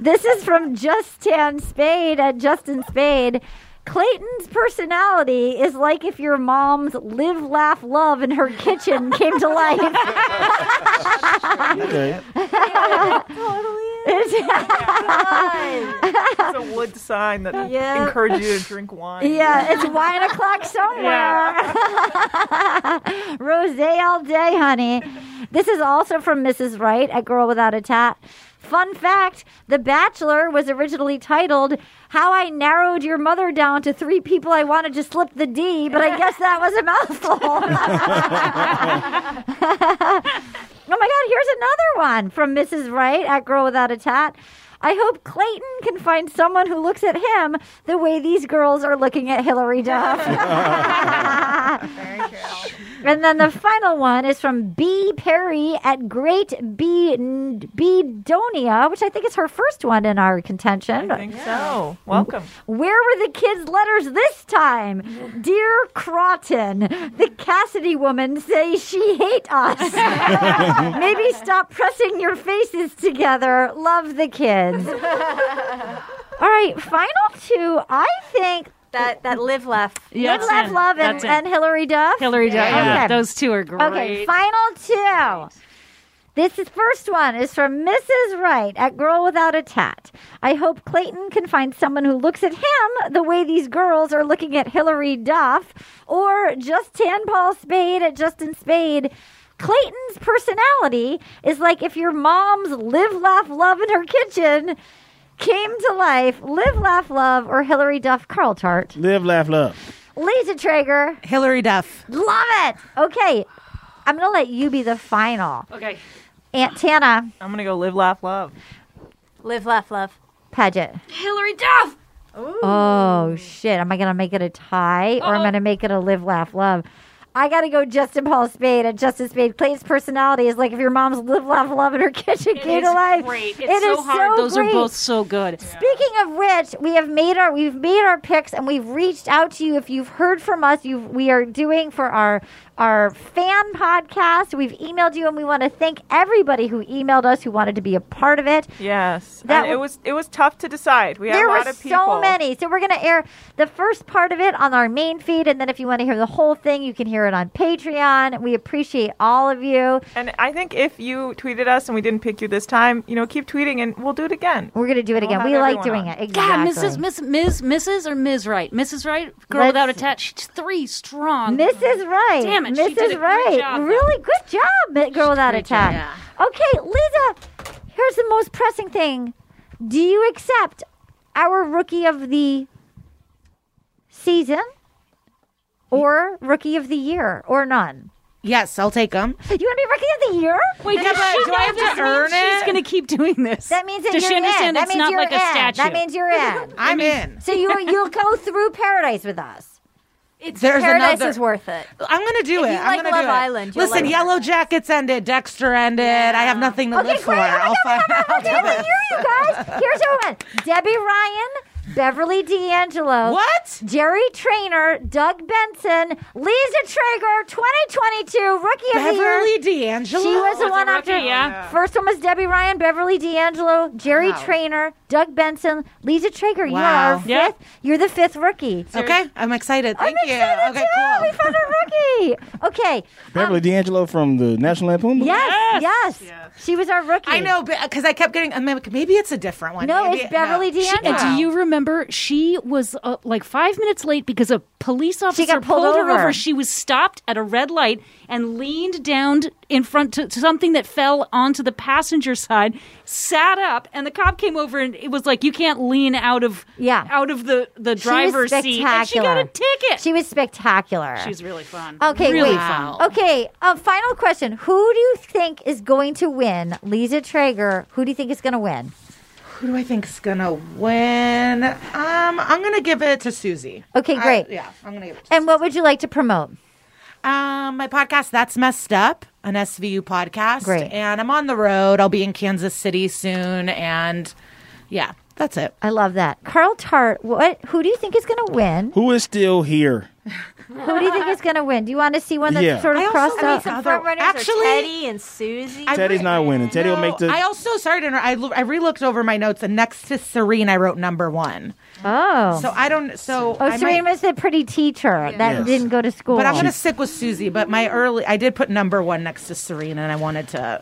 S5: This is from Justin Spade at Justin Spade. Clayton's personality is like if your mom's live, laugh, love in her kitchen came to life.
S9: it's a wood sign that
S5: Yeah.
S9: encourages you to drink wine.
S5: yeah, it's wine o'clock somewhere. Rose all day, honey. This is also from Mrs. Wright at Girl Without a Tat. Fun fact The Bachelor was originally titled How I Narrowed Your Mother Down to Three People I Wanted to Slip the D, but I guess that was a mouthful. Oh my God, here's another one from Mrs. Wright at Girl Without a Tat. I hope Clayton can find someone who looks at him the way these girls are looking at Hillary Duff. and then the final one is from B. Perry at Great B. B. Donia, which I think is her first one in our contention. I think
S9: so. Welcome.
S5: Where were the kids' letters this time? Dear Croton, the Cassidy woman say she hate us. Maybe stop pressing your faces together. Love the kids. All right, final two. I think
S10: that that live laugh.
S5: Yeah, Live, laugh, love, and, and
S10: Hillary Duff.
S5: Hillary Duff.
S10: Yeah.
S5: Yeah,
S10: Okay.
S5: those two are great.
S10: Okay,
S5: final two.
S10: This
S5: is first one is from Mrs. Wright at Girl Without a Tat. I hope Clayton can find someone who looks at him the way these girls are looking at Hillary Duff, or just tan Paul Spade at Justin Spade. Clayton's personality is like if your mom's live, laugh, love in her kitchen came to life. Live, laugh, love, or Hillary Duff Carl Tart.
S6: Live, laugh, love.
S5: Lisa Traeger.
S8: Hillary Duff.
S5: Love it. Okay. I'm going to let you be the final.
S9: Okay.
S5: Aunt Tana.
S9: I'm gonna go live, laugh, love.
S10: Live, laugh, love.
S5: Paget.
S10: Hillary Duff. Ooh.
S5: Oh, shit. Am I going to make it a tie or am I going to make it a live, laugh, love? I got to go Justin Paul Spade and Justin Spade. Clayton's personality is like if your mom's live, laugh, love in her kitchen
S7: It
S5: came
S7: is
S5: to life.
S7: great. It's
S5: It
S7: so
S5: is
S7: hard. Those are
S5: great.
S7: both so good.
S5: Speaking of which, we have made our we've made our picks and we've reached out to you. If you've heard from us, you we are doing for our our fan podcast. We've emailed you, and we want to thank everybody who emailed us who wanted to be a part of it.
S9: Yes.
S5: That
S9: That it
S5: would-
S9: was it was tough to decide. We had
S5: there
S9: a lot
S5: were
S9: of people.
S5: so many. So we're going to air the first part of it on our main feed, and then if you want to hear the whole thing, you can hear it on Patreon. We appreciate all of you.
S9: And I think if you tweeted us and we didn't pick you this time, you know, keep tweeting and we'll do it again.
S5: We're going to do it again. We like doing it.
S7: God,
S5: Exactly.
S7: Mrs. Miss, Ms. Mrs. or Ms. Wright? Mrs. Wright, girl
S5: Let's-
S7: without a tat. She's three strong.
S5: Mrs. Wright.
S7: Um, Damn it,
S5: Mrs.
S7: she did a
S5: Wright.
S7: great job.
S5: really good job, Mi- girl without a
S7: great job.
S5: tag. Okay, Lisa, here's the most pressing thing. Do you accept our rookie of the season or rookie of the year or none?
S8: Yes, I'll take them.
S5: You want to be rookie of the year?
S7: Wait,
S8: Yeah, does but she do I have know to this earn means she's it? gonna
S7: keep doing this.
S5: That means that
S7: Does
S5: you're
S7: she
S5: in.
S7: understand
S5: That
S7: it's
S5: means
S7: not
S5: you're
S7: like a
S5: in. That
S7: statue?
S5: means you're in.
S8: I'm in.
S5: So you you'll go through paradise with us.
S8: It's There's
S10: Paradise
S8: another-
S10: is worth it.
S8: I'm gonna do
S10: If
S8: it.
S10: you
S8: I'm
S10: like
S8: gonna
S10: Love
S8: do it.
S10: Island, you'll
S8: Listen,
S10: like
S8: Yellow Jackets ended. Dexter ended. I have nothing to live for.
S5: Oh
S8: I'll find out.
S5: Every year, you guys. Here's our one: Debbie Ryan, Beverly D'Angelo,
S8: what?
S5: Jerry Trainer, Doug Benson, Lisa Traeger, 2022 Rookie of the Year.
S8: Beverly D'Angelo.
S5: She was the
S8: Was a
S5: one
S8: rookie,
S5: after.
S8: yeah.
S5: First one was Debbie Ryan, Beverly D'Angelo, Jerry
S8: Wow.
S5: Trainer, Doug Benson, Lisa Traeger. You are
S8: Wow.
S5: our fifth. You're the fifth rookie.
S8: Okay, I'm excited. Thank
S5: I'm
S8: you.
S5: excited
S8: okay,
S5: too.
S8: cool.
S5: We found a rookie. Okay.
S6: Beverly D'Angelo from the National Lampoon. movie?
S5: Yes, yes. She was our rookie.
S8: I know, because I kept getting. I'm like, Maybe it's a different one.
S7: No,
S8: Maybe-
S7: it's Beverly
S8: She-
S7: And do you remember she was uh, like five minutes late because a police officer
S5: got pulled
S7: her
S5: over.
S7: over. She was stopped at a red light and leaned down in front to to something that fell onto the passenger side, sat up, and the cop came over and it was like you can't lean out of
S5: yeah
S7: out of the the
S5: She was
S7: driver's seat. And she got a
S5: spectacular. She was spectacular.
S7: She's really fun.
S5: Okay,
S7: really
S5: wait.
S7: fun.
S5: Okay, uh, final question. Who do you think is going to win? Lisa Traeger, who do you think is going to win?
S8: Who do I think's gonna win? Um, I'm gonna give it to Susie.
S5: Okay,
S8: I-
S5: great.
S8: yeah, I'm gonna give it.
S5: And what would you like to promote?
S8: Um, my podcast, That's Messed Up, an SVU podcast.
S5: Great.
S8: And I'm on the road. I'll be in Kansas City soon. And yeah, that's it.
S5: I love that. Carl Tart, what who do you think is going to win?
S6: Who is still here?
S5: Who do you think is going to win? Do you want to see one that's
S6: Yeah.
S5: sort of
S8: I also-
S5: crossed
S8: I mean,
S5: out?
S8: some Other- front runners are actually- Teddy
S5: and Susie.
S6: Teddy's not winning. Teddy will make the.
S8: I also sorry to interrupt. I lo- I relooked over my notes, and next to Serene, I wrote number one.
S5: Oh.
S8: So I don't. So
S5: Oh,
S8: I
S5: Serena
S8: might-
S5: was the pretty teacher that
S8: Yes.
S5: didn't go to school.
S8: but I'm gonna stick with Susie. But my early, I did put number one next to Serene, and I wanted to.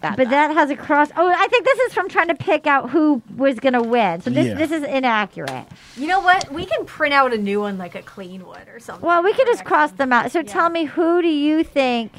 S8: That
S5: But that has a cross. Oh, I think this is from trying to pick out who was going to win. So this
S8: Yeah.
S5: this is inaccurate.
S10: You know what? We can print out a new one, like a clean one or something.
S5: Well, we could just cross them out. So tell me, who do you think?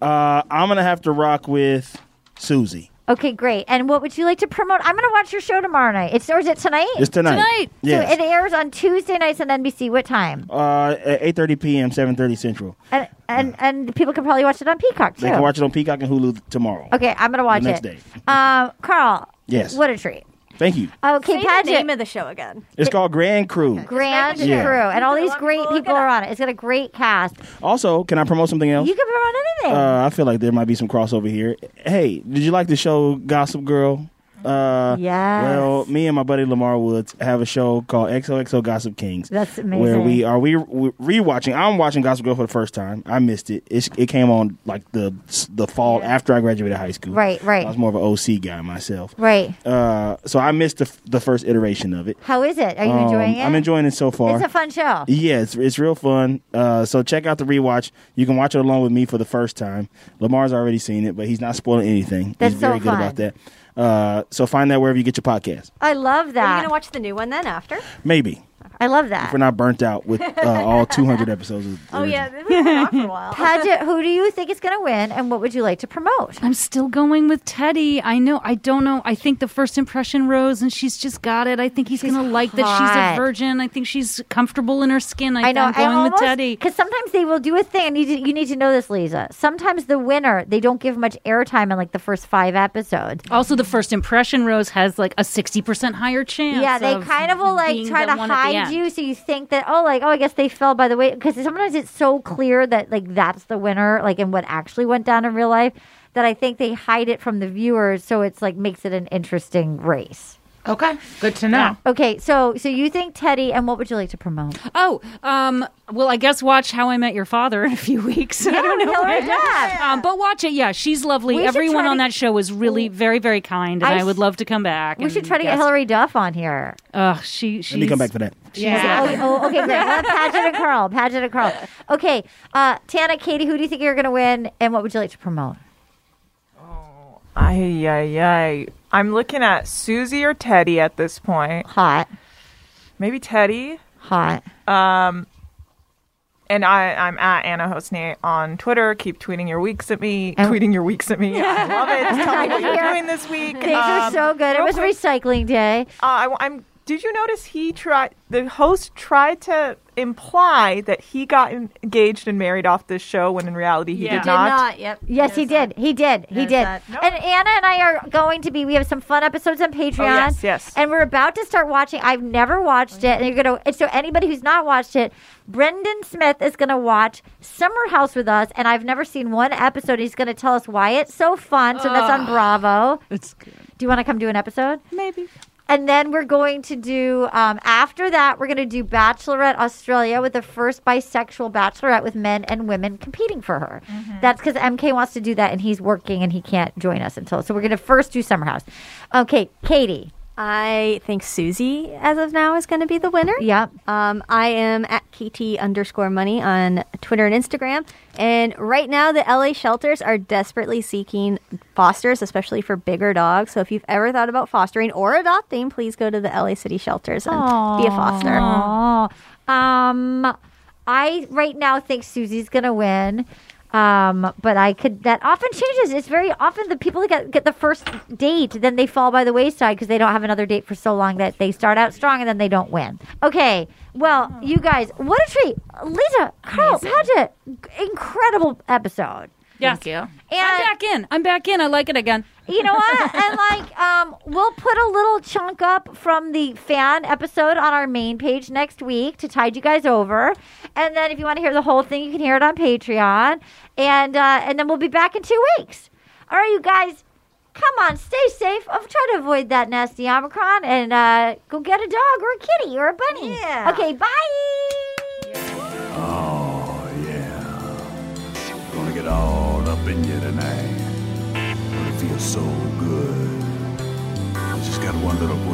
S6: Uh, I'm gonna have to rock with Susie.
S5: Okay, great. And what would you like to promote? I'm going to watch your show tomorrow night. It's or is it tonight?
S6: It's tonight. Tonight. Yes.
S5: So it airs on Tuesday nights on NBC. What time?
S6: Uh, at 8:30 p.m., 7:30 Central.
S5: And and and people can probably watch it on Peacock too.
S6: Mm. They can watch it on Peacock and Hulu tomorrow.
S5: Okay, I'm going to watch
S6: the next
S5: it.
S6: day.
S5: Um, Carl.
S6: Yes.
S5: What a treat.
S6: Thank you.
S5: Okay,
S10: Say the
S5: Paget.
S10: name of the show again.
S6: It's called Grand Crew.
S5: Grand
S6: Yeah.
S5: crew, Oh, and all these great people are on it. It's got a great cast.
S6: Also, can I promote something else?
S5: You can promote anything.
S6: Uh, I feel like there might be some crossover here. Hey, did you like the show Gossip Girl? Uh,
S5: Yes.
S6: Well, me and my buddy Lamar Woods have a show called XOXO Gossip Kings.
S5: That's
S6: Where
S5: amazing.
S6: we are we we're rewatching. I'm watching Gossip Girl for the first time. I missed it. It's, it came on like the the fall after I graduated high school.
S5: Right, right.
S6: I was more of an OC guy myself.
S5: Right.
S6: Uh, so I missed the, f- the first iteration of it.
S5: How is it? Are you
S6: Um,
S5: enjoying it?
S6: I'm enjoying it so far.
S5: It's a fun show.
S6: Yeah, it's it's real fun. Uh, so check out the rewatch. You can watch it along with me for the first time. Lamar's already seen it, but he's not spoiling anything.
S10: That's
S6: he's very
S10: so
S6: good about that. Uh, so find that wherever you get your podcast.
S10: I love
S4: that.
S10: Are you going to watch the new one then after?
S6: Maybe
S5: I love
S6: if we're not burnt out with uh, all 200 episodes. Of
S5: Oh,
S6: the original.
S5: Padgett, who do you think is going to win, and what would you like to promote?
S7: I'm still going with Teddy. I know. I don't know. I think the first impression rose, and she's just got it. I think he's going to like that she's
S5: hot.
S7: a virgin. I think she's comfortable in her skin. I,
S5: I know.
S7: am going with Teddy.
S5: because sometimes they will do a thing. I need to, you need to know this, Lisa. Sometimes the winner they don't give much airtime in like the first five episodes.
S7: Also, the first impression rose has like a 60% higher chance.
S5: Yeah, they
S7: of
S5: kind of will like
S7: being
S5: try
S7: the
S5: to
S7: one at the
S5: hide
S7: end.
S5: you, so you think that oh, like oh, I guess they fell by the way. Because sometimes it's so clear that like that's the winner, like in what actually went down in real life, that I think they hide it from the viewers, so it's like makes it an interesting race.
S8: Okay, good to know.
S5: Okay, so so you think Teddy, and what would you like to promote?
S7: Oh, um, well, I guess watch How I Met Your Father in a few weeks. I don't know.
S5: Hillary
S7: when. Um, but watch it. Yeah, she's lovely.
S5: We should
S7: Everyone
S5: try
S7: on
S5: to-
S7: that show was really very, very kind, and I,
S5: I s-
S7: would love to come back.
S5: We should try to get Hillary Duff on here.
S7: Ugh, she. She's,
S6: Let me come back for that.
S7: Yeah.
S5: Oh, oh, okay, great. Well, Pageant and Carl. Pageant and Carl. Okay, uh, Tana, Katie, who do you think you're going to win, and what would you like to promote?
S9: Ay, ay, ay. I'm looking at Susie or Teddy at this point.
S5: Hot.
S9: Maybe Teddy.
S5: Hot.
S9: Um, and I, I'm at Anna Hosni on Twitter. Keep tweeting your weeks at me.
S5: And-
S9: tweeting your weeks at me. I love it. Tell me what
S5: Yeah.
S9: you're doing this week.
S5: Things are
S9: Um,
S5: so good. It
S9: real
S5: was
S9: quick,
S5: recycling day.
S9: uh, I, I'm. Did you notice he tried? The host tried to imply that he got en- engaged and married off this show, when in reality he did not.
S10: Yep.
S5: Yes, he did. He did. He
S9: There's
S5: did.
S9: that.
S5: And Anna and I are going to be. We have some fun episodes on Patreon.
S9: Oh, yes, yes. Oh,
S5: And we're about to start watching. I've never watched it, and you're gonna. And so anybody who's not watched it, Brendan Smith is gonna watch Summer House with us, and I've never seen one episode. He's gonna tell us why it's so fun. So that's on
S7: Ugh.
S5: Bravo. It's good. Do you want to come do an episode?
S9: Maybe.
S5: And then we're going to do, um, after that, we're going to do Bachelorette Australia with the first bisexual bachelorette with men and women competing for her. That's because MK wants to do that and he's working and he can't join us until. So we're going to first do Summer House. Okay, Katie.
S10: I think Susie, as of now, is going to be the winner.
S5: Yep.
S10: Um, I am at KT underscore money on Twitter and Instagram. And right now, the LA shelters are desperately seeking fosters, especially for bigger dogs. So if you've ever thought about fostering or adopting, please go to the LA city shelters and be a foster.
S5: Aw. Um, I right now think Susie's gonna win. Um, but I could that often changes. It's very often the people that get, get the first date, then they fall by the wayside because they don't have another date for so long that they start out strong and then they don't win. Okay, well, you guys, what a treat, Lisa, Carl, Padgett, incredible episode.
S7: Yes. Thank you. I'm back in. I'm back in. I like it again.
S5: You know what? and like, um, we'll put a little chunk up from the fan episode on our main page next week to tide you guys over. And then if you want to hear the whole thing, you can hear it on Patreon. And uh, and then we'll be back in two weeks. All right, you guys, come on, stay safe. Um, try to avoid that nasty Omicron and uh, go get a dog or a kitty or a bunny. Yeah. Okay, bye.
S15: Gonna get all up in you tonight. Gonna feel so good. I just got one little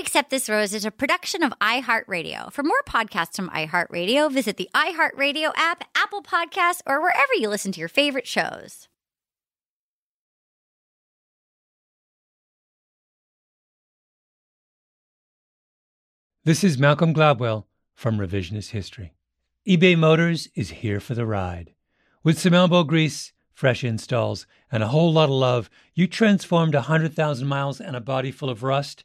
S16: Accept This Rose is a production of iHeartRadio. For more podcasts from iHeartRadio, visit the iHeartRadio app, Apple Podcasts, or wherever you listen to your favorite shows.
S17: This is Malcolm Gladwell from Revisionist History. eBay Motors is here for the ride. With some elbow grease, fresh installs, and a whole lot of love, you transformed a 100,000 miles and a body full of rust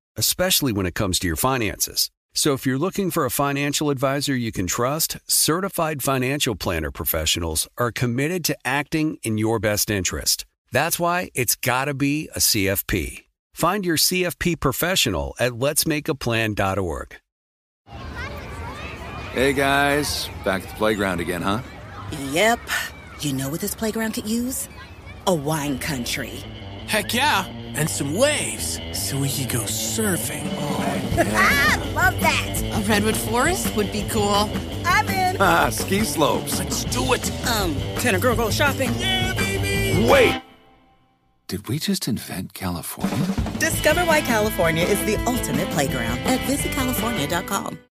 S18: especially when it comes to your finances. So if you're looking for a financial advisor you can trust, certified financial planner professionals are committed to acting in your best interest. That's why it's got to be a CFP. Find your CFP professional at letsmakeaplan.org.
S11: Hey guys, back at the playground again, huh?
S15: Yep. You know what this playground could use? A wine country.
S19: Heck yeah, and some waves so we could go surfing.
S15: ah, love that.
S19: A redwood forest would be cool.
S15: I'm in.
S11: Ah, ski slopes.
S19: Let's do it.
S15: Um, can a girl go shopping? Yeah, baby.
S11: Wait! Did we just invent California?
S15: Discover why California is the ultimate playground at visitcalifornia.com.